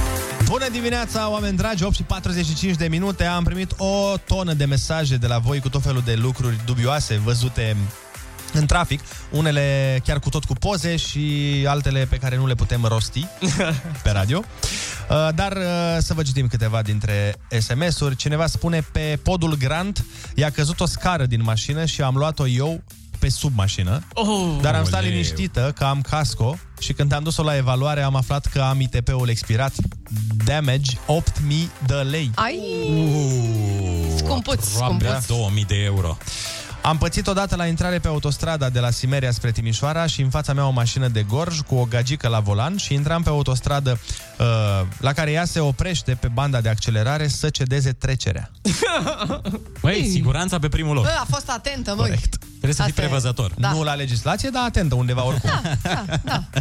Speaker 7: Bună dimineața, oameni dragi, 8 și 45 de minute. Am primit o tonă de mesaje de la voi cu tot felul de lucruri dubioase văzute în trafic, unele chiar cu tot cu poze și altele pe care nu le putem rosti pe radio. Uh, Dar uh, să vă citim câteva dintre SMS-uri. Cineva spune, pe podul Grand i-a căzut o scară din mașină și am luat-o eu pe sub mașină,
Speaker 17: Oh!
Speaker 7: dar am stat
Speaker 17: Oleu.
Speaker 7: liniștită că am casco și când am dus-o la evaluare am aflat că am ITP-ul expirat, damage 8000 de lei.
Speaker 10: Ai! Scumpuț,
Speaker 8: Aproape
Speaker 10: scumpuț.
Speaker 8: 2000 de euro.
Speaker 7: Am pățit odată la intrare pe autostrada de la Simeria spre Timișoara și în fața mea o mașină de gorj cu o gagică la volan și intram pe autostradă uh, la care ea se oprește pe banda de accelerare să cedeze trecerea.
Speaker 8: Băi, siguranța pe primul
Speaker 10: Bă, a fost atentă, măi.
Speaker 7: Trebuie să fii prevăzător.
Speaker 10: Da.
Speaker 7: Nu la legislație, dar atentă undeva oricum. Da,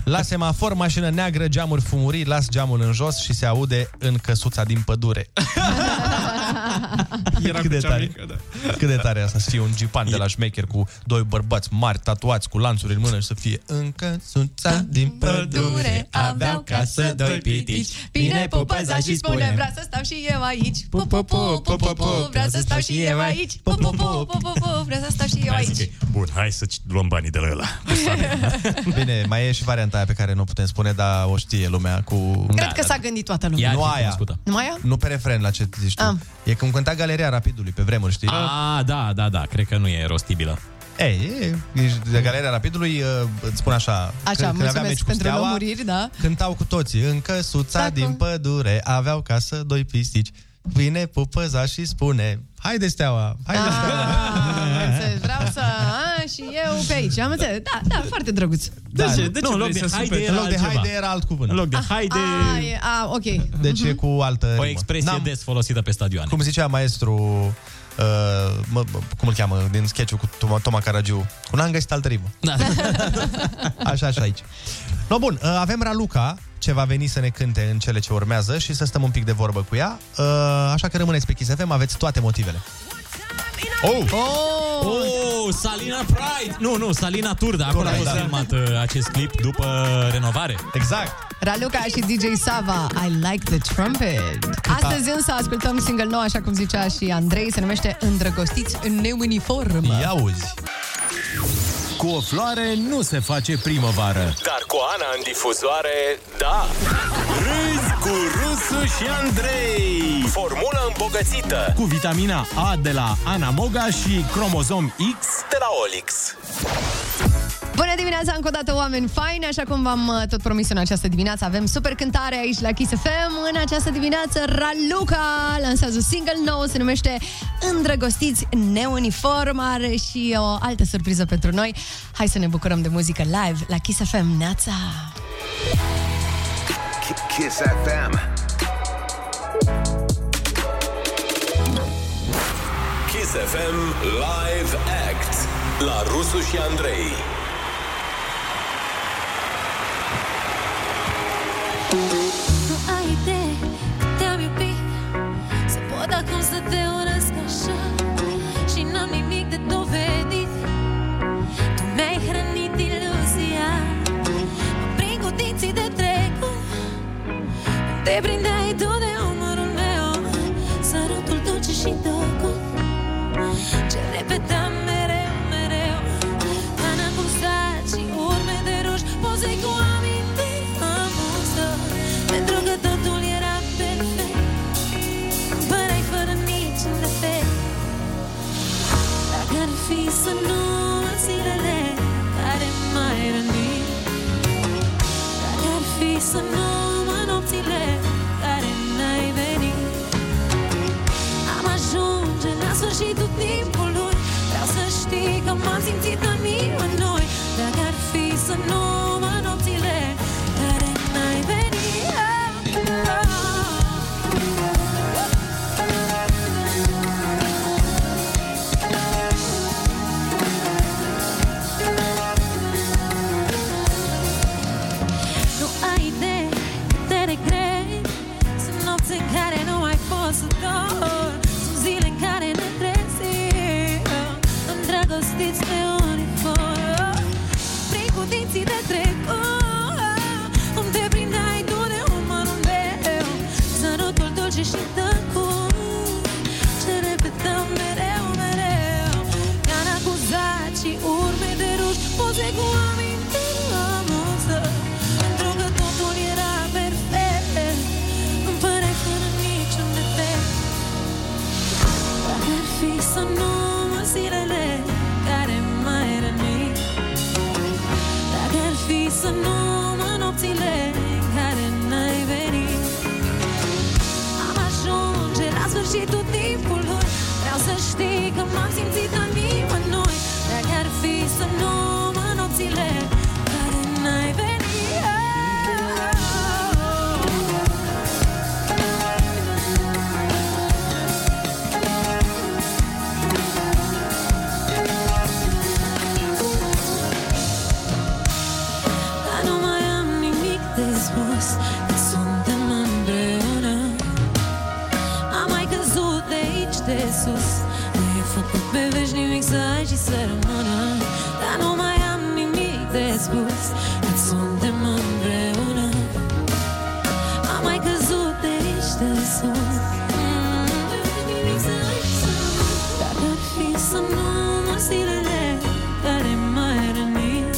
Speaker 7: La semafor, mașină neagră, geamuri fumurii, las geamul în jos și se aude în căsuța din pădure.
Speaker 9: [laughs] Era
Speaker 7: Cât
Speaker 9: cu
Speaker 7: de
Speaker 9: cea
Speaker 7: tare.
Speaker 9: mică, da.
Speaker 7: Cât de tare e asta să fie un gipan de la șmecher cu doi bărbați mari, tatuați, cu lanțuri în mână și să fie în căsuța din pădure aveau casă doi pitici.
Speaker 10: Bine, pupă za și spune, vreau să stau și eu aici. Pup, pup, pup, pup, pup, pup, vreau să stau și eu aici. Pup, pup, pup, pup, pup, pup, vreau să stau și eu
Speaker 8: Hai
Speaker 10: aici.
Speaker 8: zice, bun, hai să luăm banii de la ăla.
Speaker 10: [laughs]
Speaker 7: [laughs] Bine, mai e și varianta aia pe care nu o putem spune, dar o știe lumea cu...
Speaker 8: Da,
Speaker 10: Cred că s-a gândit toată lumea. Ah.
Speaker 7: Nu aia.
Speaker 10: Numai ea?
Speaker 7: Nu pe refren, la ce zici tu.
Speaker 10: Am.
Speaker 7: E când cânta Galeria Rapidului pe vremuri, știi?
Speaker 10: Ah.
Speaker 8: A, da, da, da, cred că nu e rostibilă.
Speaker 7: Ei, e, ești de Galeria Rapidului, uh, îți spun așa,
Speaker 10: Așa,
Speaker 7: când, când aveam meci
Speaker 10: mulțumesc
Speaker 7: cu
Speaker 10: pentru
Speaker 7: Steaua,
Speaker 10: lămuriri, da?
Speaker 7: cântau cu toții, în căsuța
Speaker 10: Da,
Speaker 7: din
Speaker 10: cum?
Speaker 7: pădure aveau casă doi pistici. Vine pupăza și spune, haide Steaua, haide Steaua.
Speaker 10: Am înțeles, Vreau să... A, și eu pe aici. Am înțeles. Da, da, foarte drăguț.
Speaker 7: Da,
Speaker 8: de ce vrei să superi?
Speaker 7: în loc de haide era alt cuvânt.
Speaker 8: În loc de haide... uh-huh.
Speaker 10: A, e, a, ok.
Speaker 7: Deci e cu altă
Speaker 8: O
Speaker 7: rimă.
Speaker 8: expresie
Speaker 7: N-am-
Speaker 8: des folosită pe stadioane.
Speaker 7: Cum zicea maestru, uh, mă, mă, cum îl cheamă, din sketch cu Toma, Toma Caragiu, cu n-am găsit altă rimă.
Speaker 8: Da.
Speaker 7: [laughs] Așa, așa aici. No, bun, uh, avem Raluca, ce va veni să ne cânte în cele ce urmează și să stăm un pic de vorbă cu ea. Uh, așa că rămâneți pe Kiss FM, aveți toate motivele. Oh!
Speaker 10: Oh!
Speaker 8: oh! Salina Pride! Nu, nu, Salina Turda. Acolo a
Speaker 7: Turda,
Speaker 8: fost
Speaker 7: da.
Speaker 8: filmat uh, acest clip după renovare.
Speaker 7: Exact.
Speaker 10: Raluca și DJ Sava, I like the trumpet. Astăzi însă ascultăm single nou, așa cum zicea și Andrei, se numește Îndrăgostiți în neuniformă.
Speaker 7: Ia uzi!
Speaker 11: Cu o floare nu se face primăvară. Dar cu Ana în difuzoare, da. Râzi cu Rusu și Andrei. Formulă îmbogățită.
Speaker 18: Cu vitamina A de la Anamoga și cromozom X
Speaker 11: De la Olix.
Speaker 10: Bună dimineața încă o dată, oameni faini! Așa cum v-am uh, tot promis în această dimineață, avem super cântare aici la Kiss FM. În această dimineață, Raluca lansează un single nou, se numește Îndrăgostiți Neuniform, are și o altă surpriză pentru noi. Hai să ne bucurăm de muzică live la Kiss FM, Neața!
Speaker 19: Kiss FM.
Speaker 11: Kiss FM Live Act. La Rusu și Andrei.
Speaker 20: Nu ai idee cât te-am iubit Să pot acum să te urăsc așa Și n-am nimic de dovedit Tu mi-ai hrănit iluzia Mă prind cu dinții de trecut Te prindeai tu de umărul meu Sărutul dulce și tăcut Ce repetam mereu, mereu Pana cu stat și urme de ruși Poze cu amintiri amuză Pentru că totul era perfect Îmi păreai fără niciun defect Dacă ar fi să nu am zilele Care mai răni Dacă ar fi să nu am nopțile Care n-ai venit am ajunge la sfârșitul timpului Vreau să știi că m-am simțit în noi Dacă ar fi să nu mă nopțile Care n-ai venit Nu ai idee cât de regret Sunt nopți în care nu ai fost să dor Sunt zile în care ne trezim Îndrăgostiți pe uniform Prin cu dinții de trecut Îmi te prindeai tu de umărul meu Sărutul dulce și tăcut Ce repetăm mereu, mereu Te-am acuzat și urme de rup să rămână Dar nu mai am nimic de spus Cât suntem împreună Am mai căzut de aici de sus Dacă ar fi să număr zilele care m-ai rănit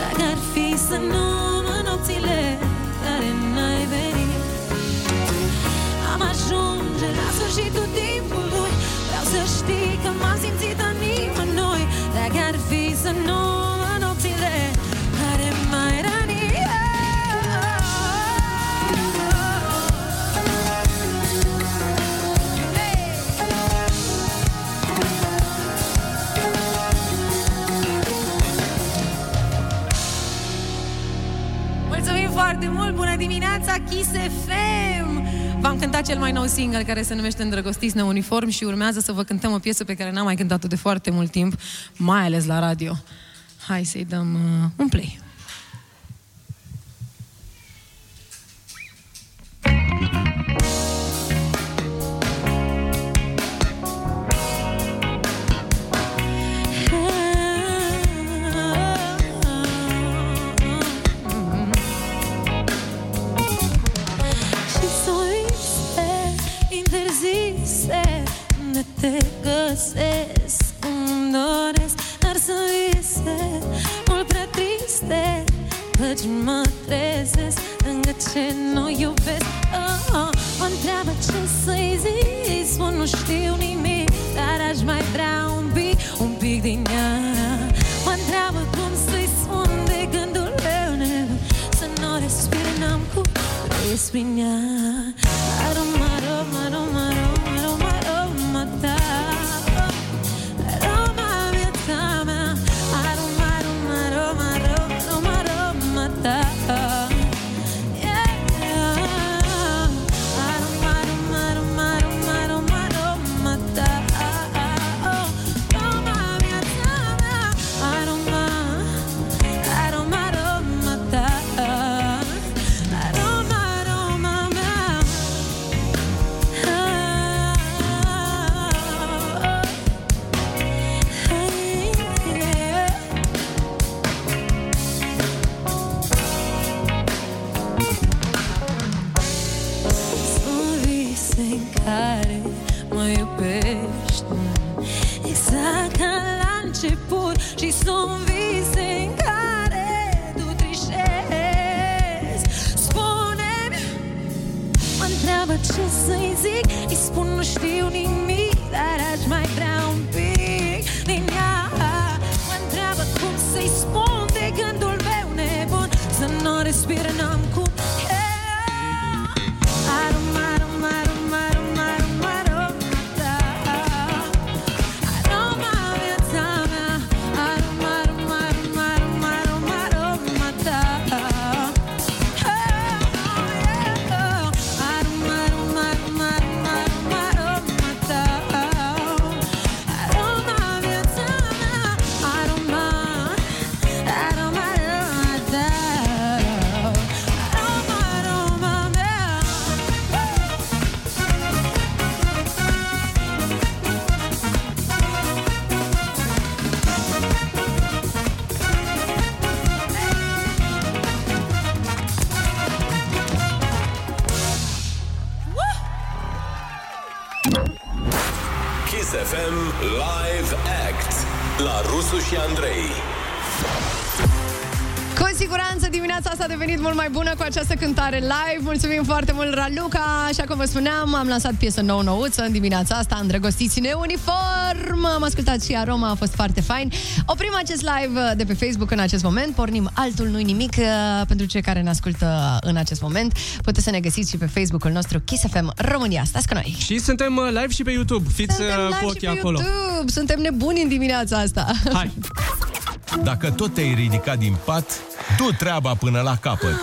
Speaker 20: Dacă ar fi să număr nopțile care n-ai venit Am ajunge la sfârșitul timpului Vreau să știi că m-am simțit a nimănui Dacă ar fi să nu mă nopțile Care mai răni Mulțumim foarte mult! Bună dimineața, Kiss FM!
Speaker 10: V-am cântat cel mai nou single care se numește Îndrăgostiți neuniform și urmează să vă cântăm o piesă pe care n-am mai cântat-o de foarte mult timp, mai ales la radio. Hai să-i dăm uh, un play.
Speaker 20: Și soise interzise Unde te găsesc Îmi doresc Dar să vise Mult prea triste Căci mă trezesc Lângă ce nu iubesc oh, oh. Mă întreabă ce să-i zic Spun nu știu nimic Dar aș mai vrea un pic Un pic din ea Mă întreabă cum să-i spun De gândul meu nebun Să nu respir, n-am cum Respira Aroma, aroma, aroma, aroma, aroma, aroma ta Aroma mea, ta mea Aroma, aroma, aroma, aroma, aroma, aroma ta Yeah. Aroma, aroma, aroma, aroma, aroma, aroma ta Aroma mea, ta mea Aroma, aroma, aroma ta Aroma, aroma mea Sunt vise în care mă iubești Exact ca la început Și sunt vise în care tu trișezi Spune-mi Mă întreabă ce să-i zic Îi spun nu știu nimic Dar aș mai vrea un pic din ea Mă întreabă cum să-i spun De gândul meu nebun Să nu respir, n-am cum Aroma, aroma, aroma, aroma, aroma, aroma ta da. Aroma viața mea Aroma, aroma, aroma, aroma, aroma, aroma ta Aroma, aroma, aroma, aroma, aroma, aroma ta Aroma viața mea Aroma, aroma, aroma ta Aroma, aroma mea
Speaker 11: Kiss FM Live Act la Rusu și Andrei.
Speaker 10: Cu siguranță dimineața asta a devenit mult mai bună cu această cântare live. Mulțumim foarte mult, Raluca. Așa cum vă spuneam, am lansat piesă nouă nouță în dimineața asta, Îndrăgostiți neuniform. Am ascultat și aroma, a fost foarte fain. Oprim acest live de pe Facebook în acest moment, pornim altul, nu-i nimic. Pentru cei care ne ascultă în acest moment, puteți să ne găsiți și pe Facebook-ul nostru Kiss FM România. Stați cu noi!
Speaker 9: Și suntem uh, live și pe YouTube. Fiți uh,
Speaker 10: Live
Speaker 9: cu
Speaker 10: și pe
Speaker 9: ochii acolo.
Speaker 10: YouTube. Suntem nebuni în dimineața asta. Hai!
Speaker 6: Dacă tot te-ai ridicat din pat, du treaba până la capăt.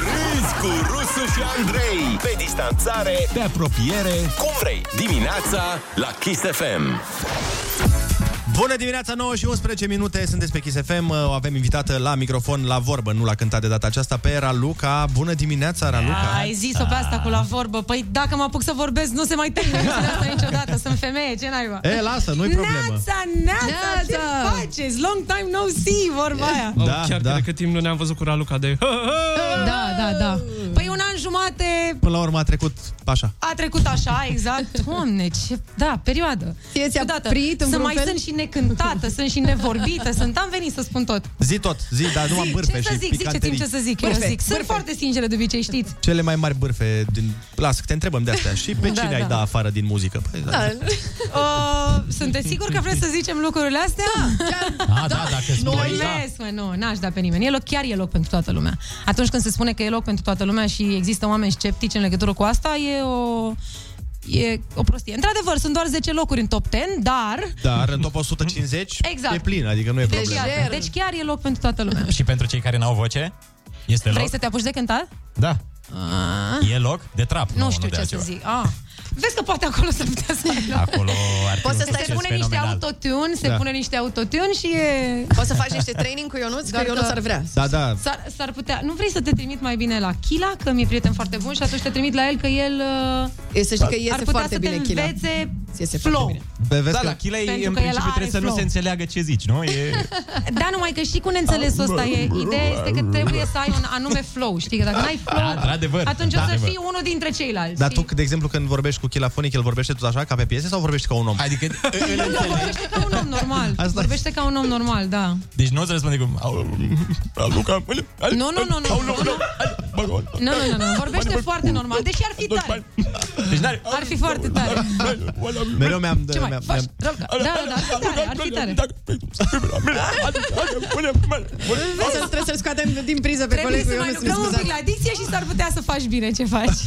Speaker 11: Râzi cu Rusu și Andrei. Pe distanțare, pe apropiere, cum vrei. Dimineața la Kiss FM.
Speaker 7: Bună dimineața, 9 și 11 minute, sunteți pe Kiss FM, o avem invitată la microfon, la vorbă, nu la cântat de data aceasta, pe Raluca. Bună
Speaker 8: Da,
Speaker 7: dimineața, Raluca!
Speaker 17: Ai zis-o pe asta cu la vorbă. Păi dacă mă apuc să vorbesc, nu se mai
Speaker 8: [laughs]
Speaker 17: termină chestiile astea niciodată. Sunt femeie, ce naiba?
Speaker 7: E, lasă, nu-i problemă.
Speaker 17: Neața, neața, ce faceți? Long time no see, vorba aia.
Speaker 9: Da, Chiar da. cred că timp nu ne-am văzut cu Raluca de...
Speaker 17: Da, da, da. Păi un an jumate
Speaker 7: Până la urmă a trecut așa.
Speaker 17: a trecut așa, exact. [laughs] Doamne, ce... Da, perioadă.
Speaker 10: ți-a
Speaker 17: Ciudată.
Speaker 10: prit în
Speaker 17: Să
Speaker 10: vreun
Speaker 17: mai
Speaker 10: fel?
Speaker 17: sunt și necântată, sunt și nevorbită, sunt... Am venit să spun tot.
Speaker 7: Zi tot, zi, dar numai bârfe
Speaker 17: ce să
Speaker 7: și
Speaker 17: zic, ziceți-mi
Speaker 7: picanterii.
Speaker 17: ce să zic, eu zic. Sunt foarte sinceră de obicei, știți.
Speaker 7: Cele mai mari bârfe din... Lasă, că te întrebăm de astea. Și pe
Speaker 17: Da,
Speaker 7: cine ai
Speaker 17: da.
Speaker 7: da afară din muzică? Păi, da.
Speaker 17: Da. [laughs] Uh, sunteți sigur că vreți să zicem lucrurile astea?
Speaker 7: Da, da, dacă spui,
Speaker 17: Glumesc, mă, nu, n-aș da pe nimeni. E loc, chiar e loc pentru toată lumea. Atunci când se spune că e loc pentru toată lumea și există oameni sceptici în legătură cu asta, e o... E o prostie. Într-adevăr, sunt doar 10 locuri în top 10, dar...
Speaker 8: Da,
Speaker 7: Dar în top 150
Speaker 17: Exact.
Speaker 7: e plin, adică nu e
Speaker 17: Deci,
Speaker 7: problemă.
Speaker 17: iată, deci chiar e loc pentru toată lumea.
Speaker 8: Și pentru cei care n-au voce, este
Speaker 17: Vrei
Speaker 8: loc?
Speaker 17: să te apuci de cântat?
Speaker 8: Da. E loc de trap.
Speaker 17: Nu, știu
Speaker 8: de
Speaker 17: ce
Speaker 8: altceva.
Speaker 17: să zic. Ah. Vezi că poate acolo să putea să ai loc.
Speaker 8: Acolo ar fi
Speaker 17: Poți
Speaker 8: un
Speaker 17: să stai, se
Speaker 8: succes
Speaker 17: pune niște
Speaker 8: fenomenal.
Speaker 17: autotune, se
Speaker 8: Da.
Speaker 17: pune niște autotune și e...
Speaker 10: Poți să faci niște training cu Ionuț? Că Ionuț ar vrea.
Speaker 7: Da, da.
Speaker 17: S-ar, s-ar putea... Nu vrei să te trimit mai bine la Chila, că mi-e prieten foarte bun și atunci te trimit la el că el... uh,
Speaker 10: E să știi că
Speaker 17: ar
Speaker 10: iese
Speaker 17: putea
Speaker 10: foarte
Speaker 17: să
Speaker 10: bine
Speaker 17: te
Speaker 10: Chila.
Speaker 17: învețe
Speaker 10: Iese
Speaker 17: flow.
Speaker 7: Be, vezi
Speaker 8: da,
Speaker 7: că-
Speaker 8: la Chilei,
Speaker 17: Pentru
Speaker 8: în
Speaker 17: că el
Speaker 8: principiu,
Speaker 17: are
Speaker 8: trebuie să nu
Speaker 17: flow.
Speaker 8: se înțeleagă ce zici, nu?
Speaker 17: [laughs]
Speaker 8: E...
Speaker 17: [laughs] Da, numai că și cu neînțelesul ăsta e. Ideea este că trebuie să ai un anume flow, știi? Că dacă n-ai flow,
Speaker 7: Da, într-adevăr,
Speaker 17: atunci o să
Speaker 7: într-adevăr.
Speaker 17: fii unul dintre ceilalți.
Speaker 7: [laughs] Dar
Speaker 17: știi?
Speaker 7: tu, de exemplu, când vorbești cu Chilafonic, el vorbește tot așa, ca pe piese, sau vorbești ca un om? [laughs]
Speaker 8: Adică...
Speaker 17: Nu, vorbește ca un om [laughs] normal.
Speaker 7: Asta-
Speaker 17: Vorbește ca un om normal, da.
Speaker 8: Deci nu-ți răspunde cum... "Au, Luca, mâine, hai,
Speaker 17: Nu, nu, nu, nu.
Speaker 8: au, nu, nu,
Speaker 17: Nu, nu, nu, nu. Vorbește foarte normal, deși ar fi tare.
Speaker 8: Deci n-are...
Speaker 17: Ar fi foarte tare.
Speaker 7: Mereu mi-am...
Speaker 17: Ce mai
Speaker 7: mi-am-
Speaker 17: faci?
Speaker 7: mi-am-
Speaker 17: Rău, Da, da, da, ar fi tare, ar fi tare.
Speaker 10: Vezi, să trebuie să-l scoatem din priză pe
Speaker 17: Trebuie
Speaker 10: colegul
Speaker 17: să mai
Speaker 10: Ionuț.
Speaker 17: lucrăm un pic la dicție și s-ar putea să faci bine ce
Speaker 8: [laughs]
Speaker 17: faci.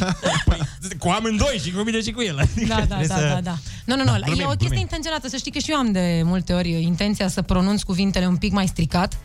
Speaker 8: Cu amândoi, și cu mine și cu el.
Speaker 17: Da, da, da, da, da. Nu, nu, nu, e o
Speaker 8: glumim,
Speaker 17: chestie
Speaker 8: glumim.
Speaker 17: intenționată. Să știi că și eu am de multe ori intenția să pronunț cuvintele un pic mai stricat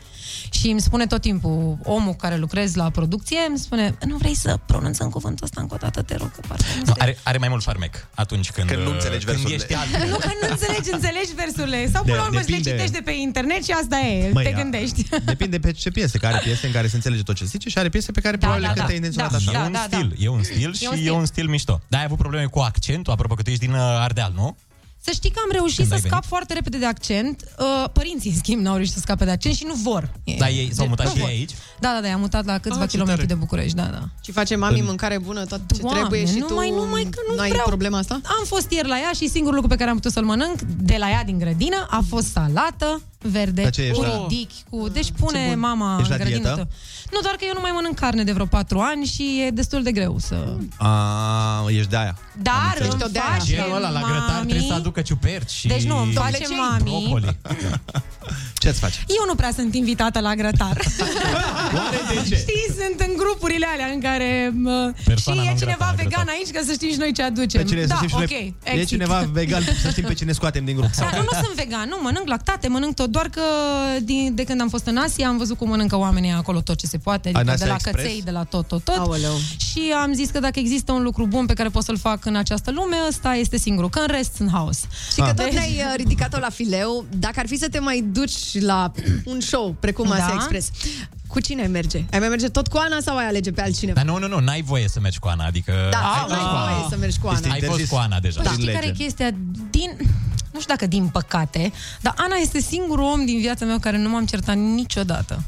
Speaker 17: și îmi spune tot timpul omul cu care lucrez la producție, îmi spune, nu vrei să pronunțăm cuvântul ăsta încă o dată, te rog, că parcă nu
Speaker 8: Nu, are, are mai mult farmec atunci când, uh,
Speaker 7: Când nu înțelegi
Speaker 8: când
Speaker 7: versurile.
Speaker 17: [laughs]
Speaker 8: ești alt.
Speaker 17: Nu, că nu înțelegi, înțelegi versurile. Sau până
Speaker 7: De-
Speaker 17: la urmă îți le
Speaker 7: depinde-
Speaker 17: citești de pe internet și asta e,
Speaker 7: Măi,
Speaker 17: te
Speaker 7: a-
Speaker 17: gândești. [laughs]
Speaker 7: Depinde pe ce piese, care piese în care se înțelege tot ce zice și are piese pe care
Speaker 17: Da,
Speaker 7: probabil
Speaker 17: da,
Speaker 7: că
Speaker 17: da.
Speaker 7: te intenționat
Speaker 17: Da,
Speaker 7: așa.
Speaker 17: da,
Speaker 8: e un
Speaker 17: da, da.
Speaker 8: stil, e un stil și
Speaker 17: E un
Speaker 8: e
Speaker 17: stil.
Speaker 8: un stil mișto. Dar ai avut probleme cu accentul, apropo că tu ești din uh, Ardeal, nu?
Speaker 17: Să știi că am reușit
Speaker 8: Când
Speaker 17: să
Speaker 8: ai
Speaker 17: scap
Speaker 8: venit?
Speaker 17: foarte repede de accent. Uh, Părinții, în schimb, n-au reușit să scape de accent și nu vor. E-
Speaker 8: Dar ei s-au
Speaker 17: de-
Speaker 8: mutat
Speaker 17: nu
Speaker 8: și ei
Speaker 17: vor.
Speaker 8: aici?
Speaker 17: Da, da, da, am mutat la câțiva
Speaker 10: Ah, ce
Speaker 17: kilometri
Speaker 10: tare.
Speaker 17: de București, da, da.
Speaker 10: Și face mami
Speaker 17: În-
Speaker 10: mâncare bună, tot ce
Speaker 17: Doamne,
Speaker 10: trebuie și tu
Speaker 17: numai, numai că nu
Speaker 10: n-ai
Speaker 17: vreau.
Speaker 10: problema asta?
Speaker 17: Am fost ieri la ea și singurul lucru pe care am putut să-l mănânc de la ea din grădină a fost salată verde
Speaker 7: Dar ce ești
Speaker 17: cu
Speaker 7: la-
Speaker 17: ridic. Cu... Deci pune mama
Speaker 7: Ești la
Speaker 17: în grădină.
Speaker 7: dietă?
Speaker 17: tot. Nu, doar că eu nu mai mănânc carne de vreo 4 ani și e destul de greu să...
Speaker 8: Da.
Speaker 7: A, Ah, ești de aia.
Speaker 17: Dar
Speaker 7: înțeles.
Speaker 17: îmi
Speaker 7: Ești o de-aia.
Speaker 17: face
Speaker 8: Genul ăla la grătar
Speaker 17: mami...
Speaker 8: trebuie să aducă ciuperci și
Speaker 17: Deci nu, îmi face
Speaker 10: Obicei,
Speaker 17: mami...
Speaker 8: brocoli.
Speaker 7: [laughs] Ce-ți faci?
Speaker 17: Eu nu prea sunt invitată la grătar.
Speaker 7: [laughs] Oare de ce?
Speaker 17: Știi, sunt în grupurile alea în care mă,
Speaker 7: Persoana
Speaker 17: și e
Speaker 7: non
Speaker 17: cineva
Speaker 7: grata la
Speaker 17: vegan aici, ca să știm și noi ce aducem.
Speaker 7: Pe cine
Speaker 17: da,
Speaker 7: să știm și
Speaker 17: ok.
Speaker 7: noi, e
Speaker 17: exit.
Speaker 7: cineva vegan, să știm pe cine scoatem din grup.
Speaker 17: Da, nu, nu sunt vegan, nu, mănânc lactate, mănânc tot, doar că din, de când am fost în Asia am văzut cum mănâncă oamenii acolo tot ce se poate,
Speaker 7: În
Speaker 17: adică de
Speaker 7: Asia
Speaker 17: la
Speaker 7: Express?
Speaker 17: căței, de la tot, tot, tot. Și am zis că dacă există un lucru bun pe care pot să-l fac în această lume, ăsta este singurul, că în rest sunt haos. Ah. Deci-
Speaker 10: Și că tot ne-ai uh, ridicat-o la fileu, dacă ar fi să te mai duci la un show precum Asia
Speaker 17: Da.
Speaker 10: Express, cu cine ai merge? Ai mai merge tot cu Ana sau ai alege pe altcineva?
Speaker 8: Dar nu, nu, nu, n-ai voie să mergi cu Ana, adică...
Speaker 10: Da,
Speaker 8: ai
Speaker 10: nu ai
Speaker 8: fost cu
Speaker 10: voie să mergi cu Ana. Este
Speaker 8: Ai fost
Speaker 10: interzis. Da.
Speaker 8: cu Ana deja.
Speaker 17: Păi știi care e chestia? Din, nu știu dacă din păcate, dar Ana este singurul om din viața mea care nu m-am certat niciodată.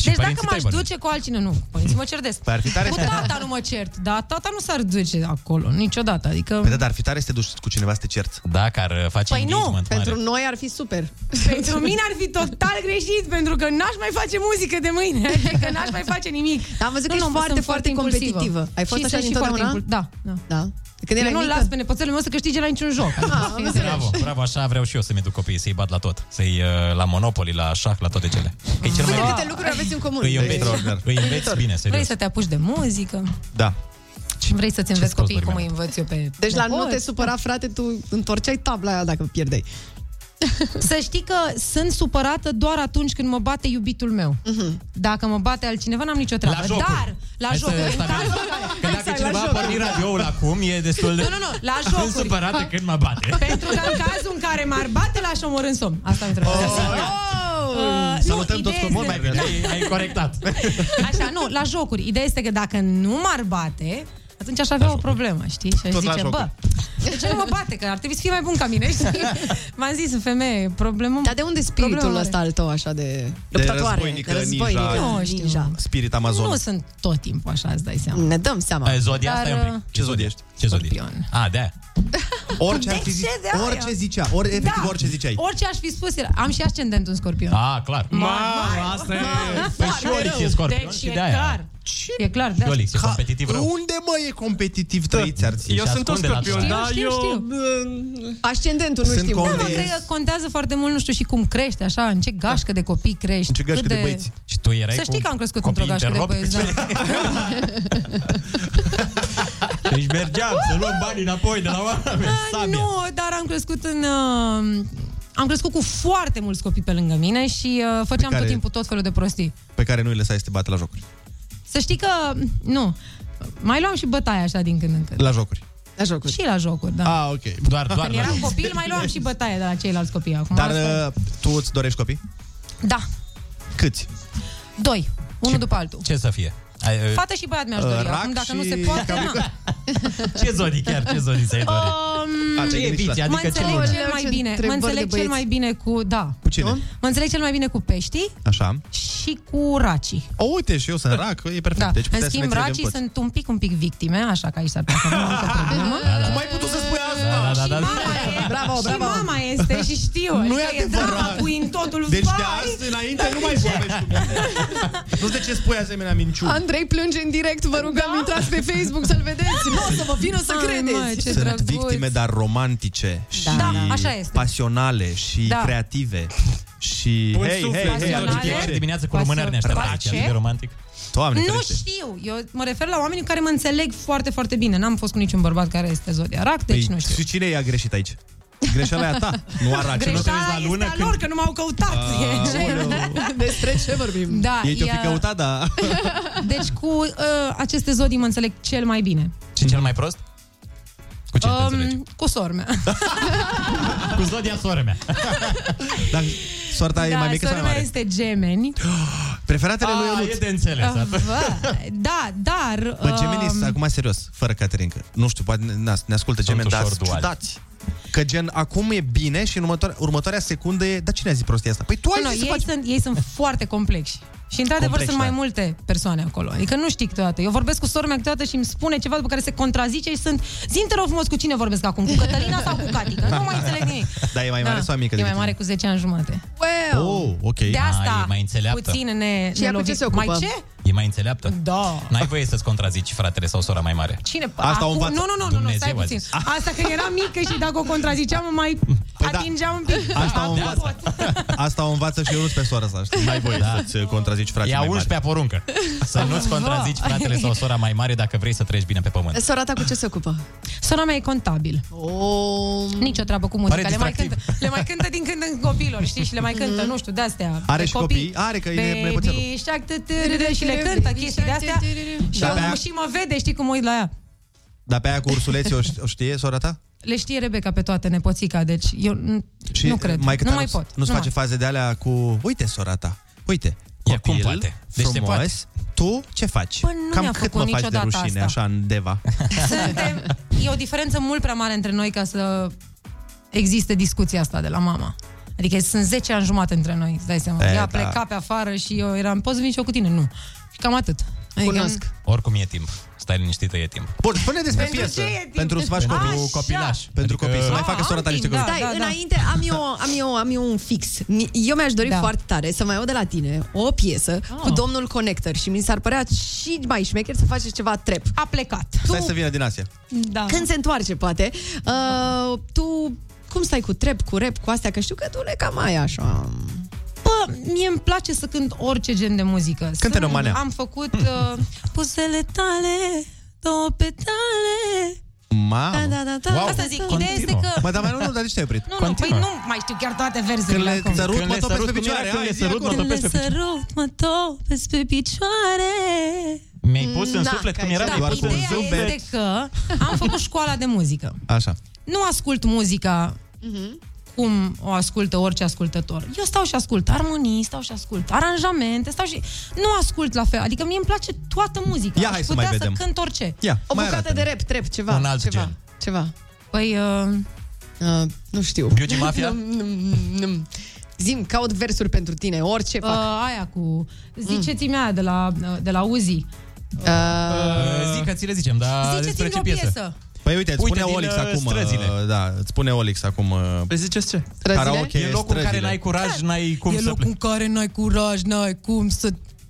Speaker 8: Și
Speaker 17: deci dacă
Speaker 8: părinții
Speaker 17: m-aș
Speaker 8: tăi, bănuiesc.
Speaker 17: duce cu altcine, nu, cu părinții mă cer des.
Speaker 7: Păi ar fi tare
Speaker 17: cu
Speaker 7: să-
Speaker 17: tata nu mă cert, dar tata nu s-ar duce acolo, niciodată. Adică...
Speaker 7: Păi da, dar ar fi tare să te duci cu cineva să te cerți.
Speaker 8: Da, că ar face
Speaker 17: Păi nu, engagement mare.
Speaker 10: Pentru noi ar fi super.
Speaker 17: Pentru mine ar fi total greșit, pentru că n-aș mai face muzică de mâine, [laughs] adică n-aș mai face nimic.
Speaker 10: Am văzut că
Speaker 17: Nu,
Speaker 10: ești
Speaker 17: nu, mă,
Speaker 10: foarte,
Speaker 17: sunt
Speaker 10: foarte
Speaker 17: impulsivă.
Speaker 10: competitivă. Ai fost
Speaker 17: și
Speaker 10: așa
Speaker 17: sunt și foarte
Speaker 10: dintotdeauna?
Speaker 17: impul- Da, da.
Speaker 10: da. Când
Speaker 17: Eu
Speaker 10: erai
Speaker 17: nu-l
Speaker 10: mică? Ah,
Speaker 17: las pe nepoțelul meu să câștige la niciun joc. Adică Asta e ideea.
Speaker 8: Bravo, bravo, așa vreau și eu să-mi duc copiii, să-i bat la tot. Să-i uh, la Monopoly, la șah, la toate cele. Că e cel
Speaker 10: Uite
Speaker 8: mai...
Speaker 10: câte lucruri aveți în comun. Deci-
Speaker 8: Îi înveți, Deci-
Speaker 7: Extraordinar.
Speaker 8: îi înveți bine,
Speaker 17: Vrei
Speaker 8: serios.
Speaker 17: să te apuci de muzică?
Speaker 7: Da.
Speaker 17: Și vrei să-ți înveți copiii cum îi învăț eu pe...
Speaker 10: Deci la nu
Speaker 17: nepoți?
Speaker 10: te supăra, frate, tu întorceai tabla aia dacă pierdeai.
Speaker 17: Să știi că sunt supărată doar atunci când mă bate iubitul meu.
Speaker 10: Mhm.
Speaker 17: Dacă mă bate altcineva, n-am nicio treabă.
Speaker 8: La jocuri.
Speaker 17: Dar, la
Speaker 8: Hai să
Speaker 17: jocuri.
Speaker 8: stabilim. Că dacă
Speaker 17: Exact, la
Speaker 8: cineva a
Speaker 17: jocuri.
Speaker 8: pornit radioul acum, e destul de...
Speaker 17: Nu, nu, nu,
Speaker 8: [laughs]
Speaker 17: la
Speaker 8: Sunt
Speaker 17: jocuri.
Speaker 8: supărată când mă bate.
Speaker 17: [laughs] Pentru că în cazul în care m-ar bate, l-aș omorâ în somn. Asta
Speaker 10: Oh.
Speaker 17: îmi trebuie. Uh, nu,
Speaker 7: Salutăm toți
Speaker 17: ideea
Speaker 7: comunii.
Speaker 17: este-
Speaker 7: Ai corectat.
Speaker 17: Așa, nu, la jocuri. Ideea este că dacă nu m-ar bate, atunci aș avea o problemă, știi? Și aș
Speaker 7: Tot la
Speaker 17: zice,
Speaker 7: jocuri.
Speaker 17: bă, de ce nu mă bate? Că ar trebui să fie mai bun ca mine, [laughs] știi? M-am zis, femeie, problemă... Dar de unde
Speaker 10: Spiritul ăsta al tău, așa de...
Speaker 7: De războinică, ninja.
Speaker 17: Nu, știu.
Speaker 7: Spirit Amazon.
Speaker 17: Nu sunt tot timpul așa, îți dai seama.
Speaker 10: Ne dăm seama.
Speaker 8: Ai, Păi, Zodia asta e un
Speaker 17: uh,
Speaker 8: pic. Ce zodie ești? Ce Ah, zodie? A, de
Speaker 7: Orice, ar fi
Speaker 17: de
Speaker 7: zis,
Speaker 17: ce de aia?
Speaker 7: orice zicea, ori, efectiv
Speaker 17: Da.
Speaker 7: orice ziceai.
Speaker 17: Orice aș fi spus, era- am și ascendentul în scorpion.
Speaker 8: A, Ah, clar.
Speaker 17: Mamă,
Speaker 8: asta e...
Speaker 17: Păi
Speaker 8: și Olix e scorpion
Speaker 17: deci
Speaker 8: și Deci-
Speaker 17: e
Speaker 8: de aia.
Speaker 17: clar. E clar, de
Speaker 8: Și Olix e competitiv rău.
Speaker 7: Unde mă e competitiv trăiți ar
Speaker 8: Eu sunt un scorpion, Știu,
Speaker 17: da, știu, eu- știu.
Speaker 10: Ascendentul, nu
Speaker 7: Sunt
Speaker 10: știu.
Speaker 7: convins.
Speaker 17: Da, mă, cred că contează foarte mult, nu știu, și cum crește, așa, în ce gașcă de copii crești. În ce
Speaker 7: Da. gașcă de băieți.
Speaker 8: Și tu erai
Speaker 17: Să știi
Speaker 8: cu
Speaker 17: că am crescut într-o
Speaker 8: copii
Speaker 17: gașcă de
Speaker 8: interrobi?
Speaker 17: băieți,
Speaker 8: [laughs]
Speaker 17: da.
Speaker 8: [laughs] Deci mergeam să luăm banii înapoi de la oameni. Sabia.
Speaker 17: Nu, dar am crescut în... uh, Am crescut cu foarte mulți copii pe lângă mine și uh, făceam
Speaker 7: care-
Speaker 17: tot timpul tot felul de prostii.
Speaker 7: Pe care nu îi lăsai să te bată la jocuri.
Speaker 17: Să știi că, nu, mai luam și bătaia așa din când în când.
Speaker 7: La jocuri.
Speaker 10: La jocuri.
Speaker 17: Și la jocuri, da.
Speaker 7: Ah, ok. Doar,
Speaker 17: Când eram copil, mai luam și bătaie de la ceilalți copii. Acum
Speaker 7: Dar
Speaker 17: asta-
Speaker 7: uh, tu îți dorești copii?
Speaker 17: Da,
Speaker 7: Câți?
Speaker 17: doi. Unul după altul.
Speaker 8: Ce să fie?
Speaker 7: Eh,
Speaker 8: Ai, uh,
Speaker 17: Fată și băiat mi-aș dori.
Speaker 8: Uh,
Speaker 17: Acum,
Speaker 8: rac
Speaker 17: dacă nu
Speaker 8: și
Speaker 17: se poate, da.
Speaker 7: [laughs]
Speaker 17: na.
Speaker 8: Ce zodii chiar? Ce zodii
Speaker 17: [laughs]
Speaker 8: ți-ai dorit?
Speaker 17: Um,
Speaker 7: Ah,
Speaker 8: A, ce eviți,
Speaker 17: mă
Speaker 8: adică ce
Speaker 17: înțeleg
Speaker 8: lună?
Speaker 17: cel mai
Speaker 10: Ce
Speaker 17: bine. Mă
Speaker 10: întrebări de
Speaker 17: înțeleg cel
Speaker 10: băieți.
Speaker 17: mai bine cu... Da.
Speaker 7: Cu cine?
Speaker 17: Mă înțeleg cel mai bine cu peștii
Speaker 7: Așa.
Speaker 17: și cu racii.
Speaker 7: O, uite, și eu sunt rac, e perfect.
Speaker 17: Da.
Speaker 7: Deci
Speaker 17: Deci
Speaker 7: putem
Speaker 17: în schimb,
Speaker 7: să ne înțelegem
Speaker 17: racii
Speaker 7: toți.
Speaker 17: sunt un pic, un pic victime, așa că aici s-ar putea să avem o problemă.
Speaker 7: Da, Cum ai putut să spui asta?
Speaker 8: Da, da, da, da.
Speaker 17: Bravo, și bravo. mama este și știu.
Speaker 7: Nu e
Speaker 17: adică
Speaker 7: adevărat.
Speaker 17: E drama cu în totul
Speaker 7: Deci
Speaker 17: vai.
Speaker 7: de azi înainte nu mai vorbești cu mine. Nu știu de ce spui asemenea minciuni.
Speaker 10: Andrei plânge în direct, vă rugăm, da? intrați pe Facebook să-l vedeți. Nu o să vă vină să
Speaker 17: Ai,
Speaker 10: credeți.
Speaker 17: mă, ce
Speaker 7: Sunt
Speaker 17: drăguț.
Speaker 7: victime, dar romantice și
Speaker 17: Da, așa este.
Speaker 7: pasionale și
Speaker 17: Da.
Speaker 7: creative. Și
Speaker 8: Bun
Speaker 7: hei,
Speaker 8: suflet,
Speaker 7: hei, hei,
Speaker 8: pasionale.
Speaker 7: atunci e ce?
Speaker 8: Dimineața cu lumânări ne așteaptă
Speaker 7: Raci.
Speaker 8: aici, atât de romantic.
Speaker 7: Doamne,
Speaker 17: Nu
Speaker 7: ferește.
Speaker 17: știu, eu mă refer la oamenii care mă înțeleg foarte, foarte bine. N-am fost cu niciun bărbat care este zodia rac, deci nu știu.
Speaker 7: Păi, Și cine i-a greșit aici? Greșeala e a ta, nu a racii. Nu te
Speaker 17: Greșeala
Speaker 7: uiți la lună
Speaker 17: este a lor, că nu m-au căutat.
Speaker 7: Aoleu. [laughs]
Speaker 10: Despre ce vorbim?
Speaker 17: Da,
Speaker 7: Ei te-o fi
Speaker 17: ea-
Speaker 7: căutat, da.
Speaker 17: [laughs] Deci cu uh, aceste zodii mă înțeleg cel mai bine. Um,
Speaker 8: Și cel mai prost? Cu ce te înțelegi?
Speaker 17: cu sormea.
Speaker 8: Cu zodia soră mea.
Speaker 7: [laughs] Dar soarta e
Speaker 17: da,
Speaker 7: mai mică sau
Speaker 17: sormea
Speaker 7: mai mare?
Speaker 17: este gemeni.
Speaker 7: [gasps] Preferatele lui
Speaker 8: A,
Speaker 7: Ionuț.
Speaker 8: e de înțeles. atunci.
Speaker 17: Vai, da, dar...
Speaker 7: Bă,
Speaker 17: um,
Speaker 7: Gemenis, acum serios, fără Caterinca. Nu știu, poate ne, ne ascultă gemeni, dar
Speaker 8: ușor duali.
Speaker 7: ciudați. Că gen, acum e bine și în următoarea, următoarea secundă e... Dar cine a zis prostia asta? Păi tu ai
Speaker 17: nu,
Speaker 7: zis să
Speaker 17: ei,
Speaker 7: faci...
Speaker 17: sunt, ei sunt foarte complexi. Și într-adevăr
Speaker 7: Complex,
Speaker 17: sunt mai
Speaker 7: da.
Speaker 17: multe persoane acolo. Adică nu știi câteodată. Eu vorbesc cu sora mea câteodată și îmi spune ceva după care se contrazice și sunt... Zim te rog frumos cu cine vorbesc acum, cu Cătălina sau cu Cati?
Speaker 7: Da,
Speaker 17: Că nu mai înțeleg
Speaker 7: [laughs]
Speaker 17: nimic.
Speaker 7: Dar e mai mare
Speaker 17: Da,
Speaker 7: sau mică
Speaker 17: E
Speaker 7: decât
Speaker 17: mai mare cu 10 ani jumate.
Speaker 7: tine? Oh, ok.
Speaker 17: De asta,
Speaker 8: Ah, e mai înțeleaptă.
Speaker 17: puțin ne,
Speaker 10: Și
Speaker 17: ne
Speaker 10: ea cu ce
Speaker 17: lovim.
Speaker 10: se ocupă?
Speaker 17: Mai ce?
Speaker 8: E mai înțeleaptă?
Speaker 17: Da.
Speaker 8: N-ai voie să-ți contrazici fratele sau sora mai mare.
Speaker 17: Cine?
Speaker 8: Asta o
Speaker 17: acum?
Speaker 8: învață
Speaker 17: Nu, nu, nu, nu, nu,
Speaker 8: Dumnezeu, adică,
Speaker 17: stai
Speaker 8: a
Speaker 17: puțin.
Speaker 8: zis.
Speaker 17: Asta când eram mică și dacă o contraziceam, mai
Speaker 7: adică. da.
Speaker 17: atingeam un pic. Da.
Speaker 7: Asta o
Speaker 17: Acum
Speaker 7: învață.
Speaker 17: pot.
Speaker 7: Asta o învață și Ionuț pe sora sa, știi? N-ai voie da. să-ți contrazici fratele
Speaker 8: E a
Speaker 7: mai mare.
Speaker 8: 11-a poruncă. Să nu-ți
Speaker 17: Da.
Speaker 8: contrazici fratele sau sora mai mare dacă vrei să treci bine pe pământ.
Speaker 10: Sora ta cu ce se ocupă?
Speaker 17: Sora mea e contabil.
Speaker 10: Oh,
Speaker 17: Nici o treabă cu
Speaker 8: Pare
Speaker 17: muzica. Le mai,
Speaker 8: distractiv.
Speaker 17: cântă, le mai cântă din când în copilor, știi? Și le mai
Speaker 10: Mm.
Speaker 17: cântă, nu știu, de-astea.
Speaker 7: Are
Speaker 17: pe
Speaker 7: și copii? Are, că e nepoțelul.
Speaker 17: Baby shark, tu, tu, tu, tu, și le cântă chestii de-astea. Și,
Speaker 7: Da, da.
Speaker 17: eu, și mă vede, știi cum mă uit la ea.
Speaker 7: Dar pe aia cu ursuleții o, ș- o știe sora ta?
Speaker 17: Le știe Rebecca pe toate nepoțica, deci eu n-
Speaker 7: Și
Speaker 17: nu cred.
Speaker 7: Maică ta
Speaker 17: nu mai pot.
Speaker 7: Nu-ți
Speaker 17: nu
Speaker 7: face
Speaker 17: mai.
Speaker 7: faze de alea cu... Uite, sora ta, uite,
Speaker 8: Ea
Speaker 7: copil,
Speaker 8: cum poate? Deci se
Speaker 7: frumos,
Speaker 8: poate.
Speaker 7: tu ce faci?
Speaker 17: Bă, Păi nu
Speaker 7: Cam
Speaker 17: mi-a
Speaker 7: cât
Speaker 17: făcut
Speaker 7: mă faci de
Speaker 17: niciodată
Speaker 7: rușine,
Speaker 17: asta.
Speaker 7: așa, în
Speaker 8: [laughs]
Speaker 7: deva?
Speaker 8: Adică
Speaker 17: Suntem, e o diferență mult prea mare între noi ca să existe discuția asta de la mama. Adică sunt 10 ani jumate între noi, îți dai seama.
Speaker 8: E,
Speaker 17: Ea
Speaker 8: da.
Speaker 17: pleca pe afară și eu eram, poți să vin și eu cu tine? Nu. Și cam atât. Adică-
Speaker 10: Cunosc.
Speaker 8: Oricum e timp. Stai liniștită, e timp.
Speaker 7: Bun, spune despre
Speaker 17: Pentru
Speaker 7: piesă.
Speaker 17: ce e timp?
Speaker 7: Pentru să faci copii.
Speaker 17: Așa.
Speaker 8: copilaș.
Speaker 7: Pentru copii. Să mai facă
Speaker 17: am
Speaker 7: sora ta
Speaker 17: timp,
Speaker 7: niște
Speaker 17: da.
Speaker 7: copii.
Speaker 10: Stai, da, înainte am eu, am, eu, am eu un fix. Ni- Eu mi-aș dori
Speaker 17: Da. Ah.
Speaker 10: da. foarte tare să mai aud de la tine o piesă oh. cu domnul Connector și mi s-ar părea și mai șmecher să faci ceva trep.
Speaker 17: A plecat.
Speaker 7: Stai să vină din Asia.
Speaker 17: Da.
Speaker 10: Când se întoarce, poate, uh, tu cum stai cu trep, cu rap, cu astea? Că știu că tu le cam ai așa.
Speaker 17: Bă, mie îmi place să cânt orice gen de muzică.
Speaker 7: Cântă-ne
Speaker 17: Sunt-
Speaker 7: o manea.
Speaker 17: Am făcut uh, puzele tale, două petale,
Speaker 7: Mamă.
Speaker 17: Da, da, da, da.
Speaker 7: Wow.
Speaker 17: Asta zic, ideea este că...
Speaker 7: Mă, dar mai nu, nu, dar de ce te-ai oprit?
Speaker 17: Nu, nu, păi nu mai știu chiar toate versurile
Speaker 7: Când le
Speaker 17: acum.
Speaker 7: sărut, Când mă le topesc sărut, pe cum era? picioare. Când Hai, le zi sărut, acolo. mă
Speaker 17: Când le
Speaker 7: topesc pe picioare.
Speaker 17: sărut, mă topesc pe picioare.
Speaker 8: Mi-ai pus în suflet cum era, mi-ai
Speaker 17: Da,
Speaker 8: pus în
Speaker 17: ideea
Speaker 8: zâmbet.
Speaker 17: este că am făcut școala de muzică.
Speaker 7: Așa.
Speaker 17: Nu ascult muzica
Speaker 10: Mhm.
Speaker 17: cum o ascultă orice ascultător. Eu stau și ascult armonii, stau și ascult aranjamente, stau și... Nu ascult la fel. Adică mie îmi place toată muzica.
Speaker 7: Ia,
Speaker 17: Aș
Speaker 7: hai să
Speaker 17: putea
Speaker 7: mai vedem.
Speaker 17: să cânt orice.
Speaker 7: Ia,
Speaker 10: O bucată de rap, trep, ceva.
Speaker 7: Un alt
Speaker 10: ceva,
Speaker 7: gen.
Speaker 10: Ceva.
Speaker 17: Păi...
Speaker 7: [laughs]
Speaker 17: Uh...
Speaker 10: Uh, [laughs] nu știu.
Speaker 7: Beauty Deci, Mafia?
Speaker 10: Num, num, num. Zim, caut versuri pentru tine, orice fac. Mm.
Speaker 17: Uh, aia cu... Ziceți-mi aia de la, de la
Speaker 10: Uh,
Speaker 17: Uzi.
Speaker 8: Uh, Zic că ți le zicem, dar
Speaker 17: Ziceți-mi
Speaker 8: despre ce
Speaker 17: o
Speaker 8: piesă?
Speaker 17: piesă.
Speaker 7: Păi uite, îți
Speaker 8: Uite,
Speaker 7: spune
Speaker 8: din,
Speaker 7: Olix
Speaker 8: uh,
Speaker 7: acum.
Speaker 8: străzile.
Speaker 7: uh, Da, îți spune Olix acum. Păi
Speaker 9: ziceți ce?
Speaker 7: Străzile? Karaoke,
Speaker 8: e locul în care
Speaker 7: străzile.
Speaker 8: n-ai curaj, n-ai cum
Speaker 17: Da. e
Speaker 8: să
Speaker 17: locul
Speaker 8: pleci.
Speaker 17: în care n-ai curaj, n-ai cum să...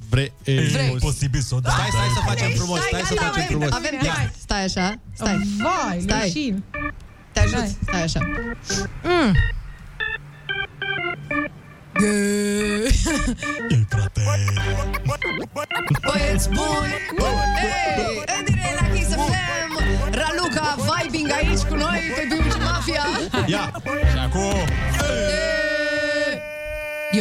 Speaker 7: Vrei,
Speaker 17: Vrei.
Speaker 8: posibil să o dai.
Speaker 7: Stai, stai să facem
Speaker 17: Vrei,
Speaker 7: frumos,
Speaker 17: stai,
Speaker 7: stai să
Speaker 17: gata,
Speaker 7: facem
Speaker 17: mai-
Speaker 7: frumos.
Speaker 10: Avem text. Stai așa, stai.
Speaker 17: Vai,
Speaker 10: stai. Te ajut, stai așa.
Speaker 17: Mm.
Speaker 10: Băieți buni! Ei, în direct la Kiss FM! Raluca vibing aici cu noi pe Beauty Mafia!
Speaker 7: Ia! Și
Speaker 17: Exact.
Speaker 7: acum...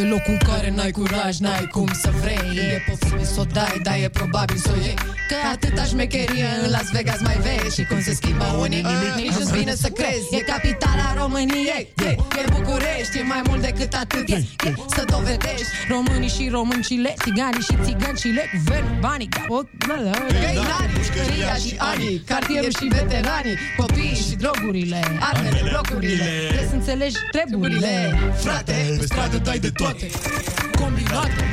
Speaker 17: E locul în care n-ai curaj, n-ai cum să vrei E posibil să o dai, dar e probabil să o iei
Speaker 10: Că atâta șmecherie în Las Vegas mai vezi Și cum se schimbă unii nimic Nici nu-ți vine să crezi E capitala României E, e București, e mai mult decât atât E, e să dovedești
Speaker 17: Românii și româncile, țiganii și țigancile Guvern, banii, capot, bla, bla, bla.
Speaker 10: Găinarii, pușcăria și anii Cartierul și veteranii Copiii și drogurile Armele, blocurile
Speaker 17: Trebuie să înțelegi treburile
Speaker 10: Frate,
Speaker 7: pe stradă dai de toate Combinate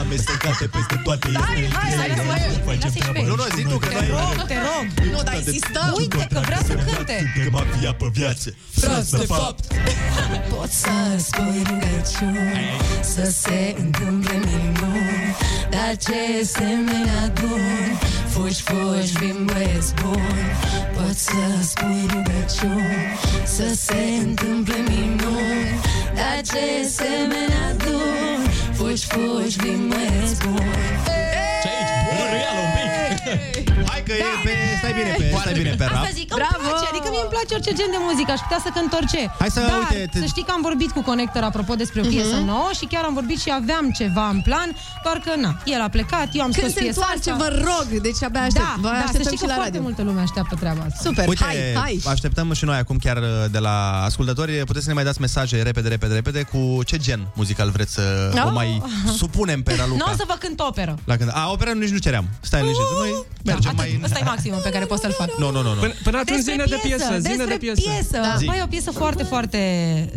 Speaker 7: Amestecate peste toate
Speaker 17: Hai, hai, hai, lasă mai eu. Lasă-i pe el.
Speaker 7: Nu, nu, zi tu că
Speaker 17: Te
Speaker 7: n-ai-
Speaker 17: rog, te rog.
Speaker 10: Nu, dar insistăm.
Speaker 17: Uite că vrea să cânte.
Speaker 7: Suntem mafia pe viață
Speaker 17: Frați de fapt.
Speaker 19: Pot să spui rugăciuni Să se întâmple minuni Dar ce semne adun Fugi, fugi, vin băieți buni Pot să spui rugăciuni Să se întâmple minuni Dar ce semne adun Fugi, fugi, vin băieți buni
Speaker 7: Ce aici? Râială un pic Da. Hai că e pe... Stai bine pe... Stai bine pe rap
Speaker 17: Asta zic, îmi place, adică mie îmi place orice gen de muzică, aș putea să cânt orice.
Speaker 7: Hai să,
Speaker 17: Dar,
Speaker 7: uite, te-
Speaker 17: să știi că am vorbit cu Connector apropo despre o piesă
Speaker 10: Mhm.
Speaker 17: nouă și chiar am vorbit și aveam ceva în plan, doar că na, el a plecat, eu am
Speaker 10: Când
Speaker 17: scos
Speaker 10: se
Speaker 17: piesa
Speaker 10: întoarce,
Speaker 17: asta.
Speaker 10: vă rog, deci abia aștept.
Speaker 17: Da,
Speaker 10: Vă
Speaker 17: da, să
Speaker 10: așteptăm
Speaker 17: știi
Speaker 10: și
Speaker 17: că
Speaker 10: la
Speaker 17: foarte
Speaker 10: radio.
Speaker 17: multă lume așteaptă treaba asta.
Speaker 10: Super,
Speaker 7: Uite,
Speaker 10: hai, hai.
Speaker 7: așteptăm și noi acum chiar uh, de la ascultători. Puteți să ne mai dați mesaje repede, repede, repede cu ce gen muzical vreți să
Speaker 17: No.
Speaker 7: o mai supunem pe Raluca.
Speaker 17: Oh. Nu o să vă cânt operă.
Speaker 7: La când... A, opera nici nu ceream. Stai liniștit.
Speaker 17: Uh,
Speaker 7: Noi mergem mai... în-
Speaker 17: Asta Da, e maximul pe care pot să-l fac.
Speaker 7: Nu, nu, nu. nu.
Speaker 9: Până, până atunci
Speaker 17: Despre
Speaker 9: zine de piesă, zine
Speaker 17: despre
Speaker 9: de piesă.
Speaker 7: Da.
Speaker 17: piesă.
Speaker 9: Zi.
Speaker 17: Băi, e o piesă foarte, foarte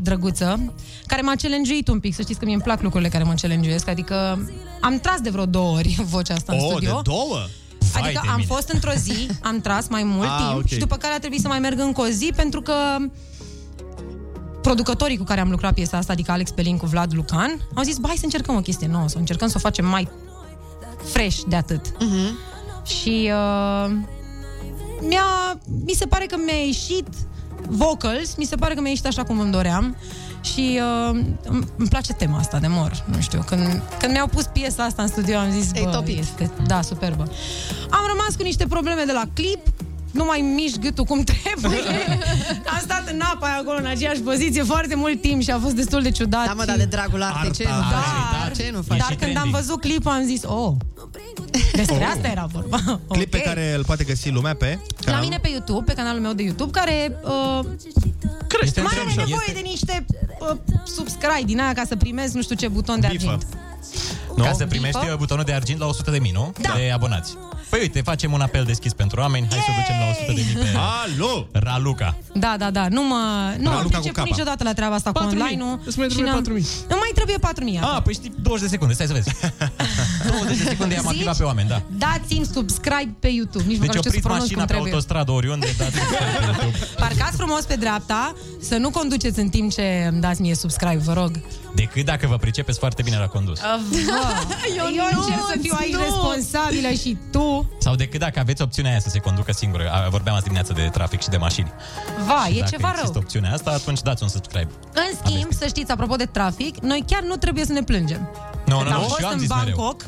Speaker 17: drăguță, care m-a challenge un pic. Să știți că mie îmi plac lucrurile care mă challenge adică am tras de vreo două ori vocea asta în
Speaker 7: oh,
Speaker 17: studio.
Speaker 7: de două? Vai de
Speaker 17: Adică am
Speaker 7: mine.
Speaker 17: fost într-o
Speaker 7: [laughs]
Speaker 17: zi, am tras mai mult
Speaker 7: Ah,
Speaker 17: timp
Speaker 7: ok.
Speaker 17: și după care a trebuit să mai merg încă o zi pentru că producătorii cu care am lucrat piesa asta, adică Alex Pelin cu Vlad Lucan, au zis, "Bă, hai să încercăm o chestie nouă, să încercăm să o facem mai fresh de atât.
Speaker 7: Mhm.
Speaker 17: Și uh, mi-a, mi se pare că mi-a ieșit vocals, mi se pare că mi-a ieșit așa cum îmi doream și uh, îmi- îmi place tema asta de mor, nu știu, când, când mi-au pus piesa asta în studio am zis,
Speaker 10: Te-ai
Speaker 17: bă,
Speaker 10: topit."
Speaker 17: este, da, superbă. Am rămas cu niște probleme de la clip, nu mai mișc gâtul cum [laughs] trebuie. Am stat în apa aia acolo, în aceeași poziție, foarte mult timp și a fost destul de ciudat. Da, mă, dar de
Speaker 10: dragul artei, ce nu faci?
Speaker 17: Dar,
Speaker 10: Ce nu faci?
Speaker 17: dar
Speaker 10: E și
Speaker 17: când am
Speaker 10: trendy.
Speaker 17: văzut clipul, am zis, oh, despre
Speaker 7: Oh.
Speaker 17: asta era vorba.
Speaker 7: Clip
Speaker 17: [laughs]
Speaker 7: pe care îl poate găsi lumea pe...
Speaker 17: La
Speaker 7: canal.
Speaker 17: mine pe YouTube, pe canalul meu de YouTube, care uh,
Speaker 7: Crește
Speaker 17: mai
Speaker 7: în
Speaker 17: are
Speaker 7: timp.
Speaker 17: nevoie de niște uh, subscribe din aia ca să primez nu știu ce buton de
Speaker 8: Bifă.
Speaker 17: argint.
Speaker 8: Nu? Ca
Speaker 17: Bifă?
Speaker 8: să primești
Speaker 17: Bifă?
Speaker 8: butonul de argint la 100 de mii, nu?
Speaker 17: Da.
Speaker 8: De abonați. Păi uite, facem un apel deschis pentru oameni. Hai să ducem la 100 de mii pe Alo! Raluca.
Speaker 17: Da, da, da, nu mă, nu
Speaker 8: Raluca
Speaker 17: am
Speaker 8: cu
Speaker 17: priceput
Speaker 8: capa.
Speaker 17: niciodată la treaba asta cu
Speaker 8: 4.000.
Speaker 17: online-ul.
Speaker 8: Îți mai
Speaker 17: și
Speaker 8: trebuie
Speaker 17: n-am-
Speaker 8: 4.000.
Speaker 17: Îmi mai trebuie 4.000.
Speaker 8: A, ah, păi știi, 20 de secunde, stai să
Speaker 17: [laughs]
Speaker 8: vezi. 20 de secunde i-am
Speaker 17: Zici?
Speaker 8: activat pe oameni, da.
Speaker 17: Dați-mi subscribe pe YouTube. Nici
Speaker 8: Deci
Speaker 17: măcar nu știu să
Speaker 8: opriți
Speaker 17: pronunț
Speaker 8: mașina
Speaker 17: cum
Speaker 8: pe
Speaker 17: trebuie.
Speaker 8: autostradă oriunde,
Speaker 17: [laughs]
Speaker 8: dați
Speaker 17: Parcați frumos pe dreapta, să nu conduceți în timp ce îmi dați mie subscribe, vă rog.
Speaker 8: Decât dacă vă pricepeți foarte bine la condus.
Speaker 17: [laughs] eu, eu încerc să fiu aici
Speaker 10: nu.
Speaker 17: responsabilă și tu.
Speaker 8: Sau decât dacă aveți opțiunea aia să se conducă singură. A, Vorbeam azi dimineață de trafic și de mașini.
Speaker 17: Va,
Speaker 8: și
Speaker 17: e
Speaker 8: dacă
Speaker 17: ceva
Speaker 8: există
Speaker 17: rău.
Speaker 8: opțiunea asta, atunci dați un subscribe.
Speaker 17: În schimb, să știți, apropo de trafic, noi chiar nu trebuie să ne plângem.
Speaker 8: Nu,
Speaker 17: Când
Speaker 8: nu,
Speaker 17: am
Speaker 8: nu,
Speaker 17: fost
Speaker 8: și eu am
Speaker 17: în
Speaker 8: zis mereu.
Speaker 17: Bangkok,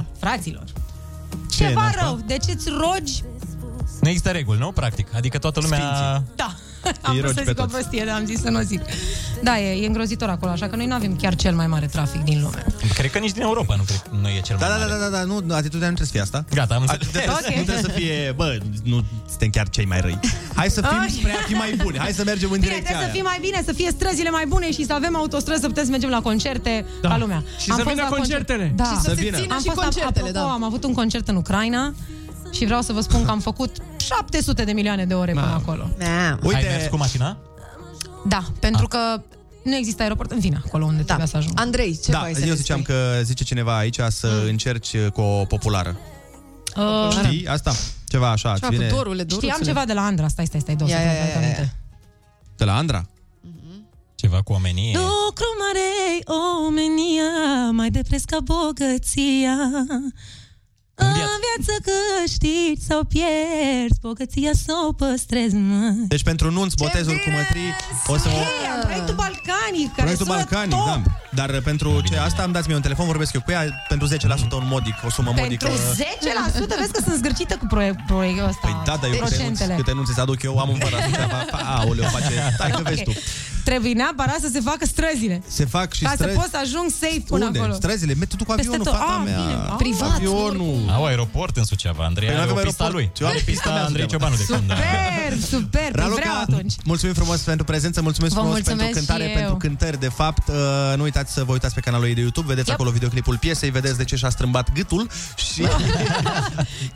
Speaker 9: Ah,
Speaker 17: fraților,
Speaker 8: Ce e
Speaker 17: ceva
Speaker 8: nașpa?
Speaker 17: rău. Deci îți rogi
Speaker 8: Nu există reguli, nu? Practic. Adică toată lumea...
Speaker 17: Da. Am
Speaker 8: rogi
Speaker 17: vrut să
Speaker 8: pe
Speaker 17: zic o
Speaker 8: toți.
Speaker 17: prostie, dar am zis să nu o zic. Da, e, e îngrozitor acolo, așa că noi nu avem chiar cel mai mare trafic din lume.
Speaker 8: Cred că nici din Europa nu, cred, nu e cel
Speaker 7: Da,
Speaker 8: mai
Speaker 7: da,
Speaker 8: mare.
Speaker 7: da, da, da, nu, atitudinea nu trebuie să fie asta.
Speaker 8: Gata, am
Speaker 7: înțeles.
Speaker 17: Ok.
Speaker 7: Nu trebuie să fie, bă, nu suntem chiar cei mai răi. Hai să fim
Speaker 17: Ai.
Speaker 7: spre a fi mai buni. Hai să mergem în
Speaker 17: Bine,
Speaker 7: direcția
Speaker 17: trebuie să fie
Speaker 7: aia.
Speaker 17: mai bine, să fie străzile mai bune și să avem autostrăzi, să putem să mergem la concerte,
Speaker 7: Da.
Speaker 17: ca lumea.
Speaker 7: Și să
Speaker 17: fost
Speaker 7: vină
Speaker 17: la concert-
Speaker 7: concertele.
Speaker 17: Da.
Speaker 7: Și să Să se vină. țină
Speaker 17: am
Speaker 10: și
Speaker 17: fost,
Speaker 10: concertele,
Speaker 17: apropo,
Speaker 10: da.
Speaker 17: am avut un concert în Ucraina și vreau să vă spun că am făcut 700 de milioane de ore până
Speaker 8: Mamă.
Speaker 17: acolo.
Speaker 8: Uite... Ai mers cu mașina?
Speaker 17: Da, pentru că nu există aeroport în Vina, acolo unde trebuia să ajung.
Speaker 10: Da. Andrei, ce
Speaker 7: da, eu ziceam că zice cineva aici
Speaker 17: Hmm.
Speaker 7: să încerci uh, cu o populară.
Speaker 17: Uh,
Speaker 7: Știi? Asta. Ceva așa. ți vine
Speaker 17: Știam ceva de la Andra, stai, stai, stai, două
Speaker 10: Ia, ia,
Speaker 17: secunde,
Speaker 10: ia, ia,
Speaker 17: că aminte.
Speaker 7: De la Andra?
Speaker 17: Mhm.
Speaker 8: Ceva cu omenie.
Speaker 20: Lucru mare omenia, mai de preț ca bogăția. În viață câștigi sau pierzi, bogăția sau o păstrezi, mă.
Speaker 7: Deci pentru nunți, botezul cu mătrii, o să mă...
Speaker 17: Hei, proiectul Balcanic, care
Speaker 7: Proiectul
Speaker 17: sună
Speaker 7: Balcanic,
Speaker 17: top.
Speaker 7: da. Dar pentru ce asta îmi dați mie un telefon, vorbesc eu cu ea, pentru 10% un modic, o sumă modică.
Speaker 17: Pentru 10% vezi că sunt zgârcită cu proiect- proiectul ăsta. Păi
Speaker 7: Da, dar eu câte anunți,
Speaker 17: procentele.
Speaker 7: câte anunți să aduc eu, am un văr
Speaker 17: [laughs]
Speaker 7: atunci, fa- fa- aoleu, face, stai că
Speaker 17: Ok.
Speaker 7: vezi tu.
Speaker 17: Trebuie neapărat să se facă străzile.
Speaker 7: Se fac și
Speaker 17: ca
Speaker 7: străzi.
Speaker 17: să poți să ajung safe până
Speaker 7: Unde?
Speaker 17: acolo.
Speaker 7: Străzile? Mergi tu cu
Speaker 17: Peste
Speaker 7: avionul,
Speaker 17: tot.
Speaker 7: fata
Speaker 17: Ah,
Speaker 7: mea.
Speaker 17: bine. Privat.
Speaker 7: Avionul.
Speaker 8: Au aeroport în Suceava, Andrei
Speaker 7: Păi nu
Speaker 8: are o
Speaker 7: avem
Speaker 8: pista
Speaker 7: aeroport.
Speaker 8: lui.
Speaker 7: Eu am pista mea în
Speaker 8: Andrei Ciobanu de când.
Speaker 17: Superb, superb, îi Deci vreau [laughs]
Speaker 7: Raluca,
Speaker 17: atunci.
Speaker 7: mulțumim frumos pentru prezență, mulțumim
Speaker 17: Vă
Speaker 7: frumos
Speaker 17: mulțumesc
Speaker 7: pentru cântare,
Speaker 17: și eu.
Speaker 7: pentru cântări, de fapt. Uh, nu uitați să vă uitați pe canalul ei de YouTube, vedeți acolo videoclipul piesei, vedeți de ce și-a strâmbat gâtul
Speaker 17: [laughs]
Speaker 7: și...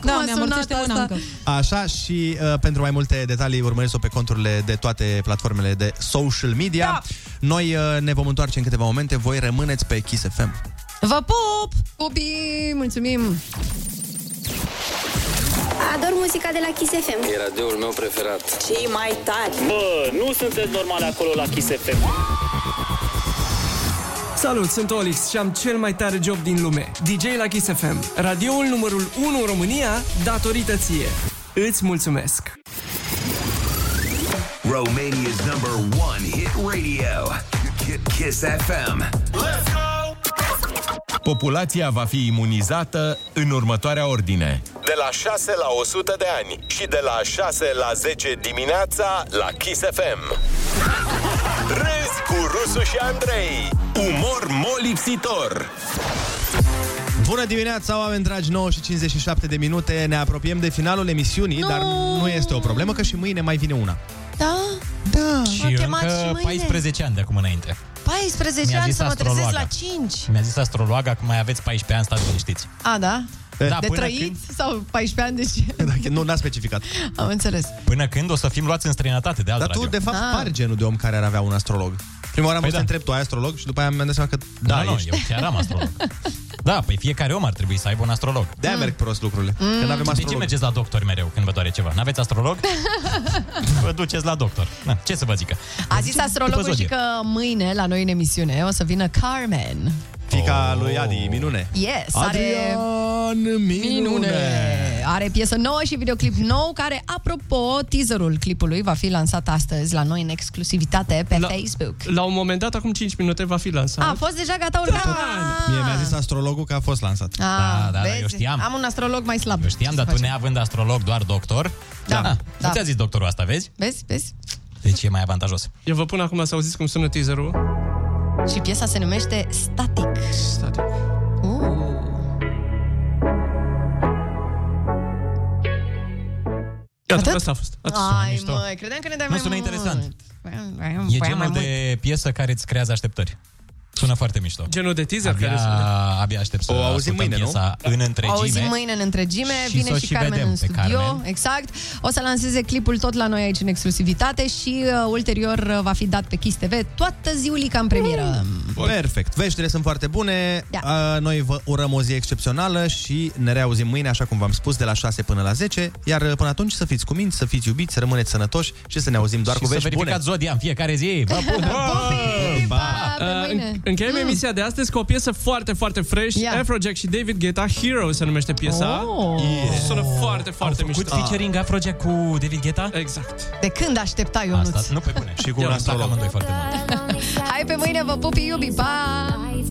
Speaker 17: Da,
Speaker 10: a
Speaker 17: mi-am
Speaker 10: sunat
Speaker 17: mărțește mâna încă.
Speaker 7: Așa și uh, pentru mai multe detalii urmăriți-o pe conturile de toate platformele de social media.
Speaker 17: Da.
Speaker 7: Noi uh, ne vom întoarce în câteva momente, voi rămâneți pe Kiss FM.
Speaker 17: Vă pup!
Speaker 10: Pupi, mulțumim!
Speaker 13: Ador muzica de la Kiss FM.
Speaker 21: E radioul meu preferat.
Speaker 13: Cei mai tari.
Speaker 22: Bă, nu sunteți normali acolo la Kiss FM.
Speaker 9: Salut, sunt Olix și am cel mai tare job din lume. DJ la Kiss FM, radioul numărul 1 în România, datorită ție. Îți mulțumesc!
Speaker 23: Romania's number one hit radio. K- Kiss FM. Let's go!
Speaker 11: Populația va fi imunizată în următoarea ordine.
Speaker 6: De la 6 la 100 de ani
Speaker 11: Și de la 6 la 10 dimineața la Kiss FM. Râzi cu Rusu și Andrei. Umor molipsitor.
Speaker 7: Bună dimineața, oameni dragi, 9 și 57 de minute, ne apropiem de finalul emisiunii, dar nu este o problemă, că și mâine mai vine una.
Speaker 10: Da?
Speaker 7: Da.
Speaker 10: Mă
Speaker 8: Și
Speaker 10: chemați și
Speaker 8: încă
Speaker 10: mâine.
Speaker 8: 14 ani de acum înainte.
Speaker 10: 14
Speaker 8: Mi-a
Speaker 10: ani
Speaker 8: zis
Speaker 10: să mă trezesc
Speaker 8: astrologa.
Speaker 10: la 5.
Speaker 8: Mi-a zis astrologa că mai aveți 14 ani, stați liniștiți.
Speaker 10: A, da?
Speaker 8: Da,
Speaker 10: de
Speaker 8: până
Speaker 10: trăiți sau 14 ani, deci
Speaker 7: Dacă nu, n-a specificat.
Speaker 10: am înțeles.
Speaker 8: Până când o să fim luați în străinătate de alt
Speaker 7: Dar tu,
Speaker 8: radio.
Speaker 7: de fapt,
Speaker 17: Da.
Speaker 10: Ah.
Speaker 7: pari genul de om care ar avea un astrolog. Prima oară am
Speaker 8: Păi
Speaker 7: păi da.
Speaker 8: da.
Speaker 7: întreb, tu ai astrolog? Și după aia mi-am dat seama că da,
Speaker 8: Da, nu,
Speaker 7: ești.
Speaker 8: eu chiar am astrolog. Da, păi fiecare om ar trebui să aibă un astrolog.
Speaker 7: De-aia
Speaker 17: Mm.
Speaker 7: merg prost lucrurile, că n-avem
Speaker 8: De ce
Speaker 7: astrolog.
Speaker 8: mergeți la doctor mereu când vă doare ceva? N-aveți
Speaker 17: [laughs]
Speaker 8: astrolog? Vă duceți la doctor. Na, ce să vă zică?
Speaker 10: [laughs] A zis astrologul
Speaker 8: Da. După
Speaker 10: și
Speaker 8: zodie.
Speaker 10: că mâine la noi în emisiune o să vină Carmen.
Speaker 8: Oh.
Speaker 7: Fica lui Adi, minune.
Speaker 10: Yes, are...
Speaker 7: Adrian, minune.
Speaker 10: Are piesă nouă și videoclip nou care, apropo, teaserul clipului va fi lansat astăzi la noi în exclusivitate pe Facebook.
Speaker 9: La un moment dat, acum 5 minute, va fi lansat.
Speaker 10: A, a fost deja gata urcat.
Speaker 7: Mie mi-a zis astrologul că a fost lansat.
Speaker 10: Ah,
Speaker 8: Da, da, da, eu
Speaker 10: vezi?
Speaker 8: știam.
Speaker 10: Am un astrolog mai slab.
Speaker 8: Eu știam, dar tu neavând astrolog, doar doctor. Da. da.
Speaker 10: da.
Speaker 8: Nu ți-a zis doctorul asta, vezi?
Speaker 10: Vezi, vezi?
Speaker 8: Deci e mai avantajos.
Speaker 9: Eu vă pun acum să auziți cum sună teaserul.
Speaker 10: Și piesa se numește Static.
Speaker 9: Static.
Speaker 10: Uh.
Speaker 9: Iată, asta a fost.
Speaker 10: Ai, măi, credeam că ne dai
Speaker 8: Nu
Speaker 10: mai
Speaker 8: sună
Speaker 10: mult.
Speaker 8: interesant.
Speaker 10: Vreau-
Speaker 8: E
Speaker 10: vreau mai
Speaker 8: genul
Speaker 10: mult.
Speaker 8: de piesă care îți creează așteptări. Sună foarte mișto.
Speaker 9: Genul de teaser
Speaker 8: abia,
Speaker 9: care sună.
Speaker 8: Abia aștept să
Speaker 7: O auzim
Speaker 8: ascultăm
Speaker 7: mâine, nu?
Speaker 8: piesa în întregime.
Speaker 10: Auzim mâine în întregime,
Speaker 8: Și
Speaker 10: vine
Speaker 8: s-o
Speaker 10: și
Speaker 8: și
Speaker 10: Carmen
Speaker 8: vedem
Speaker 10: în
Speaker 8: pe
Speaker 10: studio,
Speaker 8: Carmen.
Speaker 10: exact. O să lanseze clipul tot la noi aici în exclusivitate și uh, ulterior uh, va fi dat pe Kiss TV toată ziulica în premieră.
Speaker 7: Perfect. Veștile sunt foarte bune.
Speaker 10: Da.
Speaker 7: A, Noi vă urăm o zi excepțională și ne reauzim mâine, așa cum v-am spus, de la 6 până la 10. Iar uh, până atunci să fiți cuminți, să fiți iubiți, să rămâneți sănătoși și să ne auzim doar
Speaker 8: și
Speaker 7: cu
Speaker 8: să
Speaker 7: vești bune.
Speaker 8: verificați zodia în fiecare
Speaker 10: [laughs]
Speaker 8: zi. Vă pup!
Speaker 9: Uh, în- Încheiem emisia de astăzi cu o piesă foarte, foarte fresh.
Speaker 8: Mm. Ia.
Speaker 9: Afrojack și David Guetta, Hero se numește piesa.
Speaker 10: Oh.
Speaker 8: Yeah.
Speaker 9: Sună foarte, foarte
Speaker 8: Au făcut
Speaker 9: mișto. Ah.
Speaker 8: featuring Afrojack cu David Guetta?
Speaker 9: Exact.
Speaker 10: De când așteptai, Ionuț?
Speaker 8: Asta, nu pe bune. Și
Speaker 7: cu un astrolog.
Speaker 8: amândoi foarte mult.
Speaker 10: Hai pe mâine, vă pupi, iubi, pa!